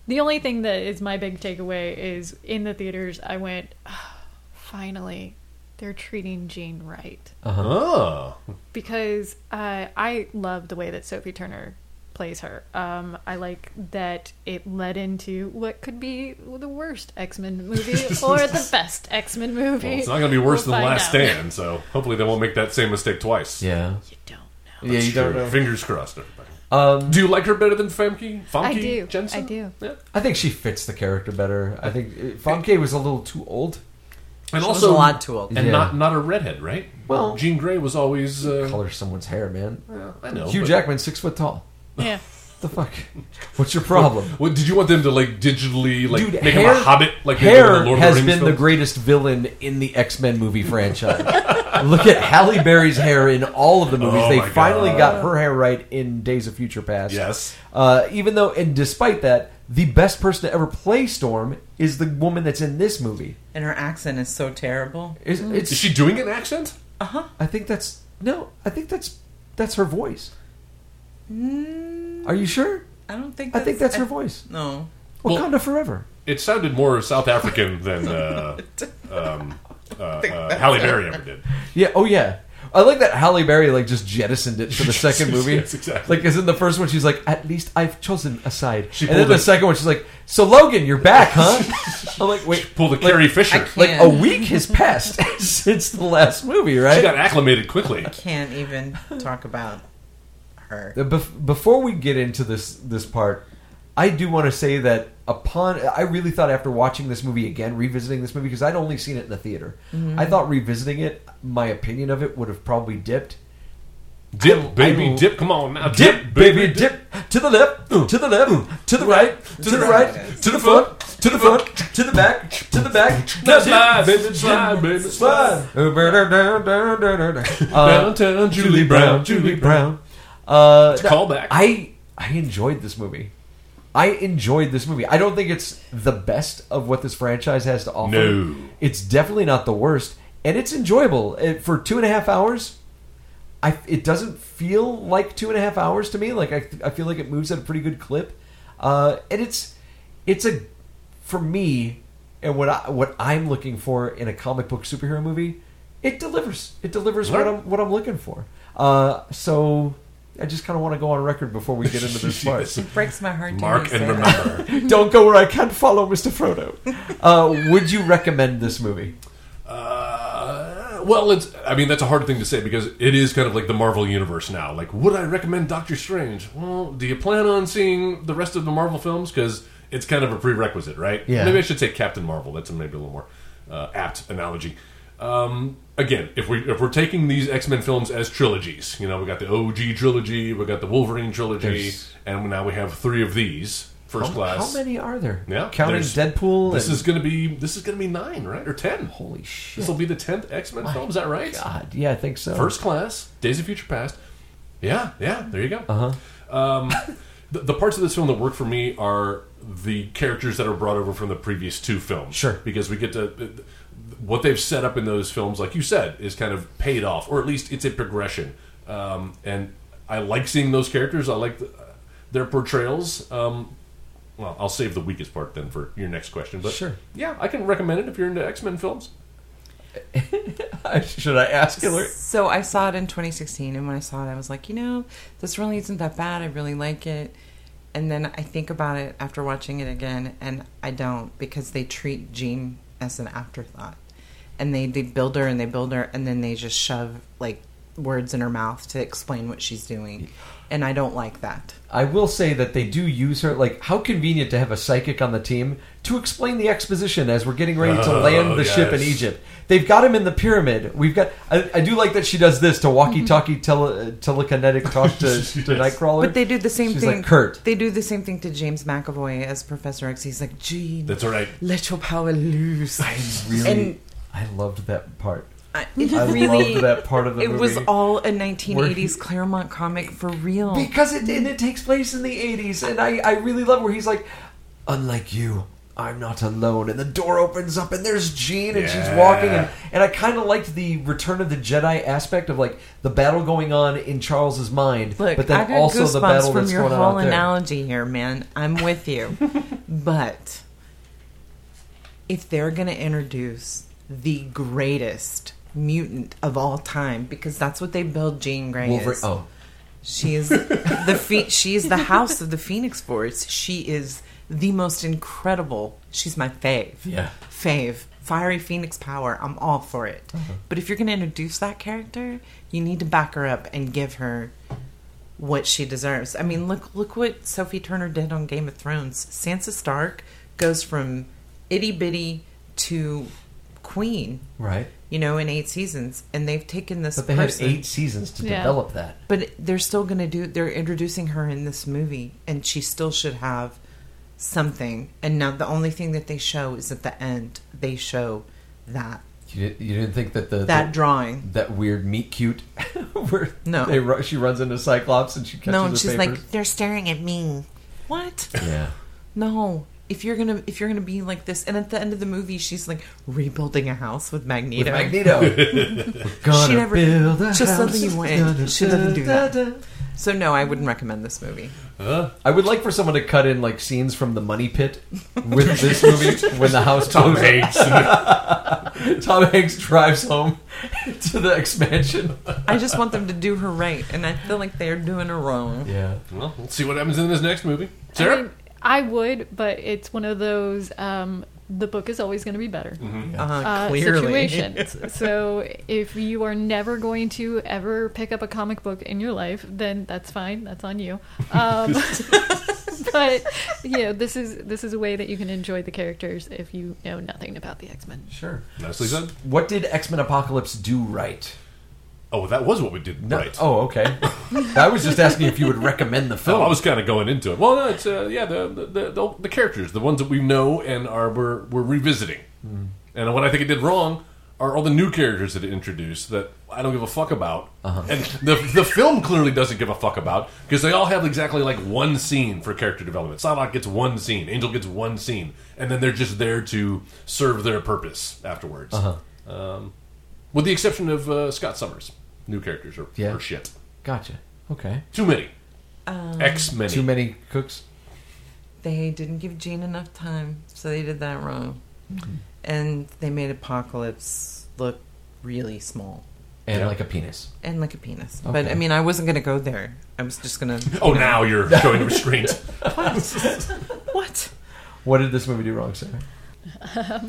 Speaker 6: The only thing that is my big takeaway is in the theaters, I went, "Ah, finally, they're treating Jean right.
Speaker 4: Oh,
Speaker 6: Because uh, I love the way that Sophie Turner plays her. Um, I like that it led into what could be the worst X Men
Speaker 4: *laughs*
Speaker 6: movie or the best X Men movie.
Speaker 4: well, it's not going to be worse
Speaker 6: We'll
Speaker 4: than the
Speaker 6: find
Speaker 4: Last
Speaker 6: out.
Speaker 4: Stand. So hopefully they won't make that same mistake twice.
Speaker 3: Yeah.
Speaker 6: You don't know.
Speaker 4: *laughs*
Speaker 3: Yeah, you don't
Speaker 4: Sure.
Speaker 3: know. Um,
Speaker 4: Fingers crossed, everybody. do you like her better than Famke? Famke
Speaker 6: I do.
Speaker 4: Jensen?
Speaker 6: I do.
Speaker 3: I think she fits the character better. I think uh, Famke was a little too old.
Speaker 4: And
Speaker 5: She was
Speaker 4: also
Speaker 5: a lot too old.
Speaker 4: and
Speaker 3: Yeah.
Speaker 4: not not a redhead, right?
Speaker 3: Well-
Speaker 4: Jean Grey was always. Uh,
Speaker 3: Color someone's hair, man.
Speaker 4: I know.
Speaker 3: Hugh
Speaker 4: but-
Speaker 3: Jackman, six foot tall.
Speaker 6: Yeah.
Speaker 3: the fuck? What's your problem?
Speaker 4: What, did you want them to like digitally like
Speaker 3: Dude,
Speaker 4: make
Speaker 3: hair,
Speaker 4: him a hobbit? Like they did in
Speaker 3: hair
Speaker 4: the Lord of
Speaker 3: has
Speaker 4: the Rings
Speaker 3: been the
Speaker 4: films?
Speaker 3: greatest villain in the X Men movie franchise. Look at Halle Berry's hair in all of the movies.
Speaker 4: Oh
Speaker 3: they
Speaker 4: my
Speaker 3: finally
Speaker 4: God.
Speaker 3: got her hair right in Days of Future Past.
Speaker 4: Yes.
Speaker 3: Uh, even though, and despite that, the best person to ever play Storm is the woman that's in this movie.
Speaker 5: And her accent is so terrible.
Speaker 3: It's, it's,
Speaker 4: Mm. Is she doing an accent?
Speaker 3: I think that's no. I think that's that's her voice. Are you sure?
Speaker 5: I don't think.
Speaker 3: I
Speaker 5: That's,
Speaker 3: think that's her voice.
Speaker 5: No.
Speaker 4: Well-
Speaker 3: Wakanda forever.
Speaker 4: It sounded more South African
Speaker 3: *laughs*
Speaker 4: than uh, um, uh, uh, Halle Berry ever did.
Speaker 3: Yeah. Oh yeah. I like that Halle Berry like just jettisoned it for the second movie.
Speaker 4: *laughs* Yes, exactly.
Speaker 3: Like, is in the first one she's like, "At least I've chosen a side,"
Speaker 4: She
Speaker 3: and then
Speaker 4: pulled
Speaker 3: the
Speaker 4: a-
Speaker 3: second one she's like, "So Logan, you're back,
Speaker 4: *laughs*
Speaker 3: huh?" I'm like, "Wait,
Speaker 4: Pulled a Carrie Fisher.
Speaker 5: can't-
Speaker 3: like
Speaker 5: Man.
Speaker 3: a week has passed *laughs* since the last movie,
Speaker 4: She
Speaker 3: right?"
Speaker 4: got acclimated quickly.
Speaker 5: Can't even talk about her.
Speaker 3: Uh, bef- before we get into this this part, I do want to say that upon I really thought after watching this movie again, revisiting this movie because I'd only seen it in the theater. I thought revisiting it, my opinion of it would have probably dipped.
Speaker 4: Dip, baby,
Speaker 3: I-
Speaker 4: dip. Mm. Come on now,
Speaker 3: Dip, baby, dip to the left, to the left, to the right, to
Speaker 4: Mm.
Speaker 3: the right, to the front, to the front, to the back, to the back.
Speaker 4: Now slide, baby, slide, baby, slide.
Speaker 3: Uh,
Speaker 4: Downtown Julie Brown, Julie Brown.
Speaker 3: Uh,
Speaker 4: a callback.
Speaker 3: I I enjoyed this movie. I enjoyed this movie. I don't think it's the best of what this franchise has to offer.
Speaker 4: No.
Speaker 3: it's definitely not the worst, and it's enjoyable It- for two and a half hours. I it doesn't feel like two and a half hours to me. Like I I feel like it moves at a pretty good clip, uh, and it's it's a for me and what I what I'm looking for in a comic book superhero movie. It delivers. It delivers what
Speaker 4: Right.
Speaker 3: I'm what I'm looking for. Uh, so I just kind of want to go on record before we get into
Speaker 4: *laughs*
Speaker 3: this part.
Speaker 5: It breaks my heart. to
Speaker 4: Mark
Speaker 5: even
Speaker 4: and
Speaker 5: say that.
Speaker 4: remember.
Speaker 3: *laughs* Don't go where I can't follow, Mister Frodo. Uh, would you recommend this movie?
Speaker 4: Uh, well, it's. I mean, that's a hard thing to say because it is kind of like the Marvel universe now. Like, would I recommend Doctor Strange? Well, do you plan on seeing the rest of the Marvel films? Because it's kind of a prerequisite, right?
Speaker 3: Yeah.
Speaker 4: Maybe I should say Captain Marvel. That's maybe a little more uh, apt analogy. Um, again, if we if we're taking these X Men films as trilogies, you know, we got the OG trilogy, we got the Wolverine trilogy,
Speaker 3: There's-
Speaker 4: and now we have three of these. First class.
Speaker 3: How many are there?
Speaker 4: Yeah,
Speaker 3: counting
Speaker 4: there's-
Speaker 3: Deadpool.
Speaker 4: This
Speaker 3: and-
Speaker 4: is gonna be this is gonna be nine, right, or ten?
Speaker 3: holy shit.
Speaker 4: This will be the tenth X Men film. Is that right?
Speaker 3: God, yeah, I think so.
Speaker 4: First Class, Days of Future Past. Yeah, yeah, there you go. Uh-huh. Um, *laughs* the, the parts of this film that work for me are the characters that are brought over from the previous two films.
Speaker 3: Sure.
Speaker 4: Because we get to. uh, What they've set up in those films, like you said, is kind of paid off, or at least it's a progression. Um, and I like seeing those characters. I like the, their portrayals. Um, well, I'll save the weakest part then for your next question. But
Speaker 3: Sure.
Speaker 4: yeah, I can recommend it if you're into X Men films.
Speaker 3: *laughs* Should I ask Hillary?
Speaker 5: So I saw it in 2016, and when I saw it, I was like, you know, this really isn't that bad. I really like it. And then I think about it after watching it again, and I don't because they treat Jean as an afterthought, and they they build her and they build her, and then they just shove like words in her mouth to explain what she's doing, and I don't like that.
Speaker 3: I will say that they do use her. Like, how convenient to have a psychic on the team to explain the exposition as we're getting ready to
Speaker 4: Oh,
Speaker 3: land the ship in
Speaker 4: yes.
Speaker 3: Egypt. They've got him in the pyramid. We've got. I, I do like that she does this to walkie-talkie tele, telekinetic *laughs* talk to, to Nightcrawler.
Speaker 5: But they do the same
Speaker 3: She's
Speaker 5: thing.
Speaker 3: like Kurt.
Speaker 5: They do the same thing to James McAvoy as Professor X. He's like, Jean,
Speaker 4: That's all right.
Speaker 5: let your power loose.
Speaker 3: I really,
Speaker 5: And
Speaker 3: I loved that part.
Speaker 5: I, it
Speaker 3: I
Speaker 5: really,
Speaker 3: loved that part of the
Speaker 5: it
Speaker 3: movie.
Speaker 5: was all a 1980s Claremont comic for real.
Speaker 3: because it and it takes place in the 80s and I, I really love where he's like unlike you i'm not alone and the door opens up and there's jean and she's
Speaker 4: Yeah.
Speaker 3: walking and, and i kind of liked the return of the jedi aspect of like the battle going on in charles's mind
Speaker 5: Look,
Speaker 3: but
Speaker 5: I
Speaker 3: then
Speaker 5: got
Speaker 3: also the
Speaker 5: goosebumps
Speaker 3: battle
Speaker 5: from
Speaker 3: that's
Speaker 5: your
Speaker 3: going on
Speaker 5: whole
Speaker 3: out there
Speaker 5: analogy here, man. I'm
Speaker 3: *laughs*
Speaker 5: with you, but if they're going to introduce the greatest mutant of all time, because that's what they build Jean Grey
Speaker 3: Wolverine,
Speaker 5: is.
Speaker 3: oh
Speaker 5: She is the fe- she is the house of the Phoenix Force. She is the most incredible. She's my fave.
Speaker 3: Yeah.
Speaker 5: Fave. Fiery Phoenix power. I'm all for it.
Speaker 3: Uh-huh.
Speaker 5: But if you're going to introduce that character, you need to back her up and give her what she deserves. I mean, look look what Sophie Turner did on Game of Thrones. Sansa Stark goes from itty bitty to queen,
Speaker 3: right
Speaker 5: you know, in 8 seasons and they've taken this
Speaker 3: but they had
Speaker 5: person
Speaker 3: eight seasons to
Speaker 6: Yeah.
Speaker 3: develop that
Speaker 5: but they're still going to do. They're introducing her in this movie, and she still should have something. And now the only thing that they show is at the end. They show that
Speaker 3: you, didn't- you didn't think that the
Speaker 5: that
Speaker 3: the-
Speaker 5: drawing.
Speaker 3: that weird meet cute *laughs* where
Speaker 5: No.
Speaker 3: they, ru- she runs into cyclops and she catches
Speaker 5: No,
Speaker 3: her
Speaker 5: and she's
Speaker 3: papers.
Speaker 5: like, they're staring at me.
Speaker 3: *laughs*
Speaker 5: What?
Speaker 3: yeah
Speaker 5: No. If you're gonna if you're gonna be like this, and at the end of the movie, she's like rebuilding a house with Magneto.
Speaker 3: with Magneto. We're *laughs* gonna
Speaker 5: She never-
Speaker 3: build a
Speaker 5: she
Speaker 3: house.
Speaker 5: suddenly went,
Speaker 3: Gonna
Speaker 5: she doesn't do
Speaker 3: da-
Speaker 5: that.
Speaker 3: da- da.
Speaker 5: So no, I wouldn't recommend this movie.
Speaker 3: I would like for someone to cut in like scenes from the Money Pit with this movie *laughs* when the house Tom
Speaker 4: Hanks. *laughs*
Speaker 3: Tom Hanks drives home *laughs* to the expansion.
Speaker 5: I just want them to do her right, and I feel like they're doing her wrong.
Speaker 3: Yeah,
Speaker 4: well, let's see what happens in this next movie.
Speaker 6: I,
Speaker 4: Sarah?
Speaker 6: mean, I would, but it's one of those. Um, the book is always going to be better.
Speaker 5: Uh,
Speaker 6: uh,
Speaker 5: clearly,
Speaker 6: situations. so if you are never going to ever pick up a comic book in your life, then that's fine. That's on you. Um, *laughs* but you know, this is this is a way that you can enjoy the characters if you know nothing about the X Men.
Speaker 3: sure.
Speaker 4: Nicely done.
Speaker 3: What did X Men Apocalypse do right?
Speaker 4: Oh, that was what we did
Speaker 3: No-
Speaker 4: right.
Speaker 3: Oh, okay. I was just asking if you would recommend the
Speaker 4: No,
Speaker 3: film.
Speaker 4: Oh, I was kind of going into it. Well, no, it's uh, yeah, the the, the the the characters, the ones that we know and are we're, we're revisiting. And what I think it did wrong are all the new characters that it introduced that I don't give a fuck about, and the the film clearly doesn't give a fuck about because they all have exactly like one scene for character development. Psylocke gets one scene, Angel gets one scene, and then they're just there to serve their purpose afterwards. Um, with the exception of uh, Scott Summers, new characters are,
Speaker 3: Yeah.
Speaker 4: are shit.
Speaker 3: gotcha. Okay.
Speaker 4: Too many. X many.
Speaker 3: Too many cooks.
Speaker 5: they didn't give Jean enough time, so they did that wrong. And they made Apocalypse look really small
Speaker 3: And
Speaker 4: Yeah.
Speaker 3: like a penis.
Speaker 5: and like a penis. But
Speaker 3: Okay.
Speaker 5: I mean, I wasn't going to go there. I was just going to.
Speaker 4: Oh,
Speaker 3: *laughs*
Speaker 4: now you're showing restraint.
Speaker 5: What?
Speaker 3: What did this movie do wrong, Sarah?
Speaker 6: I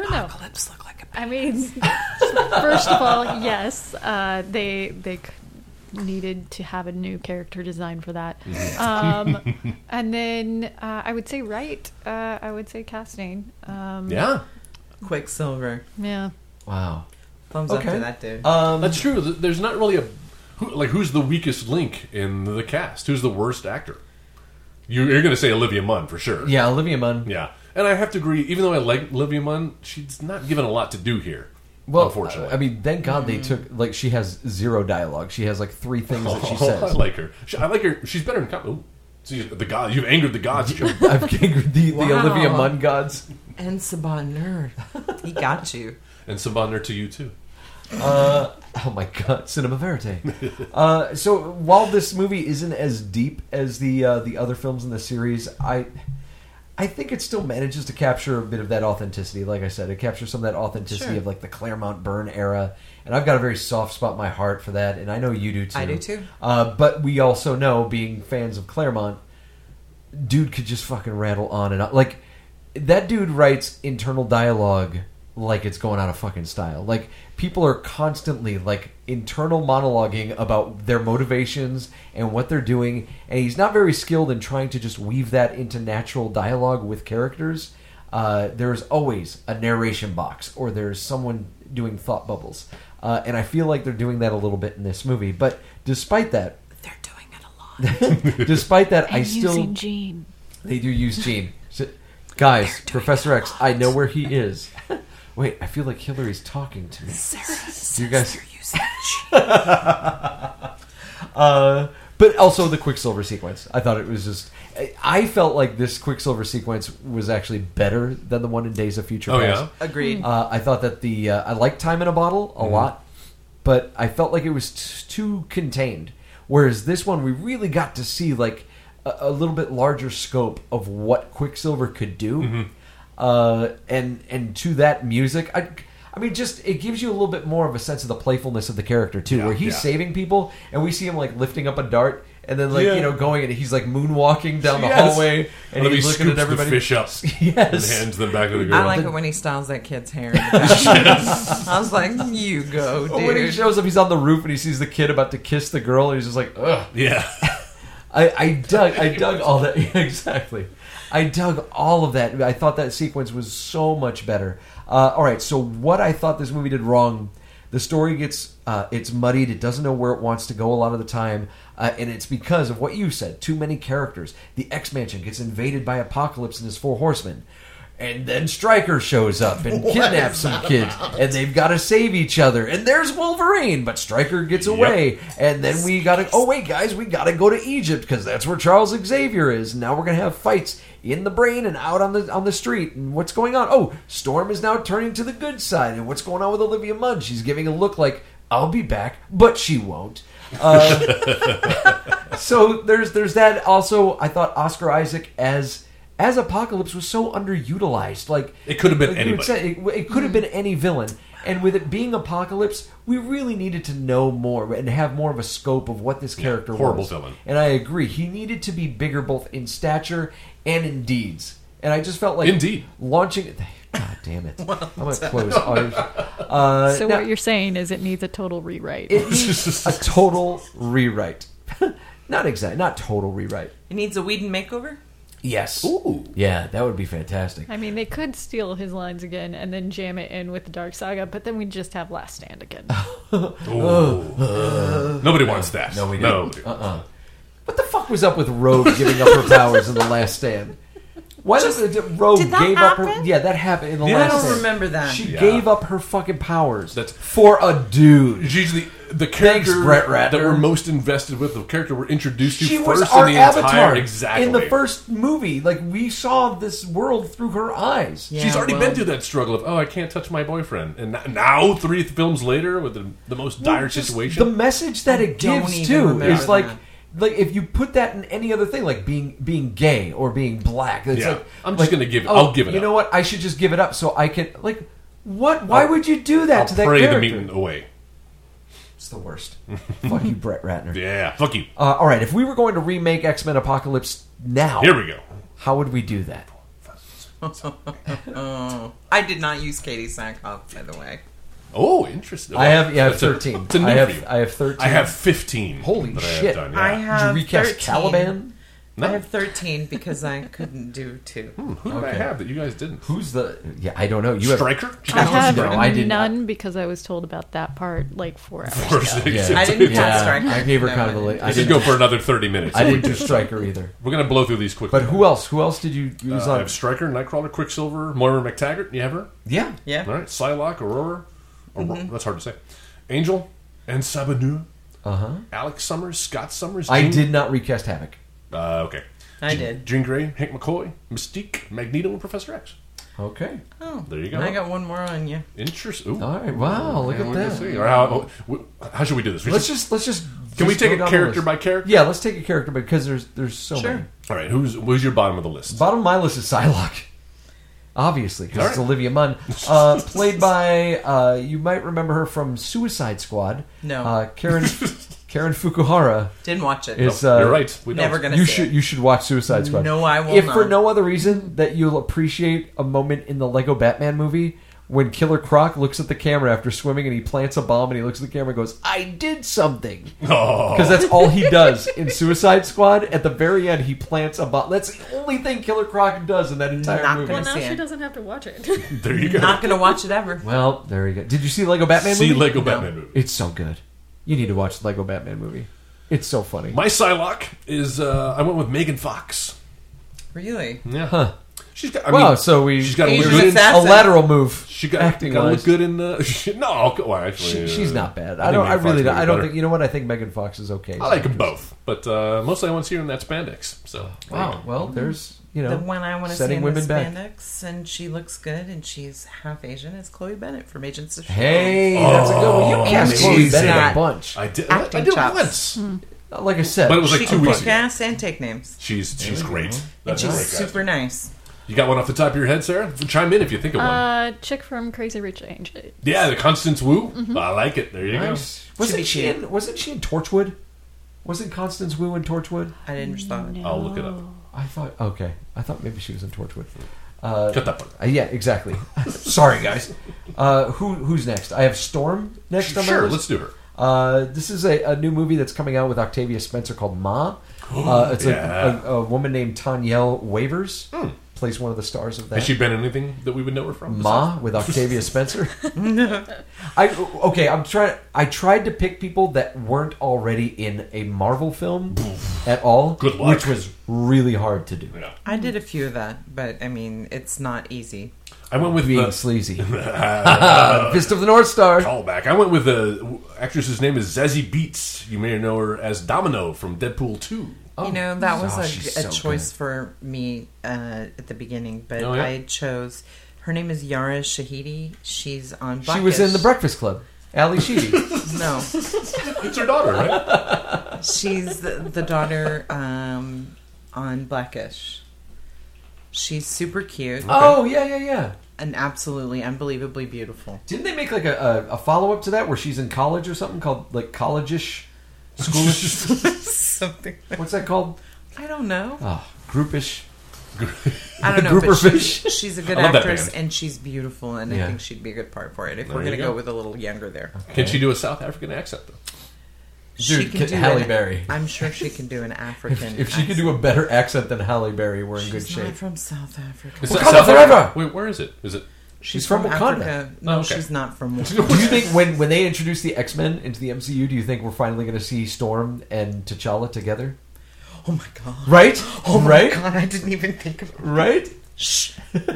Speaker 6: don't know.
Speaker 5: Apocalypse look like a
Speaker 6: I mean, first of all, yes, uh, they they c- needed to have a new character design for that, um, and then uh, I would say right. Uh, I would say casting. Um,
Speaker 4: Yeah,
Speaker 5: Quicksilver.
Speaker 6: yeah.
Speaker 3: Wow.
Speaker 5: Thumbs up
Speaker 3: Okay.
Speaker 5: to that dude.
Speaker 3: Um,
Speaker 4: that's true. Th- There's not really a who, like who's the weakest link in the cast. Who's the worst actor? You, you're going to say Olivia Munn for sure.
Speaker 3: yeah, Olivia Munn.
Speaker 4: yeah. And I have to agree. Even though I like Olivia Munn, she's not given a lot to do here.
Speaker 3: Well,
Speaker 4: unfortunately,
Speaker 3: I mean, thank God they took like she has zero dialogue. She has like three things that she
Speaker 4: *laughs* I
Speaker 3: says.
Speaker 4: like her. She, I like her. She's better in. Com- Ooh. See, the gods. You've angered the gods. Joe.
Speaker 3: I've angered the, the
Speaker 5: Wow.
Speaker 3: Olivia Munn gods.
Speaker 5: and Sabanur. *laughs* he got you.
Speaker 4: and Sabander to you too.
Speaker 3: Oh my God, cinema verite. uh, so while this movie isn't as deep as the uh, the other films in the series, I I think it still manages to capture a bit of that authenticity. Like I said, it captures some of that authenticity
Speaker 5: Sure.
Speaker 3: of like the Claremont Burn era, and I've got a very soft spot in my heart for that, and I know you do too.
Speaker 5: I do, too.
Speaker 3: Uh, but we also know, being fans of Claremont, dude could just fucking rattle on and on. Like that dude writes internal dialogue like it's going out of fucking style. Like people are constantly like internal monologuing about their motivations and what they're doing, and he's not very skilled in trying to just weave that into natural dialogue with characters. Uh, there's always a narration box, or there's someone doing thought bubbles, uh, and I feel like they're doing that a little bit in this movie. But despite that,
Speaker 5: They're doing it a
Speaker 3: *laughs*
Speaker 5: lot.
Speaker 3: despite that, I
Speaker 6: And
Speaker 3: still
Speaker 6: using Gene.
Speaker 3: they do use Gene. So- Guys,
Speaker 5: doing
Speaker 3: Professor
Speaker 5: it a
Speaker 3: X,
Speaker 5: lot.
Speaker 3: I know where he is. Wait, I feel like Hillary's talking to me.
Speaker 5: Sarah says
Speaker 3: You guys-
Speaker 5: they're
Speaker 3: *laughs*
Speaker 5: using
Speaker 3: Uh, but also the Quicksilver sequence. I thought it was just. I- I felt like this Quicksilver sequence was actually better than the one in Days of Future
Speaker 4: Oh,
Speaker 3: Past.
Speaker 4: yeah?
Speaker 5: Agreed.
Speaker 3: Uh, I thought that the uh, I liked Time in a Bottle a
Speaker 4: Mm-hmm.
Speaker 3: lot, but I felt like it was t- too contained. Whereas this one, we really got to see like a, a little bit larger scope of what Quicksilver could do,
Speaker 4: Mm-hmm.
Speaker 3: uh, and and to that music, I. I mean, just it gives you a little bit more of a sense of the playfulness of the character too, where he's
Speaker 4: yeah.
Speaker 3: saving people, and we see him like lifting up a dart, and then like
Speaker 4: Yeah.
Speaker 3: you know going, and he's like moonwalking down the
Speaker 4: Yes.
Speaker 3: hallway, and
Speaker 4: Let me
Speaker 3: he's looking at
Speaker 4: scoops
Speaker 3: everybody.
Speaker 4: the fish up
Speaker 3: *laughs*
Speaker 4: and
Speaker 3: Yes,
Speaker 4: hands them back to the girl.
Speaker 5: I like it when he styles that kid's *laughs* hair. in the back. I was like, you go,
Speaker 3: But When he
Speaker 5: dude.
Speaker 3: shows up, he's on the roof and he sees the kid about to kiss the girl, and he's just like, "Ugh."
Speaker 4: yeah.
Speaker 3: I, I dug, I dug all that *laughs* exactly. I dug all of that. I thought that sequence was so much better. Uh, all right, so what I thought this movie did wrong, the story gets uh, it's muddied. It doesn't know where it wants to go a lot of the time, uh, and it's because of what you said. Too many characters. The X Mansion gets invaded by Apocalypse and his four horsemen. And then Stryker shows up and kidnaps some kids, and they've got to save each other. And there's Wolverine, but Stryker gets away. And then we got to, oh, wait, guys, we got to go to Egypt because that's where Charles Xavier is. Now we're going to have fights in the brain and out on the on the street. And what's going on? Oh, Storm is now turning to the good side. And what's going on with Olivia Munn? She's giving a look like, I'll be back, but she won't. So there's there's that. Also, I thought Oscar Isaac as as Apocalypse was so underutilized. Like
Speaker 4: It could have been
Speaker 3: like you had
Speaker 4: anybody.
Speaker 3: said, it, it could have been any villain. And with it being Apocalypse, we really needed to know more and have more of a scope of what this character
Speaker 4: horrible
Speaker 3: was.
Speaker 4: villain.
Speaker 3: And I agree, he needed to be bigger both in stature and in deeds. And I just felt like
Speaker 4: Indeed.
Speaker 3: launching *sighs* it. God damn it! I'm gonna close. Oh, audio- Uh,
Speaker 6: So
Speaker 3: now-
Speaker 6: what you're saying is it needs a total
Speaker 4: *laughs*
Speaker 6: rewrite.
Speaker 3: it needs a total rewrite. *laughs* not exact, not total rewrite.
Speaker 5: He needs a Whedon makeover?
Speaker 3: Yes. *laughs* Ooh. Yeah, that would be fantastic.
Speaker 6: I mean, they could steal his lines again and then jam it in with the Dark Saga, but then we just have Last Stand again.
Speaker 4: Nobody wants that. No,
Speaker 3: we Uh-uh.
Speaker 4: No.
Speaker 3: What the fuck was up with Rogue giving up her powers in the Last Stand? Why does Rogue
Speaker 5: did that
Speaker 3: gave up her?
Speaker 5: happen?
Speaker 3: Yeah, that happened in the
Speaker 4: Yeah. I
Speaker 3: Last
Speaker 5: I
Speaker 3: Stand.
Speaker 5: don't remember that.
Speaker 3: She
Speaker 4: Yeah.
Speaker 3: gave up her fucking powers.
Speaker 4: That's-
Speaker 3: for a dude.
Speaker 4: She's the the character
Speaker 3: Brett Ratner.
Speaker 4: that we're most invested with, the character we're introduced to
Speaker 3: She was
Speaker 4: first
Speaker 3: our
Speaker 4: in the
Speaker 3: avatar
Speaker 4: entire exactly
Speaker 3: in the first movie. Like we saw this world through her eyes.
Speaker 5: Yeah,
Speaker 4: She's already
Speaker 5: well-
Speaker 4: been through that struggle of oh I can't touch my boyfriend, and n- now three films later with the, the most dire
Speaker 3: Just
Speaker 4: situation.
Speaker 3: The message that it
Speaker 5: don't
Speaker 3: gives
Speaker 5: even
Speaker 3: too
Speaker 5: remember
Speaker 3: is like
Speaker 5: that.
Speaker 3: like if you put that in any other thing, like being being gay or being black. It's
Speaker 4: Yeah.
Speaker 3: like
Speaker 4: I'm just
Speaker 3: like,
Speaker 4: gonna give it-
Speaker 3: oh,
Speaker 4: I'll give it
Speaker 3: You know
Speaker 4: up.
Speaker 3: what? I should just give it up so I can like what? Why would you do that
Speaker 4: I'll
Speaker 3: to that
Speaker 4: pray the
Speaker 3: character?
Speaker 4: mutant away.
Speaker 3: It's the
Speaker 4: *laughs*
Speaker 3: worst. Fuck you, Brett Ratner.
Speaker 4: Yeah, fuck you.
Speaker 3: Uh, all right, if we were going to remake X Men Apocalypse now,
Speaker 4: Here we go.
Speaker 3: How would we do that?
Speaker 5: I did not use Katie Sackhoff, by the way.
Speaker 4: Oh, interesting.
Speaker 3: I have yeah, I have
Speaker 4: That's a-
Speaker 3: thirteen.
Speaker 4: It's a new
Speaker 3: I have
Speaker 4: for you.
Speaker 3: I have thirteen.
Speaker 4: I have fifteen.
Speaker 3: Holy
Speaker 4: that I have
Speaker 3: shit.
Speaker 4: done,
Speaker 5: I
Speaker 4: yeah.
Speaker 3: Did you
Speaker 5: have
Speaker 3: recast
Speaker 5: 13.
Speaker 3: Caliban?
Speaker 4: No. Hmm.
Speaker 5: I have 13 because I couldn't do two.
Speaker 4: Who did I have that you guys didn't?
Speaker 3: Who's the? Yeah, I don't know. You have
Speaker 4: Striker?
Speaker 6: I have
Speaker 3: No, I did not.
Speaker 6: none because I was told about that part like four hours.
Speaker 4: *laughs*
Speaker 3: Yeah.
Speaker 5: I didn't
Speaker 3: Yeah,
Speaker 5: cast Stryker.
Speaker 3: I gave her
Speaker 5: No,
Speaker 3: kind
Speaker 5: I
Speaker 3: of a.
Speaker 5: didn't.
Speaker 3: li- I
Speaker 4: I should
Speaker 3: didn't
Speaker 4: go for another thirty minutes.
Speaker 3: I didn't do Striker either.
Speaker 4: We're gonna blow through these quickly.
Speaker 3: But who else? Who else did you use
Speaker 4: Uh, I
Speaker 3: on?
Speaker 4: have Striker, Nightcrawler, Quicksilver, Moira McTaggart. You have her?
Speaker 3: yeah,
Speaker 5: Yeah.
Speaker 4: All right. Psylocke, Aurora. Aurora
Speaker 5: Mm-hmm.
Speaker 4: That's hard to say. Angel and Sabanu. Uh huh. Alex Summers, Scott Summers.
Speaker 3: Uh-huh. I
Speaker 4: Jean-
Speaker 3: did not recast Havoc.
Speaker 4: Uh, okay.
Speaker 5: I did.
Speaker 4: Jean Grey, Hank McCoy, Mystique, Magneto, and Professor X.
Speaker 3: Okay.
Speaker 5: Oh,
Speaker 4: There you go.
Speaker 5: I got one more on you.
Speaker 4: Interest. Ooh.
Speaker 3: All right. Wow. Look
Speaker 4: Yeah,
Speaker 3: at
Speaker 4: we're gonna see.
Speaker 3: that.
Speaker 4: Or how, oh, we- how should we do this? We
Speaker 3: Let's
Speaker 4: should-
Speaker 3: just let's just
Speaker 4: Can we
Speaker 3: Just
Speaker 4: take
Speaker 3: go
Speaker 4: it
Speaker 3: down the
Speaker 4: character
Speaker 3: list.
Speaker 4: by character?
Speaker 3: Yeah, let's take a character because there's there's so many.
Speaker 4: All right. Who's who's your bottom of the list?
Speaker 3: Bottom of my list is Psylocke. *laughs* Obviously, because it's
Speaker 4: All right.
Speaker 3: Olivia Munn, uh, played by uh, you might remember her from Suicide Squad.
Speaker 5: No.
Speaker 3: uh,
Speaker 4: *laughs*
Speaker 3: Karen Karen Fukuhara
Speaker 5: Didn't watch it.
Speaker 3: is.
Speaker 4: You're
Speaker 3: uh,
Speaker 4: right. We
Speaker 5: Never
Speaker 4: don't.
Speaker 5: gonna
Speaker 3: You
Speaker 5: see
Speaker 3: should
Speaker 5: it.
Speaker 3: you should watch Suicide Squad.
Speaker 5: No, I will
Speaker 3: If for
Speaker 5: not.
Speaker 3: no other reason that you'll appreciate a moment in the Lego Batman movie when Killer Croc looks at the camera after swimming and he plants a bomb and he looks at the camera and goes, "I did something."
Speaker 4: Oh.
Speaker 3: Because that's all
Speaker 4: *laughs*
Speaker 3: he does in Suicide Squad. At the very end, he plants a bomb. That's the only thing Killer Croc does in that entire
Speaker 5: Not
Speaker 3: movie.
Speaker 6: Well, now
Speaker 5: see
Speaker 6: she
Speaker 5: it.
Speaker 6: doesn't have to watch it.
Speaker 4: There you go.
Speaker 5: Not gonna watch
Speaker 4: *laughs*
Speaker 5: it ever.
Speaker 3: Well, there you go. Did you see Lego Batman
Speaker 4: See
Speaker 3: movie?
Speaker 4: Lego Batman movie.
Speaker 3: It's so good. You need to watch the Lego Batman movie. It's so funny.
Speaker 4: My Psylocke is uh, I went with Megan Fox.
Speaker 5: Really?
Speaker 4: Yeah. Huh. She's got. I
Speaker 3: wow,
Speaker 4: mean,
Speaker 3: so we
Speaker 4: she's got a
Speaker 5: Asian
Speaker 4: good.
Speaker 5: assassin.
Speaker 3: a lateral move.
Speaker 4: She got
Speaker 3: acting
Speaker 4: acting. Got to
Speaker 3: wise.
Speaker 4: look good in the. *laughs* no, well, actually,
Speaker 3: She,
Speaker 4: uh,
Speaker 3: she's not bad. I,
Speaker 4: think
Speaker 3: don't. I
Speaker 4: Megan Fox
Speaker 3: really.
Speaker 4: would
Speaker 3: Don't,
Speaker 4: be
Speaker 3: I don't
Speaker 4: better.
Speaker 3: think. You know what? I think Megan Fox is okay.
Speaker 4: I like them both, but uh, mostly I want to see her in that spandex. So
Speaker 3: Wow. Well, there's you know
Speaker 5: The one I want to see
Speaker 3: setting
Speaker 5: in the
Speaker 3: women back.
Speaker 5: spandex, and she looks good, and she's half Asian. Is Chloe Bennett from Agents of Shield.
Speaker 3: Hey, that's a good one. You cast Chloe
Speaker 5: amazing.
Speaker 3: Bennett a bunch.
Speaker 4: I did.
Speaker 5: Acting
Speaker 4: I did it
Speaker 5: chops. Hmm.
Speaker 4: once,
Speaker 3: Like I said,
Speaker 4: but it was like
Speaker 5: she
Speaker 4: two
Speaker 5: can
Speaker 4: weeks
Speaker 5: pick
Speaker 4: ago.
Speaker 5: ass and take names.
Speaker 4: She's she's great.
Speaker 5: And
Speaker 4: That's
Speaker 5: she's
Speaker 4: great, guys.
Speaker 5: super nice.
Speaker 4: You got one off the top of your head, Sarah? Chime in if you think of one.
Speaker 6: *laughs* uh, chick from Crazy Rich Angel.
Speaker 4: yeah, the Constance Wu.
Speaker 5: mm-hmm.
Speaker 4: I like it. There you
Speaker 3: Nice.
Speaker 5: Should be
Speaker 3: wasn't she?
Speaker 5: cute.
Speaker 3: In, wasn't she in Torchwood? Wasn't Constance Wu in Torchwood?
Speaker 5: I didn't respond.
Speaker 4: go. I'll look it up.
Speaker 3: I thought. Okay, I thought maybe she was in Torchwood. Uh,
Speaker 4: Cut that part.
Speaker 3: uh, yeah, exactly. *laughs* Sorry, guys. Uh, who who's next? I have Storm next on my
Speaker 4: Sure,
Speaker 3: list.
Speaker 4: let's do her.
Speaker 3: Uh, this is a, a new movie that's coming out with Octavia Spencer called
Speaker 4: *gasps*
Speaker 3: Ma. Uh, it's a-
Speaker 4: Yeah.
Speaker 3: a, a, woman named Tanyelle Wavers plays one of the stars of that.
Speaker 4: Has she been in anything that we would know her from?
Speaker 3: Ma with
Speaker 4: *laughs*
Speaker 3: Octavia Spencer. I okay. I'm trying. I tried to pick people that weren't already in a Marvel film at all.
Speaker 4: Good luck.
Speaker 3: Which was really hard to do.
Speaker 4: Yeah.
Speaker 5: I did a few of that, but I mean, it's not easy.
Speaker 4: I went with
Speaker 3: Being
Speaker 4: the *laughs*
Speaker 3: sleazy. *laughs* Fist of the North Star.
Speaker 4: callback. I went with the actress's name is Zazie Beats. You may know her as Domino from Deadpool Two.
Speaker 3: Oh,
Speaker 5: You know, that was
Speaker 3: oh, she's
Speaker 5: a,
Speaker 3: so
Speaker 5: a choice for me uh, at the beginning, but
Speaker 4: Oh, yeah?
Speaker 5: I chose. Her name is Yara Shahidi. She's on.
Speaker 3: good. She was in
Speaker 5: Blackish.
Speaker 3: the Breakfast Club. Ali
Speaker 4: *laughs*
Speaker 3: Sheedy.
Speaker 5: No,
Speaker 4: It's her daughter, right?
Speaker 5: she's the, the daughter um, on Blackish. She's super cute
Speaker 3: oh yeah, yeah, yeah.
Speaker 5: and absolutely unbelievably beautiful.
Speaker 3: Didn't they make like a, a, a follow up to that where she's in college or something called like collegeish,
Speaker 5: *laughs*
Speaker 3: schoolish?
Speaker 5: Something
Speaker 3: what's that called?
Speaker 5: I don't know.
Speaker 4: Uh,
Speaker 3: Oh, groupish.
Speaker 5: I don't
Speaker 3: The
Speaker 5: know. But
Speaker 3: grouper
Speaker 5: she,
Speaker 3: fish.
Speaker 4: *laughs*
Speaker 5: she's a good
Speaker 4: I love that
Speaker 5: actress
Speaker 4: band.
Speaker 5: and she's beautiful, and
Speaker 3: Yeah.
Speaker 5: I think she'd be a good part for it. If
Speaker 4: There
Speaker 5: we're
Speaker 4: you
Speaker 5: gonna
Speaker 4: go.
Speaker 5: go. with a little younger there,
Speaker 4: Can she do a South African accent though?
Speaker 5: she
Speaker 3: Dude, can- Halle
Speaker 5: an-
Speaker 3: Berry.
Speaker 5: I'm sure she can do an African.
Speaker 3: If she could do a better accent than Halle Berry, we're in good
Speaker 5: She's not
Speaker 3: shape.
Speaker 5: from South Africa.
Speaker 4: Is that
Speaker 3: Wakanda
Speaker 4: South Africa?
Speaker 3: forever!
Speaker 4: Wait, where is it? Is it?
Speaker 5: She's
Speaker 3: from Wakanda.
Speaker 5: Africa. No,
Speaker 4: Oh, okay.
Speaker 5: she's not from.
Speaker 3: Do you think when, when they introduce the X Men into the MCU, do you think we're finally going to see Storm and T'Challa together?
Speaker 5: Oh my
Speaker 3: *gasps*
Speaker 5: god!
Speaker 3: Right?
Speaker 5: Oh my
Speaker 3: right?
Speaker 5: god! I didn't even think of.
Speaker 3: Right?
Speaker 5: Shh! Let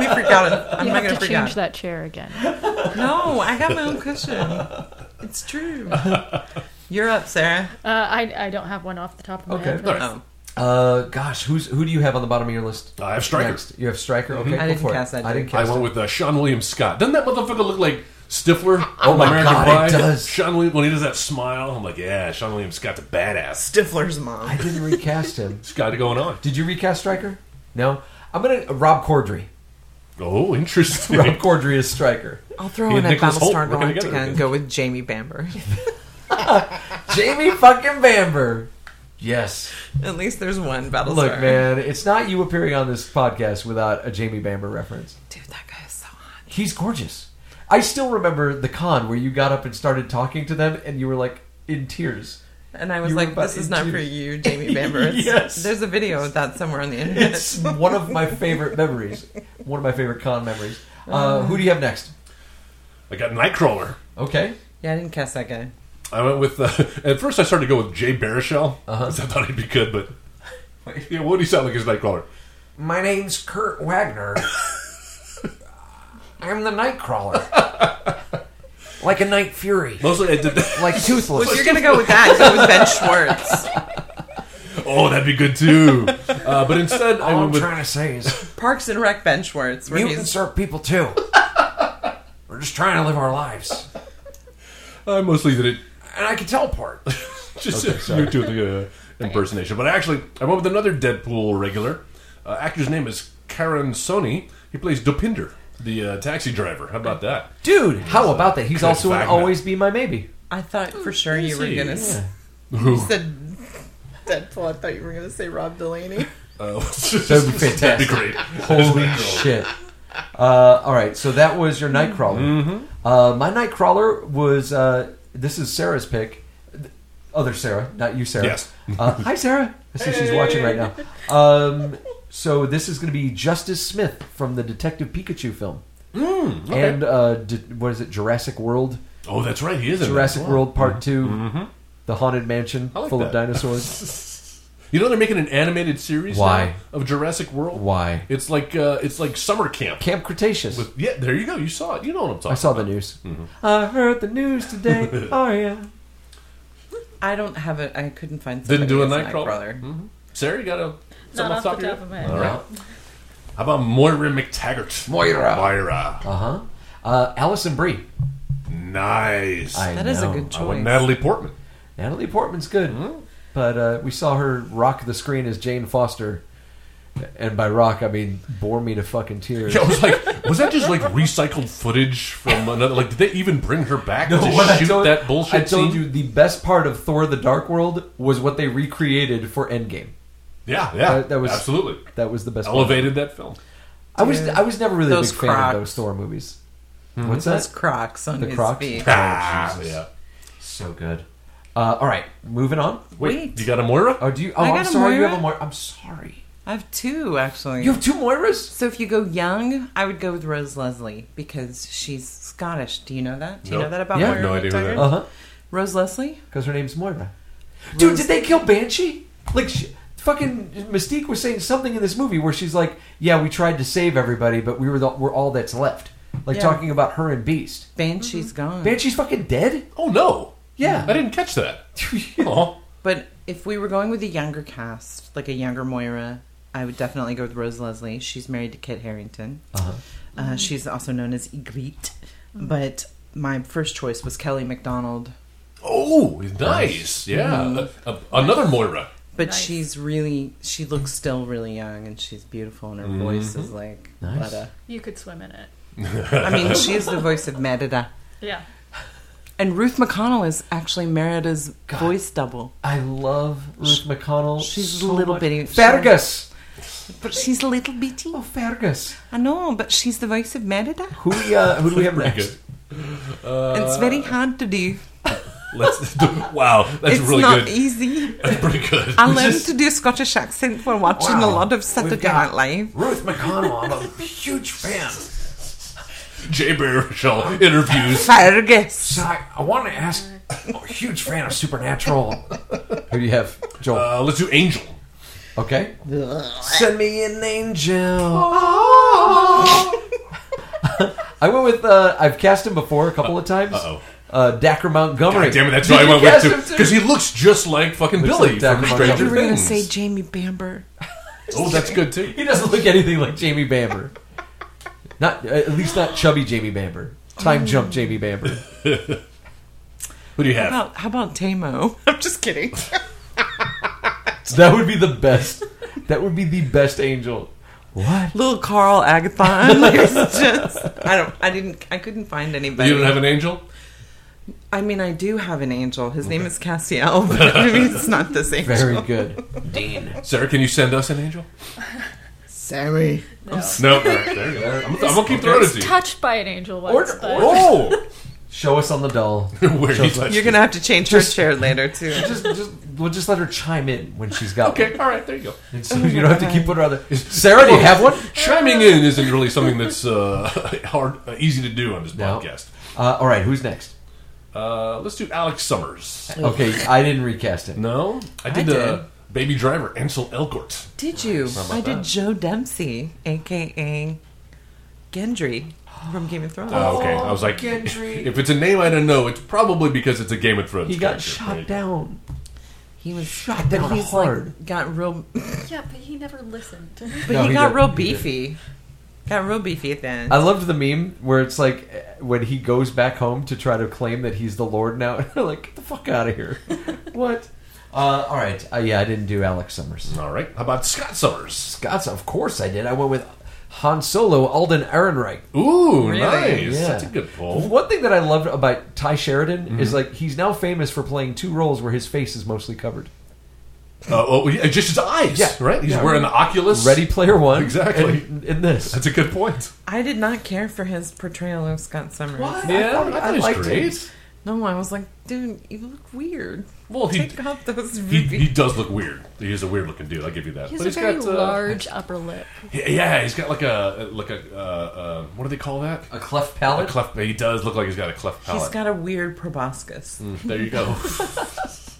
Speaker 5: me freak out. I'm
Speaker 6: You
Speaker 5: not
Speaker 6: have
Speaker 5: gonna
Speaker 6: to
Speaker 5: freak
Speaker 6: change
Speaker 5: out.
Speaker 6: that chair again. Uh,
Speaker 5: No, I got my own cushion. It's true. You're up, Sarah.
Speaker 6: Uh, I, I don't have one off the top of my
Speaker 3: Okay.
Speaker 6: head. but-
Speaker 4: Alright.
Speaker 5: Oh,
Speaker 3: Uh, gosh, who's who do you have on the bottom of your list?
Speaker 4: I have Stryker.
Speaker 3: Next, you have Striker. Okay,
Speaker 5: Mm-hmm. I
Speaker 3: go
Speaker 5: didn't
Speaker 3: for it.
Speaker 5: cast that,
Speaker 3: I
Speaker 5: dude.
Speaker 3: didn't
Speaker 4: I
Speaker 3: cast.
Speaker 4: went with uh, Sean William Scott. Doesn't that motherfucker look like Stifler?
Speaker 3: Oh my
Speaker 4: American
Speaker 3: God, it
Speaker 4: Pie?
Speaker 3: does.
Speaker 4: Sean William when he does that smile, I'm like, yeah, Sean William Scott's a badass.
Speaker 5: Stifler's mom.
Speaker 3: I
Speaker 5: *laughs*
Speaker 3: didn't recast him.
Speaker 4: He's got it going on.
Speaker 3: Did you recast Striker? No. I'm gonna Rob Corddry. *laughs*
Speaker 4: Oh, interesting.
Speaker 3: Rob Corddry is Striker.
Speaker 5: I'll throw
Speaker 4: He
Speaker 5: in
Speaker 4: and
Speaker 5: a
Speaker 4: Nicholas Holt
Speaker 5: Battlestar
Speaker 4: working
Speaker 5: Galactica
Speaker 4: together
Speaker 5: and
Speaker 4: again.
Speaker 5: go with Jamie Bamber.
Speaker 3: Jamie fucking Bamber. Yes.
Speaker 5: *laughs* At least there's one Battlestar.
Speaker 3: Look, man, it's not you appearing on this podcast without a Jamie Bamber reference.
Speaker 5: Dude, that guy is so hot.
Speaker 3: He's gorgeous. I still remember the con where you got up and started talking to them and you were like in tears.
Speaker 5: And I was
Speaker 3: You were
Speaker 5: like,
Speaker 3: about
Speaker 5: this is not
Speaker 3: to-
Speaker 5: for you, Jamie Bamber. It's-
Speaker 3: Yes.
Speaker 5: There's a video of that somewhere on the internet.
Speaker 3: It's one of my favorite memories. One of my favorite con memories. Uh, who do you have next?
Speaker 4: I got Nightcrawler.
Speaker 3: Okay.
Speaker 5: Yeah, I didn't cast that guy.
Speaker 4: I went with. Uh, *laughs* at first, I started to go with Jay Baruchel
Speaker 3: Uh-huh.
Speaker 4: because I thought he'd be good,
Speaker 3: *laughs*
Speaker 4: but yeah, what do you sound like as Nightcrawler?
Speaker 3: My name's Kurt *laughs* Wagner. I'm the Nightcrawler. like a Night Fury.
Speaker 4: Mostly, I did. *laughs* That.
Speaker 3: *laughs* Like Toothless.
Speaker 5: If you're going to go with that, go with Ben Schwartz.
Speaker 4: Oh, that'd be good too. Uh, but instead,
Speaker 3: Oh,
Speaker 4: I went with.
Speaker 3: to say is
Speaker 5: *laughs* Parks and Rec Ben Schwartz. Where he's,
Speaker 3: are people *laughs* too. We're just trying to live our lives.
Speaker 4: I mostly did it.
Speaker 3: And I can teleport.
Speaker 4: just new to the uh, impersonation. But actually, I went with another Deadpool regular. Uh, actor's name is Karen Sony. He plays Dupinder, the uh, taxi driver. How about that?
Speaker 3: Dude, how about that? He's
Speaker 4: Good
Speaker 3: also in
Speaker 4: fact.
Speaker 3: Always Be My Maybe.
Speaker 5: I thought for sure you were
Speaker 4: easy.
Speaker 5: gonna. s You said Deadpool. I thought you were gonna say Rob Delaney.
Speaker 4: Uh, *laughs*
Speaker 3: That would be
Speaker 4: that'd
Speaker 3: fantastic.
Speaker 4: be great. *laughs*
Speaker 3: Holy shit. Uh, all right, so that was your Nightcrawler.
Speaker 4: Mm-hmm.
Speaker 3: Uh, my Nightcrawler was uh, this is Sarah's pick. Other Sarah, not you, Sarah.
Speaker 4: Yes.
Speaker 3: Uh, hi, Sarah. I see she's watching right now. Um, so this is going to be Justice Smith from the Detective Pikachu film,
Speaker 4: Mm,
Speaker 3: and uh, d- what is it? Jurassic World,
Speaker 4: Oh, that's right. He is in that.
Speaker 3: Jurassic
Speaker 4: Wow.
Speaker 3: World Part 2 the Haunted Mansion
Speaker 4: Mm-hmm. I like
Speaker 3: full of
Speaker 4: that. *laughs*
Speaker 3: dinosaurs.
Speaker 4: You know they're making an animated series
Speaker 3: Why?
Speaker 4: now of Jurassic World.
Speaker 3: Why?
Speaker 4: It's like uh, it's like summer camp.
Speaker 3: Camp Cretaceous.
Speaker 4: With, yeah, there you go. You saw it. You know what I'm talking.
Speaker 3: I saw the
Speaker 4: about.
Speaker 3: news. I heard the news
Speaker 4: *laughs*
Speaker 3: today. oh yeah.
Speaker 5: I don't have it. I couldn't find.
Speaker 4: Didn't do a
Speaker 5: somebody as
Speaker 4: Nightcrawler?
Speaker 5: Nightcrawler.
Speaker 4: Sarah, you got a
Speaker 6: Not
Speaker 4: something
Speaker 6: off the top
Speaker 4: your
Speaker 6: of my
Speaker 4: head?
Speaker 6: head.
Speaker 4: All right. How about Moira McTaggart?
Speaker 3: Moira.
Speaker 4: Moira.
Speaker 3: Uh-huh. Uh Allison Brie.
Speaker 4: Nice.
Speaker 3: I
Speaker 5: That is a
Speaker 3: know.
Speaker 5: good choice.
Speaker 4: I went Natalie Portman.
Speaker 3: Natalie Portman's good,
Speaker 4: Hmm?
Speaker 3: but uh, we saw her rock the screen as Jane Foster, and by rock I mean bore me to fucking tears.
Speaker 4: Yeah,
Speaker 3: *laughs*
Speaker 4: I was like, was that just like recycled footage from another? Like, did they even bring her back
Speaker 3: No,
Speaker 4: to
Speaker 3: what I
Speaker 4: shoot
Speaker 3: told-
Speaker 4: that bullshit
Speaker 3: I told
Speaker 4: scene?
Speaker 3: you the best part of Thor: The Dark World was what they recreated for Endgame.
Speaker 4: yeah, yeah,
Speaker 3: That- that was-
Speaker 4: absolutely
Speaker 3: That was Oh, the best. part.
Speaker 4: elevated that film.
Speaker 3: I was I was never really
Speaker 5: Those
Speaker 3: a big fan
Speaker 5: Crocs.
Speaker 3: of those Thor movies. What's
Speaker 5: Those
Speaker 3: that?
Speaker 5: Crocs on
Speaker 3: The
Speaker 5: his
Speaker 3: Crocs?
Speaker 5: feet.
Speaker 4: Hmm. Ah, yeah.
Speaker 3: So good. Uh, all right, moving on.
Speaker 4: Wait,
Speaker 5: Wait.
Speaker 4: you got a Moira?
Speaker 3: Oh, do you? Oh,
Speaker 5: I got
Speaker 3: I'm
Speaker 5: a
Speaker 3: sorry. You
Speaker 5: Moira?
Speaker 3: have a Moira. I'm sorry.
Speaker 5: I have two actually.
Speaker 3: You have two Moiras.
Speaker 5: So if you go young, I would go with Rose Leslie because she's Scottish. Do you know that? Do you
Speaker 4: No.
Speaker 5: know that about
Speaker 3: Yeah. I
Speaker 5: Moira
Speaker 3: have
Speaker 4: no idea who
Speaker 5: McTaggart?
Speaker 4: that
Speaker 3: Uh huh.
Speaker 5: Rose Leslie?
Speaker 3: Because her name's Moira. Dude, did they kill Banshee? Like, she, fucking Mystique was saying something in this movie where she's like, "Yeah, we tried to save everybody, but we were the, we're all that's left." Like
Speaker 5: Yeah.
Speaker 3: talking about her and Beast.
Speaker 5: Banshee's gone.
Speaker 3: Banshee's fucking dead.
Speaker 4: Oh no.
Speaker 3: Yeah.
Speaker 4: I didn't
Speaker 3: *laughs*
Speaker 4: catch that. Oh,
Speaker 5: But if we were going with a younger cast, like a younger Moira, I would definitely go with Rose Leslie. She's married to Kit Harrington.
Speaker 4: Uh-huh.
Speaker 5: uh she's also known as Ygritte. But my first choice was Kelly MacDonald.
Speaker 4: oh, nice. Yeah,
Speaker 3: Mm.
Speaker 4: A- a- another Moira.
Speaker 5: But she's really, she looks still really young and she's beautiful and her
Speaker 4: Mm-hmm.
Speaker 5: voice is like
Speaker 3: Nice.
Speaker 5: Letta.
Speaker 6: You could swim in it.
Speaker 5: I mean, she's the voice of Merida.
Speaker 6: Yeah.
Speaker 5: And Ruth McConnell is actually Merida's voice double.
Speaker 3: I love Ruth McConnell.
Speaker 5: she's
Speaker 3: so
Speaker 5: a little
Speaker 3: much.
Speaker 5: bitty-
Speaker 3: Fergus.
Speaker 5: But she's a little bitty.
Speaker 3: Oh, Fergus.
Speaker 5: I know, but she's the voice of Merida.
Speaker 3: Who we uh, who do we have
Speaker 4: Pretty
Speaker 3: next?
Speaker 4: Uh,
Speaker 5: it's very hard to do.
Speaker 4: Let's. *laughs* wow, that's
Speaker 5: it's
Speaker 4: really
Speaker 5: not
Speaker 4: good.
Speaker 3: e-
Speaker 5: easy.
Speaker 4: That's pretty good.
Speaker 5: I learned to do a Scottish accent while watching
Speaker 3: Wow.
Speaker 5: a lot of
Speaker 3: We've
Speaker 5: Saturday
Speaker 3: got-
Speaker 5: Night Live.
Speaker 3: Ruth McConnell. I'm a huge fan.
Speaker 4: Jay Baruchel
Speaker 3: *laughs*
Speaker 4: interviews.
Speaker 5: Fergus.
Speaker 3: I, I want to ask. I'm a huge fan of Supernatural. who do you have, Joel?
Speaker 4: Uh, let's do Angel.
Speaker 3: Okay. Send me an angel. *laughs* I went with. Uh, I've cast him before a couple of times.
Speaker 4: uh-oh.
Speaker 3: Uh, Dacre Montgomery.
Speaker 4: God damn it, that's
Speaker 3: Did
Speaker 4: who I
Speaker 3: you
Speaker 4: went with
Speaker 3: cast
Speaker 4: too.
Speaker 3: him
Speaker 4: Because he looks just like fucking
Speaker 3: Looks
Speaker 4: Billy
Speaker 3: like
Speaker 4: from
Speaker 3: Dr.
Speaker 4: Stranger
Speaker 5: You were going to
Speaker 4: Things.
Speaker 5: say Jamie Bamber.
Speaker 4: oh, that's good too.
Speaker 3: He doesn't look anything like Jamie Bamber. Not at least not chubby Jamie Bamber. Time jump Jamie Bamber.
Speaker 4: Who do you
Speaker 5: How
Speaker 4: have?
Speaker 5: about, how about Tamo? *laughs* I'm
Speaker 4: *laughs*
Speaker 5: just kidding.
Speaker 3: That would be the best. That would be the best angel. What?
Speaker 5: Little Carl Agathon.
Speaker 4: *laughs*
Speaker 5: Like, it's just, I don't. I didn't. I couldn't find anybody.
Speaker 4: You don't have an angel?
Speaker 5: I mean, I do have an angel. His name is Cassiel, *laughs* but I mean, it's not the
Speaker 4: *laughs*
Speaker 5: same.
Speaker 3: Very good. Dean.
Speaker 4: Sarah, can you send us an angel?
Speaker 5: Sorry.
Speaker 4: No. All right, there you go. I'm, I'm gonna keep throwing it to you.
Speaker 6: Touched by an angel once.
Speaker 3: Or-
Speaker 6: but
Speaker 4: Oh,
Speaker 3: Show us on the doll.
Speaker 4: *laughs* where he touched
Speaker 5: You're going to have to change her chair
Speaker 4: *laughs*
Speaker 5: later,
Speaker 3: *laughs*
Speaker 5: too.
Speaker 3: Just, just, we'll just let her chime in when she's got
Speaker 4: Okay, all right, there you go.
Speaker 3: one. So *laughs* you don't have to keep putting her on the. *laughs* Sarah, do you have one?
Speaker 4: Chiming in isn't really something that's uh, *laughs* hard, uh, easy to do on this
Speaker 3: No.
Speaker 4: podcast.
Speaker 3: Uh, all right, who's next?
Speaker 4: Uh, let's do Alex Summers.
Speaker 3: Okay, I didn't recast it.
Speaker 4: No, I did, Uh, Baby Driver, Ansel Elgort.
Speaker 5: Did you? I did
Speaker 4: that?
Speaker 5: Joe Dempsey, aka Gendry from Game of Thrones.
Speaker 4: Oh, okay, I was like, *laughs* if it's a name I don't know, it's probably because it's a Game of Thrones.
Speaker 3: He got
Speaker 4: character.
Speaker 3: shot down.
Speaker 5: He was
Speaker 3: Shot down
Speaker 5: he's
Speaker 3: hard.
Speaker 5: like got real, but *laughs*
Speaker 6: Yeah, but he never listened.
Speaker 3: No,
Speaker 5: he,
Speaker 3: he
Speaker 5: got
Speaker 3: did- Uh,
Speaker 5: real
Speaker 3: he did.
Speaker 5: beefy. Got real beefy at the end.
Speaker 3: I loved the meme where it's like eh, when he goes back home to try to claim that he's the Lord now, *laughs* and they're like, get the fuck out of *laughs* here. what? Uh, all right. Uh, yeah, I didn't do Alex Summers.
Speaker 4: All right. How about Scott Summers?
Speaker 3: Scott's, of course I did. I went with Han Solo, Alden Ehrenreich.
Speaker 4: Ooh,
Speaker 5: Really?
Speaker 4: nice.
Speaker 3: Yeah.
Speaker 4: That's a good pull.
Speaker 3: One thing that I loved about Ty Sheridan is like he's now famous for playing two roles where his face is mostly covered.
Speaker 4: Uh, oh, yeah, just his eyes,
Speaker 3: Yeah.
Speaker 4: right? He's
Speaker 3: Yeah.
Speaker 4: wearing the Oculus.
Speaker 3: Ready Player One,
Speaker 4: Exactly.
Speaker 3: In, in this,
Speaker 4: That's a good point.
Speaker 5: I did not care for his portrayal of Scott Summers.
Speaker 4: Yeah, I
Speaker 3: thought-
Speaker 4: thought
Speaker 3: I
Speaker 4: it was
Speaker 3: liked it.
Speaker 4: great.
Speaker 5: No, I was like, dude, you look weird.
Speaker 4: Well, he-
Speaker 5: take off those
Speaker 4: He, he
Speaker 5: rubies.
Speaker 4: does look weird. He is a weird looking dude. I'll give you that.
Speaker 6: He
Speaker 4: but
Speaker 6: has a
Speaker 4: he's
Speaker 6: very
Speaker 4: got, uh,
Speaker 6: large upper lip.
Speaker 4: Yeah, he's got like a like a uh, uh, what do they call that?
Speaker 3: a cleft
Speaker 4: A
Speaker 3: palate.
Speaker 4: cleft. He does look like he's got a Mm. cleft palate.
Speaker 5: He's got a weird proboscis.
Speaker 4: there you go.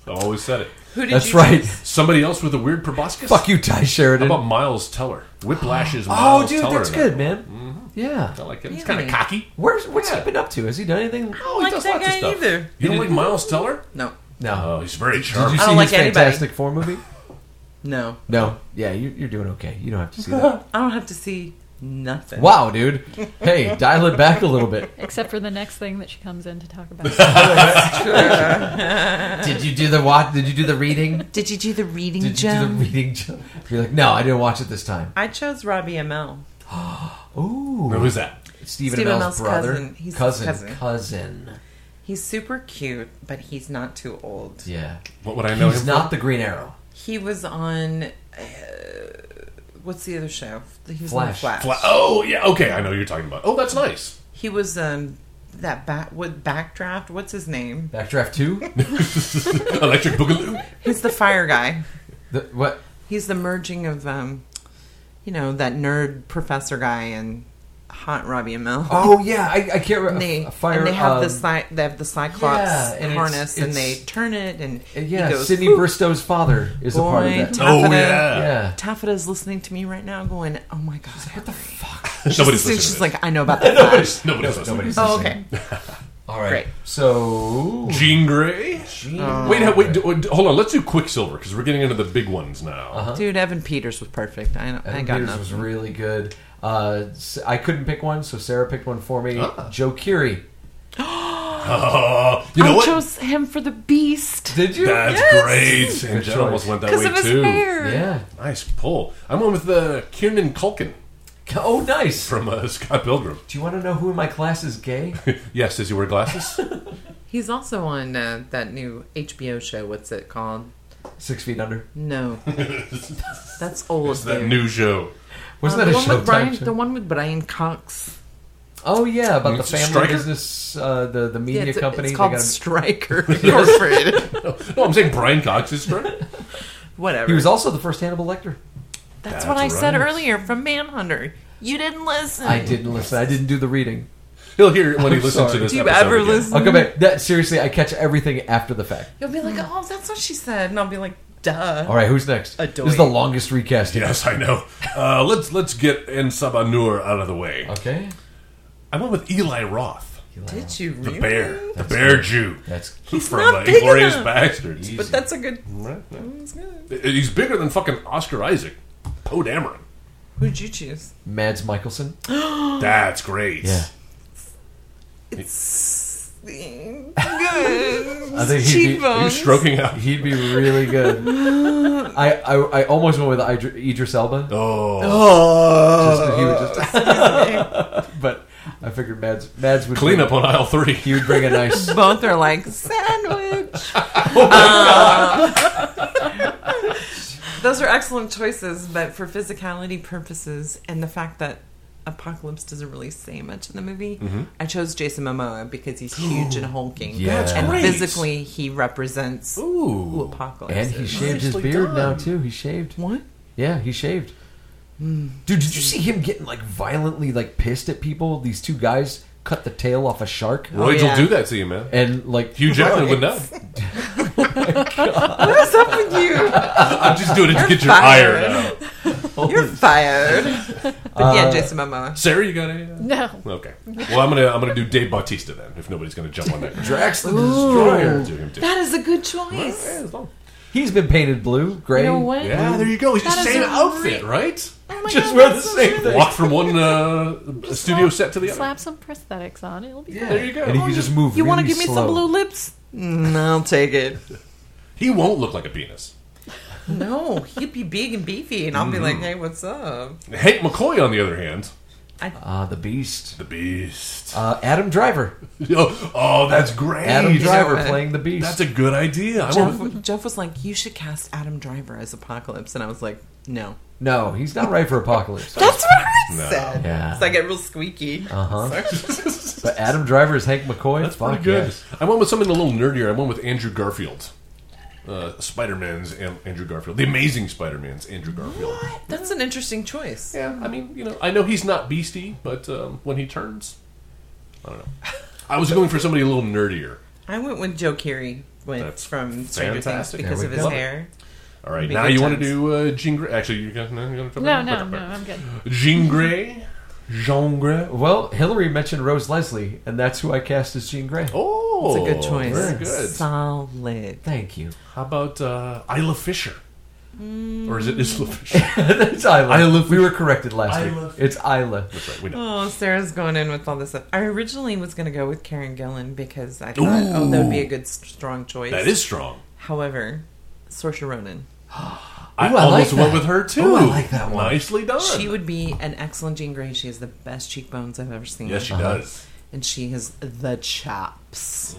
Speaker 4: I always said it.
Speaker 5: Who did
Speaker 3: That's
Speaker 5: you
Speaker 3: right.
Speaker 5: choose?
Speaker 4: Somebody else with a weird proboscis.
Speaker 3: Fuck you, Ty
Speaker 4: How
Speaker 3: Sheridan.
Speaker 4: about Miles Teller? Whiplash is
Speaker 3: *gasps*
Speaker 4: Miles
Speaker 3: Oh, dude,
Speaker 4: Teller
Speaker 3: that's
Speaker 4: now.
Speaker 3: good, man. Yeah.
Speaker 4: I like him. He's kind
Speaker 5: Really?
Speaker 4: of cocky.
Speaker 3: Where's what's
Speaker 4: Mm-hmm. Yeah.
Speaker 3: he been up to? Has he done anything?
Speaker 4: Oh, he
Speaker 5: like
Speaker 4: does
Speaker 5: that
Speaker 4: lots of
Speaker 5: guy
Speaker 4: stuff.
Speaker 5: either.
Speaker 4: You don't like Miles Teller?
Speaker 5: No,
Speaker 3: No.
Speaker 4: Oh, he's very
Speaker 3: Did you
Speaker 4: charming.
Speaker 3: see
Speaker 5: don't like
Speaker 3: his
Speaker 5: anybody.
Speaker 3: Fantastic Four
Speaker 4: *laughs*
Speaker 3: movie?
Speaker 5: no.
Speaker 3: No. Yeah, you, you're doing okay. You don't have to see
Speaker 4: *laughs*
Speaker 3: that.
Speaker 5: I don't have to see nothing.
Speaker 3: wow, dude. Hey, dial it back a little
Speaker 5: *laughs*
Speaker 3: bit.
Speaker 6: Except for the next thing that she comes in to talk about.
Speaker 4: *laughs*
Speaker 3: Did you do the watch? Did you do the reading?
Speaker 5: Did you do the reading,
Speaker 3: Did you do the
Speaker 5: Jim?
Speaker 3: reading? *laughs* Jim? You're like, no, I didn't watch it this time.
Speaker 5: I chose Robbie ML.
Speaker 3: Ooh,
Speaker 4: Who's that?
Speaker 3: Stephen
Speaker 5: Stephen
Speaker 3: Amell's
Speaker 5: Amell's
Speaker 3: brother,
Speaker 5: cousin. He's his
Speaker 3: cousin,
Speaker 5: cousin.
Speaker 3: cousin.
Speaker 5: He's super cute, but he's not too old.
Speaker 3: Yeah,
Speaker 4: What would I know
Speaker 3: he's
Speaker 4: him
Speaker 3: not the Green Arrow.
Speaker 5: He was on. Uh, what's the other show? He was
Speaker 3: Flash.
Speaker 5: on Flash.
Speaker 4: for? Fla- oh, yeah. Okay, I know who you're talking about. Oh, that's nice.
Speaker 5: He was um that bat what backdraft. What's his name?
Speaker 3: Backdraft Two. *laughs*
Speaker 4: Electric Boogaloo.
Speaker 5: He's the fire guy.
Speaker 3: The, what?
Speaker 5: He's the merging of um, you know that nerd professor guy and hot Robbie Amell.
Speaker 3: Oh yeah, I, I can't remember.
Speaker 5: And they,
Speaker 3: A fire.
Speaker 5: and they have the
Speaker 3: um,
Speaker 5: cy- they have the Cyclops
Speaker 3: Yeah, and it's-
Speaker 5: harness, and they
Speaker 3: it's-
Speaker 5: turn it, and
Speaker 3: Yeah,
Speaker 5: he goes,
Speaker 3: Sidney
Speaker 5: "Whew,
Speaker 3: Bristow's father is a part of
Speaker 5: boy,
Speaker 3: that.
Speaker 5: Taffeta,
Speaker 4: Oh, yeah.
Speaker 3: Yeah.
Speaker 5: Taffeta's listening to me right now, going, "Oh my god, what the fuck?"
Speaker 4: Nobody's listening. to
Speaker 5: She's just
Speaker 4: this.
Speaker 5: like, "I
Speaker 4: *laughs*
Speaker 5: know about that." Flash."
Speaker 4: Nobody's listening.
Speaker 3: *laughs* Nobody's
Speaker 5: Oh,
Speaker 3: listening.
Speaker 5: okay.
Speaker 3: All right.
Speaker 5: Great.
Speaker 3: So
Speaker 4: Jean Grey. wait, wait, d- wait, d- hold on. Let's do Quicksilver because we're getting into the big ones now.
Speaker 3: Uh-huh.
Speaker 5: Dude, Evan Peters was perfect. I, I
Speaker 3: Evan
Speaker 5: got
Speaker 3: Peters
Speaker 5: nothing.
Speaker 3: was really good. Uh, S- I couldn't pick one, so Sarah picked one for me. Joe Curie.
Speaker 4: Oh, you know
Speaker 5: I
Speaker 4: what?
Speaker 5: chose him for the Beast
Speaker 3: Did you?
Speaker 4: That's
Speaker 3: Yes!
Speaker 4: great. And
Speaker 3: Good
Speaker 4: Jen
Speaker 3: choice.
Speaker 4: almost went that
Speaker 5: because
Speaker 4: way
Speaker 5: of his
Speaker 4: too.
Speaker 5: hair.
Speaker 3: Yeah.
Speaker 4: Nice pull. I'm on with uh, Kieran Culkin
Speaker 3: Oh, nice.
Speaker 4: from uh, Scott Pilgrim.
Speaker 3: Do you want to know who in my class is gay?
Speaker 4: *laughs* Yes, does he
Speaker 3: *laughs*
Speaker 4: wear glasses?
Speaker 5: He's also on uh, that new HBO show. What's it called?
Speaker 3: Six Feet Under.
Speaker 4: *laughs*
Speaker 5: No, that's old.
Speaker 4: that
Speaker 5: dude.
Speaker 4: new show.
Speaker 3: Wasn't
Speaker 5: Uh,
Speaker 3: that
Speaker 5: the
Speaker 3: a
Speaker 5: one
Speaker 3: show?
Speaker 5: with Brian, The one with Brian Cox.
Speaker 3: Oh yeah, about the
Speaker 4: It's a
Speaker 3: family
Speaker 4: Stryker?
Speaker 3: business, uh, the the media
Speaker 5: Yeah, it's,
Speaker 3: company.
Speaker 5: it's called
Speaker 3: they got him-
Speaker 5: Striker
Speaker 3: *laughs*
Speaker 5: Incorporated.
Speaker 4: No, I'm saying Brian Cox is correct.
Speaker 5: Whatever.
Speaker 3: he was also the first Hannibal Lecter.
Speaker 5: that's, what I
Speaker 4: That's
Speaker 5: said
Speaker 4: right.
Speaker 5: earlier from Manhunter. You didn't listen.
Speaker 3: I didn't listen. I didn't do the reading.
Speaker 4: He'll hear it when he
Speaker 3: I'm
Speaker 4: listens to
Speaker 3: sorry.
Speaker 4: this.
Speaker 5: Do you
Speaker 4: episode
Speaker 5: ever
Speaker 4: again.
Speaker 5: listen?
Speaker 3: I'll go back. That seriously, I catch everything after the fact.
Speaker 5: You'll be like, oh, that's what she said, and I'll be like, duh.
Speaker 3: All right, who's next?
Speaker 5: Adoy.
Speaker 3: This is the longest recast. yet.
Speaker 4: Yes, I know. Uh, let's let's get En Sabanur out of the way.
Speaker 3: Okay.
Speaker 4: I went with Eli Roth,
Speaker 5: Did you
Speaker 4: the
Speaker 5: really?
Speaker 4: bear, the bear Jew
Speaker 3: That's
Speaker 5: He's
Speaker 4: from
Speaker 5: not
Speaker 4: uh,
Speaker 5: big
Speaker 4: Inglorious
Speaker 5: enough.
Speaker 4: Bastards. uh,
Speaker 5: But that's a good. That's good.
Speaker 4: He's bigger than fucking Oscar Isaac. Poe Dameron.
Speaker 5: *gasps* Who'd you choose?
Speaker 3: Mads Mikkelsen.
Speaker 4: That's great.
Speaker 3: Yeah.
Speaker 5: It's good.
Speaker 3: I think he'd be,
Speaker 4: Are you
Speaker 5: Cheekbones.
Speaker 4: stroking out?
Speaker 3: he'd be really good. I, I I almost went with Idr- Idris Elba.
Speaker 4: Oh,
Speaker 3: Just 'cause he would just, *laughs* but I figured Mads Mads would
Speaker 4: clean
Speaker 3: bring-
Speaker 4: up on aisle three.
Speaker 3: He would bring a nice.
Speaker 5: Both are like sandwich.
Speaker 3: *laughs* Oh
Speaker 5: Uh, those are excellent choices, but for physicality purposes and the fact that Apocalypse doesn't really say much in the movie, I chose Jason Momoa because he's huge and hulking,
Speaker 3: Mm-hmm. Yeah. That's
Speaker 5: and
Speaker 4: great.
Speaker 5: physically he represents who
Speaker 4: Ooh.
Speaker 5: Apocalypse
Speaker 3: And he
Speaker 5: is.
Speaker 3: shaved his
Speaker 4: Nicely
Speaker 3: beard
Speaker 4: done.
Speaker 3: now too. He shaved.
Speaker 5: What?
Speaker 3: Yeah, he shaved. Dude, did you see him getting like violently like pissed at people? These two guys cut the tail off a shark
Speaker 4: Roids
Speaker 5: yeah.
Speaker 4: will do that to you, man.
Speaker 3: and like
Speaker 4: Hugh Jackman would know.
Speaker 5: What is up with you?
Speaker 4: I'm just doing it to get your ire
Speaker 5: fired.
Speaker 4: out.
Speaker 5: You're
Speaker 3: *laughs*
Speaker 5: fired. But
Speaker 3: Uh,
Speaker 5: yeah, Jason Momoa.
Speaker 4: Sarah, you got any?
Speaker 6: no.
Speaker 4: Okay. Well, I'm gonna I'm gonna do Dave Bautista then. If nobody's gonna jump on that,
Speaker 3: Drax the Destroyer.
Speaker 4: do him too.
Speaker 5: That is a good choice.
Speaker 3: He's been painted blue, gray.
Speaker 6: You know what?
Speaker 4: Yeah, Ah, there you go. He's
Speaker 6: That
Speaker 4: the
Speaker 6: is
Speaker 4: same
Speaker 6: a
Speaker 4: outfit, right?
Speaker 5: Oh my
Speaker 3: just
Speaker 5: God,
Speaker 3: wear the
Speaker 5: that's so
Speaker 3: same
Speaker 5: true.
Speaker 3: thing.
Speaker 4: Walk from one uh, studio
Speaker 6: slap,
Speaker 4: set to the other.
Speaker 6: Slap some prosthetics on. It'll be
Speaker 3: Yeah.
Speaker 6: fine.
Speaker 4: There you go.
Speaker 3: And he can just move.
Speaker 5: You
Speaker 3: want
Speaker 5: want to give me some blue lips? Mm, I'll take it.
Speaker 4: He won't look like a penis.
Speaker 5: No, he'd be big and beefy, and I'll be like, hey, what's up?
Speaker 4: Hank McCoy, on the other hand,
Speaker 3: Ah, the Beast.
Speaker 4: the Beast.
Speaker 3: Uh, Adam Driver.
Speaker 4: oh, *laughs* oh, that's great.
Speaker 3: Adam Driver
Speaker 5: what?
Speaker 3: playing the Beast.
Speaker 4: That's a good idea. I want,
Speaker 5: Jeff, Jeff was like, you should cast Adam Driver as Apocalypse. And I was like, no.
Speaker 3: no, he's not right for
Speaker 4: *laughs*
Speaker 3: Apocalypse.
Speaker 5: That's what I
Speaker 4: No.
Speaker 5: said.
Speaker 3: Yeah.
Speaker 5: So I get real squeaky.
Speaker 3: Uh huh. but Adam Driver is Hank McCoy.
Speaker 4: that's
Speaker 3: Fuck
Speaker 4: pretty good.
Speaker 3: yes.
Speaker 4: I went with something a little nerdier. I went with Andrew Garfield. Uh, Spider Man's Andrew Garfield. The amazing Spider Man's Andrew Garfield.
Speaker 5: That's an interesting choice.
Speaker 4: Yeah, I mean, you know, I know he's not beastie, but um, when he turns, I don't know.
Speaker 6: *laughs*
Speaker 4: I was going for somebody a little nerdier.
Speaker 5: I went with Joe Keery with,
Speaker 4: That's
Speaker 5: from Stranger
Speaker 4: fantastic.
Speaker 5: Things because
Speaker 3: There
Speaker 5: of
Speaker 3: we
Speaker 5: his
Speaker 3: go.
Speaker 5: hair.
Speaker 4: All right,
Speaker 5: Be
Speaker 4: now
Speaker 5: good
Speaker 4: you want to
Speaker 5: times.
Speaker 4: do uh, Jean Grey. Actually, you're gonna, no, you're gonna
Speaker 6: No, no, no. I'm good.
Speaker 4: Jean Grey, Jean Grey.
Speaker 3: Well, Hillary mentioned Rose Leslie, and that's who I cast as Jean Grey.
Speaker 4: Oh,
Speaker 5: It's a good choice.
Speaker 4: Very good.
Speaker 5: Solid.
Speaker 3: Thank you. *laughs*
Speaker 4: How about uh, Isla Fisher? Or is it
Speaker 6: Mm.
Speaker 4: Isla Fisher?
Speaker 3: it's Isla.
Speaker 4: Isla
Speaker 3: We were corrected last
Speaker 4: Isla.
Speaker 3: week. It's Isla.
Speaker 4: That's right. We
Speaker 6: *laughs*
Speaker 4: know.
Speaker 5: Oh, Sarah's going in with all this stuff. I originally was going to go with Karen Gillan because I thought, oh, that would be a good, s- strong choice.
Speaker 4: That is strong.
Speaker 5: However, Saoirse Ronan.
Speaker 4: I,
Speaker 3: Ooh, I like
Speaker 4: almost went
Speaker 3: that.
Speaker 4: with her too.
Speaker 3: Ooh, I like that one.
Speaker 4: Nicely done.
Speaker 5: She would be an excellent Jean Grey. She has the best cheekbones I've ever seen.
Speaker 4: yes, she does.
Speaker 5: And she has the chops.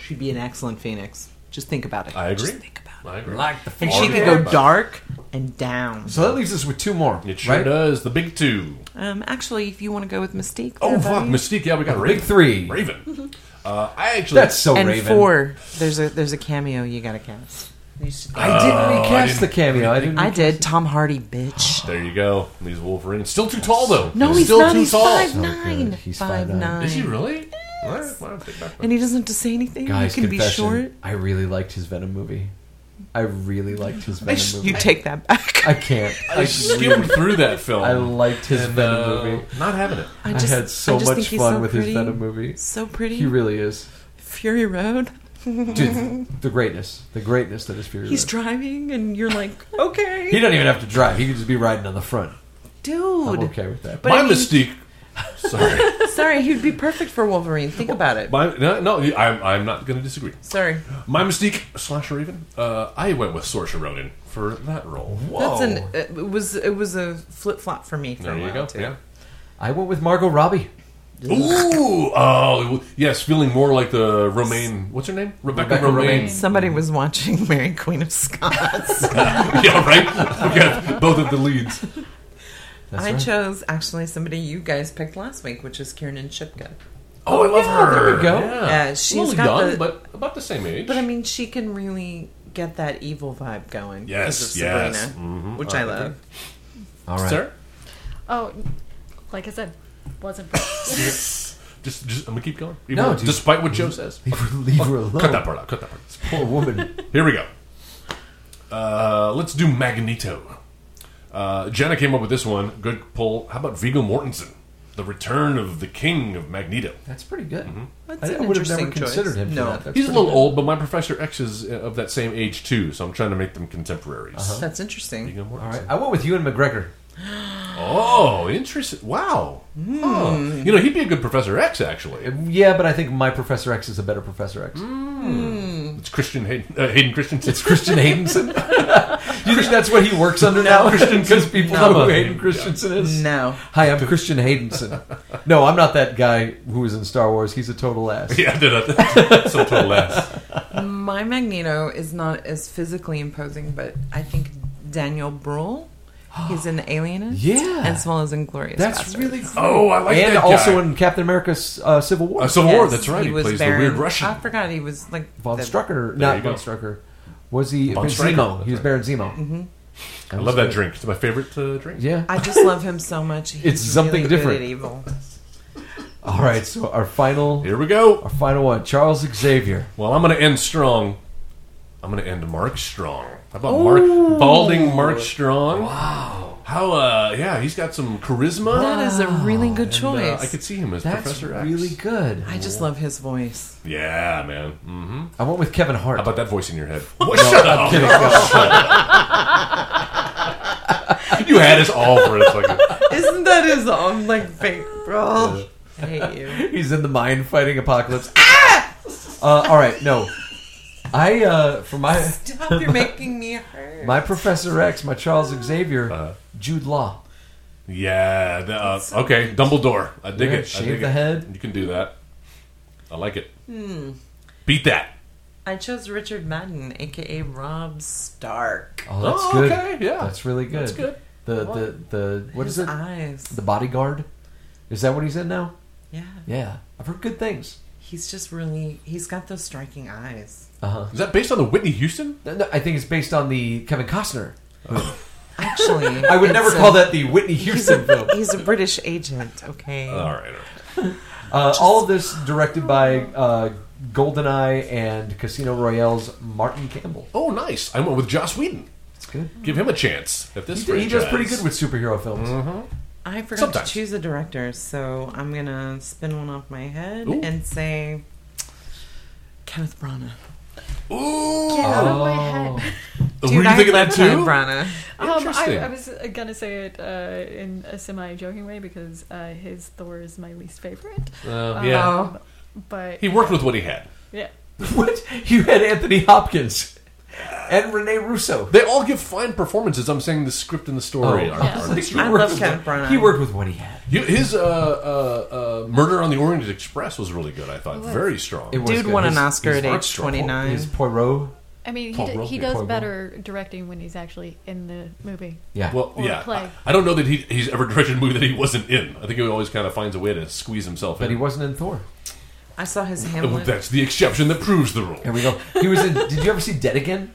Speaker 5: She'd be an excellent Phoenix. Just think about it.
Speaker 4: Mm-hmm. I agree.
Speaker 5: Just think about it.
Speaker 4: I agree.
Speaker 3: Like the
Speaker 5: And she could go dark and down.
Speaker 3: So that leaves us with two more.
Speaker 4: It sure
Speaker 3: right?
Speaker 4: does. The big two.
Speaker 5: Um, actually, if you want to go with Mystique, uh,
Speaker 4: Oh
Speaker 5: there,
Speaker 4: fuck,
Speaker 5: buddy.
Speaker 4: Mystique. Yeah, we got
Speaker 3: The
Speaker 4: Raven.
Speaker 3: big three.
Speaker 4: Raven. Uh, I actually.
Speaker 3: That's so
Speaker 5: and
Speaker 3: Raven.
Speaker 5: four. There's a there's a cameo you gotta cast. You should-
Speaker 3: Uh, I didn't recast
Speaker 4: didn't-
Speaker 3: the cameo. I didn't.
Speaker 5: I did Tom Hardy, bitch.
Speaker 4: There you go. Lee's Wolverine. Still too tall though.
Speaker 5: No, he's
Speaker 4: Oh, still
Speaker 5: not.
Speaker 4: Too
Speaker 5: He's
Speaker 4: tall.
Speaker 5: five nine.
Speaker 3: good. He's
Speaker 5: five
Speaker 3: 5'9".
Speaker 5: nine.
Speaker 4: Is he really? All right, well, I'll take that back.
Speaker 5: And he doesn't have to say anything.
Speaker 3: Guys,
Speaker 5: he can
Speaker 3: confession.
Speaker 5: be short.
Speaker 3: I really liked his Venom movie. I really liked his
Speaker 5: I
Speaker 3: Venom *laughs*
Speaker 5: sh-
Speaker 3: movie.
Speaker 5: *laughs* you take that back.
Speaker 3: I can't. I,
Speaker 4: I skimmed through that film.
Speaker 3: I liked his
Speaker 4: And,
Speaker 3: Venom
Speaker 4: uh,
Speaker 3: movie.
Speaker 4: Not having it.
Speaker 3: I, had so
Speaker 5: just think
Speaker 3: much
Speaker 5: he's
Speaker 3: fun
Speaker 5: so
Speaker 3: with
Speaker 5: pretty.
Speaker 3: his Venom movie.
Speaker 5: So pretty.
Speaker 3: He really is.
Speaker 5: Fury Road.
Speaker 3: Dude,
Speaker 5: *laughs*
Speaker 3: the greatness. The greatness that is Fury
Speaker 5: He's
Speaker 3: Road.
Speaker 5: driving, and you're like, *laughs* okay,
Speaker 3: He doesn't even have to drive. He could just be riding on the front.
Speaker 5: dude.
Speaker 3: I'm okay with that.
Speaker 5: But
Speaker 4: my
Speaker 5: I mean-
Speaker 4: Mystique. Sorry.
Speaker 3: Oh.
Speaker 5: *laughs* Sorry, he'd be perfect for Wolverine. Think about it.
Speaker 4: My, no, no I'm, I'm not going to disagree.
Speaker 5: Sorry,
Speaker 4: My Mystique slash Raven. Uh, I went with Saoirse Ronan for that role.
Speaker 5: that's
Speaker 3: Oh.
Speaker 5: an. It was it was a flip flop for me. For
Speaker 4: There
Speaker 5: a
Speaker 4: you
Speaker 5: while,
Speaker 4: go.
Speaker 5: Too.
Speaker 4: Yeah.
Speaker 3: I went with Margot Robbie.
Speaker 4: Ooh. Oh, yes. Feeling more like the Romaine. What's her name? Rebecca,
Speaker 3: Rebecca
Speaker 4: Romaine.
Speaker 5: Somebody was watching *laughs* Mary Queen
Speaker 3: *laughs*
Speaker 5: of Scots.
Speaker 4: *laughs* yeah. Right. We got both of the leads.
Speaker 3: That's
Speaker 5: I
Speaker 3: right.
Speaker 5: chose actually somebody you guys picked last week, which is Kiernan Shipka.
Speaker 4: Oh, I love her.
Speaker 3: there we go.
Speaker 5: Yeah,
Speaker 4: a
Speaker 5: she's
Speaker 4: little
Speaker 5: got
Speaker 4: young,
Speaker 5: the-
Speaker 4: but about the same age.
Speaker 5: But I mean, she can really get that evil vibe going.
Speaker 4: Yes,
Speaker 5: 'cause of
Speaker 4: yes.
Speaker 5: Sabrina,
Speaker 3: Mm-hmm.
Speaker 5: which I love.
Speaker 3: All right.
Speaker 4: Sarah?
Speaker 6: Oh, like I said,
Speaker 4: *laughs*
Speaker 6: wasn't. *laughs*
Speaker 4: Just, just, I'm gonna keep going.
Speaker 3: No,
Speaker 4: though-
Speaker 3: dude.
Speaker 4: despite what Joe says.
Speaker 3: Leave her, *laughs* leave her alone.
Speaker 4: Cut that part out. Cut that part.
Speaker 3: Poor *laughs* woman.
Speaker 4: Here we go. Uh, let's do Magneto. Uh, Jenna came up with this one. Good pull. How about Vigo Mortensen? The return of the king of Magneto.
Speaker 3: That's pretty good.
Speaker 4: Mm-hmm.
Speaker 5: That's
Speaker 3: I,
Speaker 5: an
Speaker 3: I would have never
Speaker 5: interesting choice.
Speaker 3: considered him.
Speaker 5: No.
Speaker 3: for that. That's
Speaker 4: He's a
Speaker 3: pretty
Speaker 4: little
Speaker 3: good.
Speaker 4: old, but my Professor X is uh, of that same age too, so I'm trying to make them contemporaries.
Speaker 3: Uh-huh.
Speaker 5: That's interesting.
Speaker 4: Viggo Mortensen.
Speaker 3: All right. I went with you and McGregor.
Speaker 4: Oh, interesting. Wow. Huh. You know, he'd be a good Professor X, actually.
Speaker 3: Yeah, but I think my Professor X is a better Professor X.
Speaker 4: Mm. It's Christian Hayden, uh, Hayden Christensen.
Speaker 3: It's Christian Haydenson. you think that's what he works under now, Christian? *laughs* Because people
Speaker 4: No.
Speaker 3: know who Hayden Christensen is.
Speaker 5: No.
Speaker 3: Hi, I'm Christian Haydenson. No, I'm not that guy who was in Star Wars. He's a total ass.
Speaker 4: *laughs* yeah, no, no, that's so total ass.
Speaker 5: My Magneto is not as physically imposing, but I think Daniel Bruhl, he's an alienist.
Speaker 3: Yeah.
Speaker 5: As well as Inglorious
Speaker 3: That's
Speaker 5: Bastards.
Speaker 3: really cool.
Speaker 4: Oh, I like
Speaker 3: and
Speaker 4: that
Speaker 3: also
Speaker 4: guy.
Speaker 3: in Captain America's uh, Civil War.
Speaker 4: Uh, Civil War.
Speaker 5: Yes,
Speaker 4: That's right. He,
Speaker 5: was
Speaker 4: plays
Speaker 5: Baron-
Speaker 4: the weird Russian.
Speaker 5: I forgot he was like
Speaker 3: Von
Speaker 5: the-
Speaker 3: Strucker,
Speaker 4: you
Speaker 3: not
Speaker 4: go.
Speaker 3: Von Strucker. Was he
Speaker 4: Von Strucker,
Speaker 3: Zemo?
Speaker 4: that's
Speaker 3: He was
Speaker 4: right.
Speaker 3: Baron Zemo.
Speaker 4: I love that drink. It's my favorite uh, drink.
Speaker 3: Yeah.
Speaker 5: I just love him so much. He's
Speaker 3: It's something
Speaker 5: really good
Speaker 3: different.
Speaker 5: at evil.
Speaker 3: All right. So our final,
Speaker 4: Here we go.
Speaker 3: our final one, Charles Xavier.
Speaker 4: Well, I'm going to end strong. I'm going to end Mark Strong. How about Mark balding Mark Strong? Wow. How? uh Yeah, he's got some charisma.
Speaker 5: That is a really good
Speaker 4: And, uh,
Speaker 5: choice.
Speaker 4: I could see him as
Speaker 3: That's
Speaker 4: Professor X.
Speaker 3: really good.
Speaker 5: I just love his voice. *laughs*
Speaker 4: Yeah, man. Mm-hmm.
Speaker 3: I went with Kevin Hart. *laughs*
Speaker 4: How *laughs* about that voice in your head? What? Shut up.
Speaker 3: Kidding, no.
Speaker 4: You had us all for a second.
Speaker 5: Isn't that his own like fake bro? I hate you.
Speaker 3: *laughs* He's in the mine fighting apocalypse. Ah! Uh, all right, no. I uh, for my
Speaker 5: Stop! You're making me hurt.
Speaker 3: my Professor X, my Charles Xavier, Jude Law.
Speaker 4: Yeah. the- uh, okay. Dumbledore. I dig
Speaker 3: Yeah,
Speaker 4: it. I
Speaker 3: shave
Speaker 4: dig
Speaker 3: the
Speaker 4: it.
Speaker 3: head. Hmm.
Speaker 4: You can do that. I like it. Beat that.
Speaker 5: I chose Richard Madden, aka Rob Stark.
Speaker 3: Oh, that's
Speaker 4: Oh,
Speaker 3: good.
Speaker 4: okay, yeah.
Speaker 3: that's really good.
Speaker 4: That's good.
Speaker 3: The the the what is
Speaker 5: His
Speaker 3: it?
Speaker 5: eyes.
Speaker 3: The bodyguard. Is that what he's in now?
Speaker 5: yeah,
Speaker 3: Yeah, I've heard good things.
Speaker 5: he's just really. He's got those striking eyes.
Speaker 3: Uh huh.
Speaker 4: Is that based on the Whitney Houston?
Speaker 3: No, no, I think it's based on the Kevin Costner.
Speaker 4: *laughs*
Speaker 5: Actually,
Speaker 3: I would
Speaker 5: it's
Speaker 3: never
Speaker 5: a-
Speaker 3: call that the Whitney
Speaker 5: He's
Speaker 3: Houston film.
Speaker 5: a, *laughs* he's a British agent. Okay.
Speaker 4: All right. All right.
Speaker 3: Uh, all of this directed by uh, GoldenEye and Casino Royale's Martin Campbell.
Speaker 4: Oh, nice. I went with Joss Whedon.
Speaker 3: It's good.
Speaker 4: Give him a chance. If this
Speaker 3: He does
Speaker 4: franchise-
Speaker 3: pretty good with superhero films.
Speaker 5: I forgot
Speaker 4: Sometimes.
Speaker 5: to choose a director, so I'm gonna spin one off my head
Speaker 4: Ooh.
Speaker 5: and say Kenneth Branagh.
Speaker 4: Ooh.
Speaker 3: Oh.
Speaker 6: Get out of my head.
Speaker 4: Were you
Speaker 5: I
Speaker 4: thinking
Speaker 5: love
Speaker 4: that
Speaker 5: Kenneth
Speaker 4: too?
Speaker 5: Branagh.
Speaker 6: *laughs* Um, I,
Speaker 4: Oh, Interesting.
Speaker 6: I was gonna say it uh, in a semi-joking way because uh, his Thor is my least favorite.
Speaker 4: Uh,
Speaker 3: Um,
Speaker 4: yeah.
Speaker 5: Oh,
Speaker 6: But
Speaker 4: He worked with what he had.
Speaker 6: yeah,
Speaker 3: *laughs* What? You had Anthony Hopkins and Rene Russo.
Speaker 4: They all give fine performances. I'm saying the script and the story.
Speaker 3: Oh,
Speaker 4: are-
Speaker 6: yeah.
Speaker 4: are-
Speaker 3: *laughs* Like, he
Speaker 5: I
Speaker 3: worked
Speaker 5: love
Speaker 3: with
Speaker 5: Kenneth
Speaker 3: what-
Speaker 5: Branagh.
Speaker 3: He worked with what he had.
Speaker 4: You- His uh, uh, uh, Murder on the Orient Express was really good. I thought very strong.
Speaker 3: It was
Speaker 5: dude
Speaker 3: good.
Speaker 5: won an
Speaker 3: His-
Speaker 5: Oscar
Speaker 4: his
Speaker 5: at
Speaker 4: art
Speaker 5: age
Speaker 4: struggle
Speaker 5: 29.
Speaker 3: His Poirot.
Speaker 6: I mean he,
Speaker 4: Paul
Speaker 6: d- he
Speaker 4: Robeson.
Speaker 6: does
Speaker 3: Paul
Speaker 6: better directing when he's actually in the movie.
Speaker 3: Yeah.
Speaker 4: well,
Speaker 6: or
Speaker 4: yeah.
Speaker 6: play.
Speaker 4: I, I don't know that he, he's ever directed a movie that he wasn't in. I think he always kind of finds a way to squeeze himself
Speaker 3: but he
Speaker 4: in.
Speaker 3: wasn't in Thor.
Speaker 5: I saw his
Speaker 4: Well,
Speaker 5: Hamlet.
Speaker 4: That's the exception Oh, that proves the rule.
Speaker 3: There we go. He was in. *laughs* did you ever see Dead Again?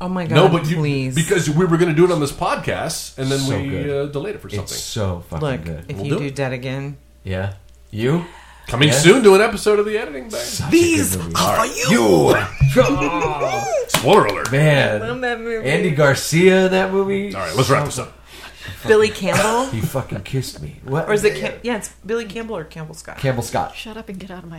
Speaker 5: Oh my god!
Speaker 4: No, but you
Speaker 5: please
Speaker 4: because we were going to do it on this podcast, and then
Speaker 3: So
Speaker 4: we
Speaker 3: good.
Speaker 4: uh, delayed it for something.
Speaker 3: It's so fucking
Speaker 5: look,
Speaker 3: good.
Speaker 5: if
Speaker 4: We'll
Speaker 5: you
Speaker 4: do
Speaker 5: do
Speaker 4: it.
Speaker 5: dead *laughs* again,
Speaker 3: Yeah. You?
Speaker 4: Coming
Speaker 3: Yes.
Speaker 4: soon to an episode of the editing bay.
Speaker 3: These
Speaker 4: You *laughs* spoiler alert.
Speaker 3: man.
Speaker 5: that movie.
Speaker 3: Andy Garcia in that movie.
Speaker 4: All right, let's wrap this up.
Speaker 5: *laughs* Billy Campbell,
Speaker 4: *laughs*
Speaker 3: He fucking kissed me. What?
Speaker 5: or is it? Cam- yeah, it's Billy Campbell or Campbell Scott.
Speaker 3: Campbell Scott?
Speaker 6: Shut up and get out of my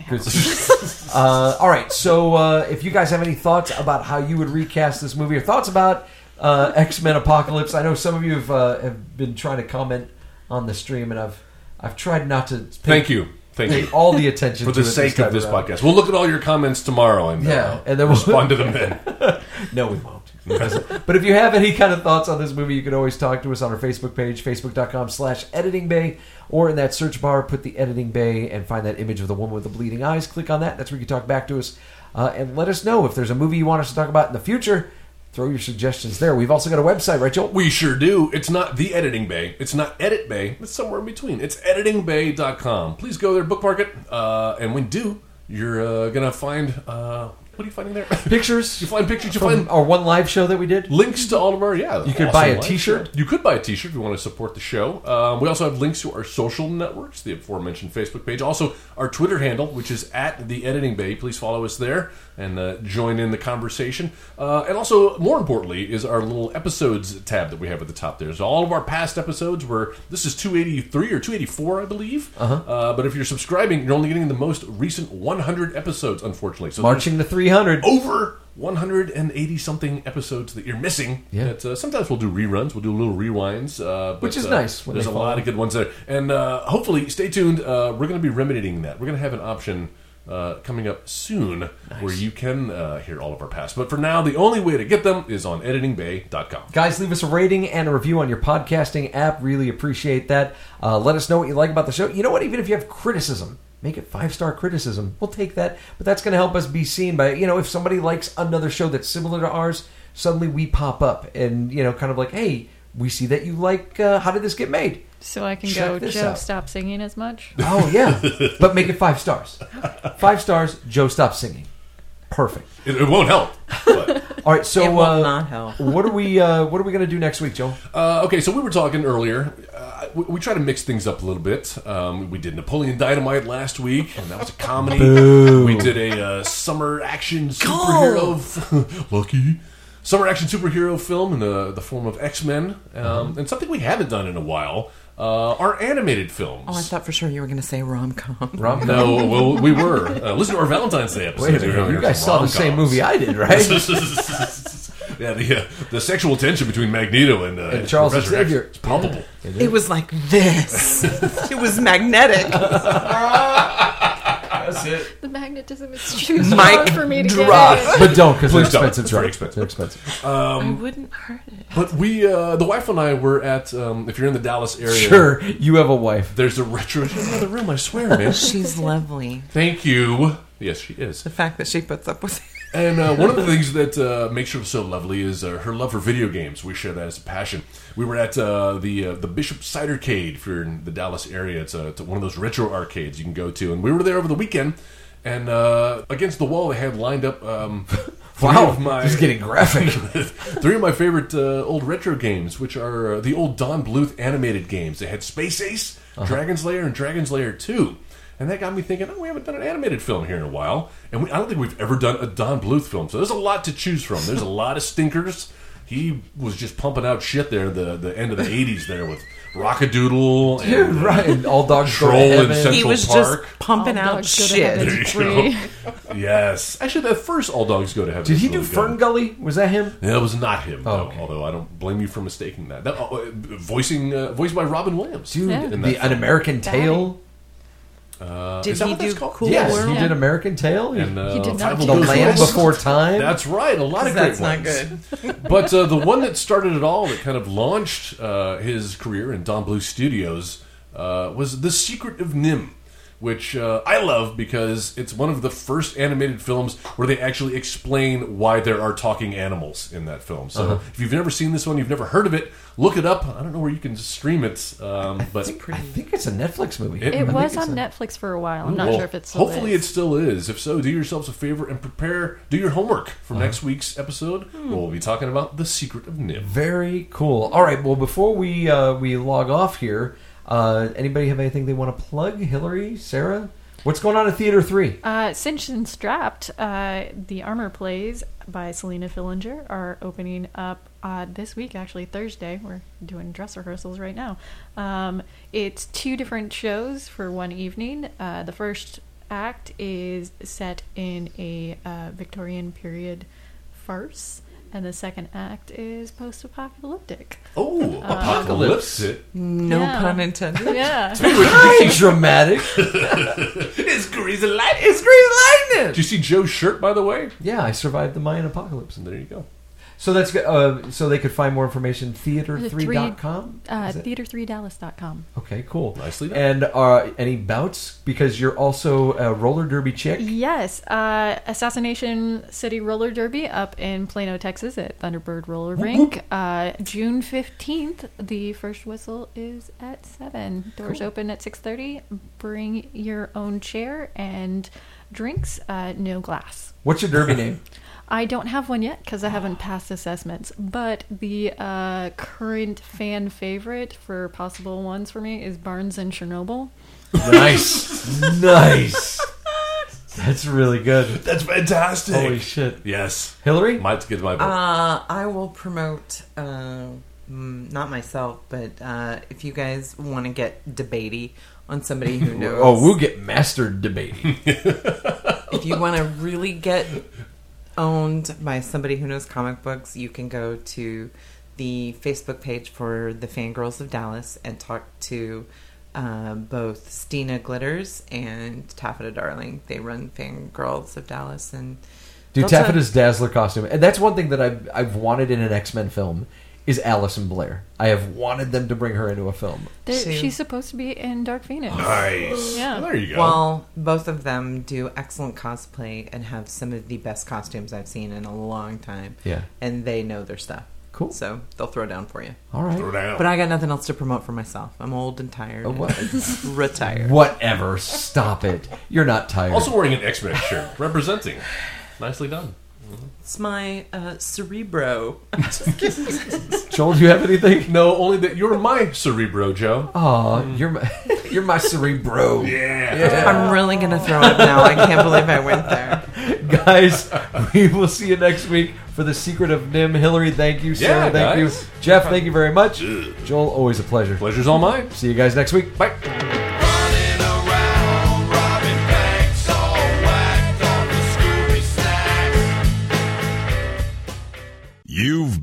Speaker 3: *laughs*
Speaker 6: house.
Speaker 3: uh, all right. So, uh, if you guys have any thoughts about how you would recast this movie, or thoughts about uh, X Men Apocalypse, I know some of you have, uh, have been trying to comment on the stream, and I've I've tried not to. Pay,
Speaker 4: Thank you, thank
Speaker 3: pay
Speaker 4: you
Speaker 3: all the attention
Speaker 4: for
Speaker 3: to
Speaker 4: the
Speaker 3: it
Speaker 4: sake of
Speaker 3: time
Speaker 4: this
Speaker 3: around.
Speaker 4: podcast. We'll look at all your comments tomorrow and
Speaker 3: Yeah,
Speaker 4: yeah,
Speaker 3: and then we'll-
Speaker 4: respond
Speaker 3: *laughs*
Speaker 4: to them then.
Speaker 3: No, we won't. but if you have any kind of thoughts on this movie, you can always talk to us on our Facebook page, facebook.com slash editing bay, or in that search bar, put the editing bay and find that image of the woman with the bleeding eyes. Click on that. That's where you can talk back to us. Uh, and let us know if there's a movie you want us to talk about in the future. Throw your suggestions there. We've also got a website, right, Joel?
Speaker 4: We sure do. It's not the editing bay. It's not edit bay. It's somewhere in between. It's editingbay.com. Please go there, bookmark it, uh, and when do, you're uh, gonna find uh, what are you finding there?
Speaker 3: Pictures
Speaker 4: you find pictures. You
Speaker 3: from
Speaker 4: find
Speaker 3: our one live show that we did.
Speaker 4: links to all of our yeah. You
Speaker 3: could buy a t-shirt.
Speaker 4: You could buy a T-shirt if you want to support the show. Um, we also have links to our social networks, the aforementioned Facebook page, also our Twitter handle, which is at the Editing Bay. Please follow us there and uh, join in the conversation. Uh, and also, more importantly, is our little episodes tab that we have at the top. There's all of our past episodes. Where this is 283 or 284, I believe. Uh-huh. but if you're subscribing, you're only getting the most recent 100 episodes, unfortunately. So
Speaker 3: Marching to 300.
Speaker 4: over 180 something episodes that you're missing.
Speaker 3: Yeah.
Speaker 4: That, uh, sometimes we'll do reruns, we'll do little rewinds, uh, but,
Speaker 3: Which is
Speaker 4: uh,
Speaker 3: nice when
Speaker 4: There's
Speaker 3: they
Speaker 4: a
Speaker 3: fall
Speaker 4: lot of good ones there, and uh, hopefully, stay tuned. Uh, we're going to be remedying that. We're going to have an option. Uh, coming up soon, where you can uh, hear all of our past. But for now, the only way to get them is on editingbay.com.
Speaker 3: Guys, leave us a rating and a review on your podcasting app. Really appreciate that. Uh, let us know what you like about the show. You know what? Even if you have criticism, make it five star criticism. We'll take that. But that's going to help us be seen by, you know, if somebody likes another show that's similar to ours, suddenly we pop up and, you know, kind of like, hey, we see that you like uh, How Did This Get Made?
Speaker 6: So I can
Speaker 3: Check
Speaker 6: go.
Speaker 3: this
Speaker 6: Joe,
Speaker 3: out."
Speaker 6: stop singing as much.
Speaker 3: Oh, yeah. but make it five stars. Five stars, Joe stops singing. Perfect.
Speaker 4: It, it won't help. But.
Speaker 3: All right, so
Speaker 5: It will
Speaker 3: uh,
Speaker 5: not help.
Speaker 3: what are we uh, what are we going to do next week, Joe?
Speaker 4: Uh, okay, so we were talking earlier. Uh, we, we try to mix things up a little bit. Um, we did Napoleon Dynamite last week, and that was a comedy. We did a uh, summer action superhero. f- *laughs* Lucky. Summer action superhero film in the, the form of X Men, um,
Speaker 3: Uh-huh.
Speaker 4: and something we haven't done in a while uh, are animated films.
Speaker 5: Oh, I thought for sure you were gonna say rom com.
Speaker 3: Rom-
Speaker 4: no, well, we were. Uh, listen to our Valentine's Day episode.
Speaker 3: *laughs*
Speaker 4: *laughs*
Speaker 3: Wait a minute, you guys saw the same movie I did, right?
Speaker 4: yeah, the, uh, the sexual tension between Magneto and, uh,
Speaker 3: And Charles
Speaker 4: Professor X
Speaker 3: Xavier.
Speaker 4: is palpable.
Speaker 5: It was like this. *laughs* it was magnetic.
Speaker 8: That's it.
Speaker 6: The magnetism is too
Speaker 5: Mic
Speaker 6: strong for me to
Speaker 5: drop.
Speaker 6: get it.
Speaker 3: But don't, because they're
Speaker 4: Please don't.
Speaker 3: expensive.
Speaker 4: It's very
Speaker 3: right?
Speaker 4: expensive.
Speaker 3: They're expensive.
Speaker 5: I wouldn't hurt it.
Speaker 4: But we, uh, the wife and I, were at. Um, if you're in the Dallas area,
Speaker 3: Sure, you have a wife.
Speaker 4: There's a retro. She's in another room. I swear, man.
Speaker 5: She's lovely.
Speaker 4: Thank you. Yes, she is.
Speaker 5: The fact that she puts up with it.
Speaker 4: And uh, one of the things that uh, makes her so lovely is uh, her love for video games. We share that as a passion. We were at uh, the uh, the Bishop Cidercade if you're in the Dallas area. It's, uh it's one of those retro arcades you can go to, and we were there over the weekend. And uh, against the wall, they had lined up. Um,
Speaker 3: *laughs*
Speaker 4: three
Speaker 3: Wow,
Speaker 4: of my-
Speaker 3: this is getting graphic.
Speaker 4: *laughs* three of my favorite uh, old retro games, which are uh, the old Don Bluth animated games. They had Space Ace,
Speaker 3: Uh-huh.
Speaker 4: Dragon's Lair, and Dragon's Lair 2. And that got me thinking, oh, we haven't done an animated film here in a while. And we, I don't think we've ever done a Don Bluth film. So there's a lot to choose from. There's
Speaker 3: *laughs*
Speaker 4: a lot of stinkers. He was just pumping out shit there, the, the end of the 80s there with
Speaker 3: *laughs*
Speaker 4: Rockadoodle and
Speaker 3: Dude, right. and All dogs
Speaker 4: Troll
Speaker 3: go to
Speaker 4: and
Speaker 3: heaven.
Speaker 4: Central
Speaker 5: He was
Speaker 4: Park. *laughs*
Speaker 5: just pumping
Speaker 6: All
Speaker 5: out
Speaker 6: dogs go to
Speaker 5: shit.
Speaker 6: heaven.
Speaker 4: There you
Speaker 6: Free.
Speaker 4: go. Yes. Actually, the first All Dogs Go to Heaven.
Speaker 3: Did
Speaker 4: is
Speaker 3: he
Speaker 4: really
Speaker 3: do
Speaker 4: good.
Speaker 3: Fern Gully? Was that him?
Speaker 4: Yeah, That was not him, though,
Speaker 3: okay.
Speaker 4: although I don't blame you for mistaking that. that oh, uh, voicing uh, voiced by Robin Williams.
Speaker 3: Dude,
Speaker 6: Yeah.
Speaker 4: In that
Speaker 3: the,
Speaker 4: film.
Speaker 3: An American
Speaker 6: Daddy.
Speaker 3: Tale?
Speaker 4: Uh,
Speaker 5: Did
Speaker 4: is that
Speaker 5: he
Speaker 4: what that's
Speaker 5: do
Speaker 4: called?
Speaker 5: Cool
Speaker 3: Yes,
Speaker 6: World?
Speaker 3: he did American Tale. He-
Speaker 4: And, uh,
Speaker 6: He did not
Speaker 4: Five
Speaker 6: do
Speaker 3: the
Speaker 4: Goes
Speaker 6: Goes
Speaker 3: Land
Speaker 4: West.
Speaker 3: Before Time.
Speaker 4: That's right, a lot of great
Speaker 5: That's not
Speaker 4: ones.
Speaker 5: good.
Speaker 6: *laughs*
Speaker 4: But uh, the one that started it all, that kind of launched uh, his career in Don Blue Studios, uh, was The Secret of Nim, which uh, I love because it's one of the first animated films where they actually explain why there are talking animals in that film. So if you've never seen this one, you've never heard of it, look it up. I don't know where you can stream it, um, but
Speaker 3: I think it's a Netflix movie.
Speaker 4: It-
Speaker 3: I
Speaker 6: It
Speaker 3: think
Speaker 6: was
Speaker 3: it's
Speaker 6: on
Speaker 3: a-
Speaker 6: Netflix for a while. I'm not
Speaker 4: Well,
Speaker 6: sure if it's still
Speaker 4: hopefully
Speaker 6: is.
Speaker 4: it still is. If so, do yourselves a favor and prepare. Do your homework for next week's episode.
Speaker 6: Hmm.
Speaker 4: where We'll be talking about the secret of Nim.
Speaker 3: Very cool.
Speaker 8: All right. Well, before we uh, we log off here, uh, anybody have anything they want to plug? Hillary, Sarah, what's going on at Theater Three?
Speaker 6: Uh, Cinched and Strapped, uh, the armor plays by Selena Fillinger are opening up uh, this week, actually, Thursday. We're doing dress rehearsals right now. Um, it's two different shows for one evening. Uh, the first act is set in a uh, Victorian period farce, and the second act is post apocalyptic.
Speaker 4: Oh,
Speaker 6: Uh-huh.
Speaker 4: apocalypse! It
Speaker 5: No
Speaker 6: Yeah.
Speaker 5: pun intended. *laughs*
Speaker 6: Yeah.
Speaker 3: Very *laughs* dramatic.
Speaker 5: it's greasy light. It's greasy lightning.
Speaker 4: Did you see Joe's shirt, by the way?
Speaker 3: yeah, I survived the Mayan apocalypse.
Speaker 4: And there you go.
Speaker 3: So that's good. Uh, so they could find more information theater3.com.
Speaker 6: Uh,
Speaker 3: Is it?
Speaker 6: Theater3dallas.com.
Speaker 3: okay, cool.
Speaker 4: Nicely done.
Speaker 3: And uh, any bouts? Because you're also a roller derby chick.
Speaker 6: Yes, uh, Assassination City Roller Derby up in Plano, Texas at Thunderbird Roller Rink. Uh, June 15th, the first whistle is at 7. Doors open at 6.30. Bring your own chair and drinks, uh, no glass.
Speaker 3: What's your derby
Speaker 4: *laughs*
Speaker 3: name?
Speaker 6: I don't have one
Speaker 3: Ah.
Speaker 6: yet because I haven't passed assessments, but the uh, current fan favorite for possible ones for me is Barnes and Chernobyl.
Speaker 3: nice. nice. That's really good.
Speaker 4: That's fantastic.
Speaker 3: Holy shit.
Speaker 4: Yes, Um,
Speaker 3: Hillary?
Speaker 4: might get my book.
Speaker 5: Uh, I will promote, uh, mm, not myself, but uh, if you guys want to get debatey on somebody *laughs* who knows.
Speaker 3: Oh, we'll get mastered debating.
Speaker 4: *laughs*
Speaker 5: if you want to really get owned by somebody who knows comic books, you can go to the Facebook page for the Fangirls of Dallas and talk to uh, both Stina Glitters and Taffeta Darling. They run Fangirls of Dallas and
Speaker 3: Dude,
Speaker 5: they'll tell-
Speaker 3: Taffeta's Dazzler costume, and that's one thing that I've I've wanted in an X Men film is Allison Blair. I have wanted them to bring her into a film.
Speaker 6: There,
Speaker 5: Sue.
Speaker 6: she's supposed to be in Dark Phoenix.
Speaker 4: nice.
Speaker 6: Yeah.
Speaker 4: There
Speaker 3: Oh.
Speaker 4: you go.
Speaker 5: Well, both of them do excellent cosplay and have some of the best costumes I've seen in a long time.
Speaker 3: Yeah.
Speaker 5: And they know their stuff.
Speaker 3: Cool.
Speaker 5: So they'll throw down for you.
Speaker 3: All
Speaker 4: Throw
Speaker 3: right,
Speaker 4: down.
Speaker 5: But I got nothing else to promote for myself. I'm old and tired.
Speaker 3: Oh, what?
Speaker 5: and *laughs* retired.
Speaker 3: whatever. Stop it. You're not tired.
Speaker 4: also wearing an X Men shirt, *laughs* representing. Nicely done.
Speaker 5: It's my uh, cerebro. *laughs*
Speaker 3: Joel, do you have anything?
Speaker 4: No, only that you're my cerebro, Joe.
Speaker 3: Aw, Uh, you're my, *laughs* you're my cerebro.
Speaker 4: Mm. *laughs* Yeah.
Speaker 5: I'm really gonna throw up now. I can't believe I went there.
Speaker 3: guys, we will see you next week for the secret of Nim. Hillary, thank you. Sarah,
Speaker 4: Yeah,
Speaker 3: thank
Speaker 4: guys.
Speaker 3: you. Jeff, thank you very much. Joel, always a pleasure.
Speaker 4: Pleasure's all mine.
Speaker 3: See you guys next week.
Speaker 4: Bye.
Speaker 1: You've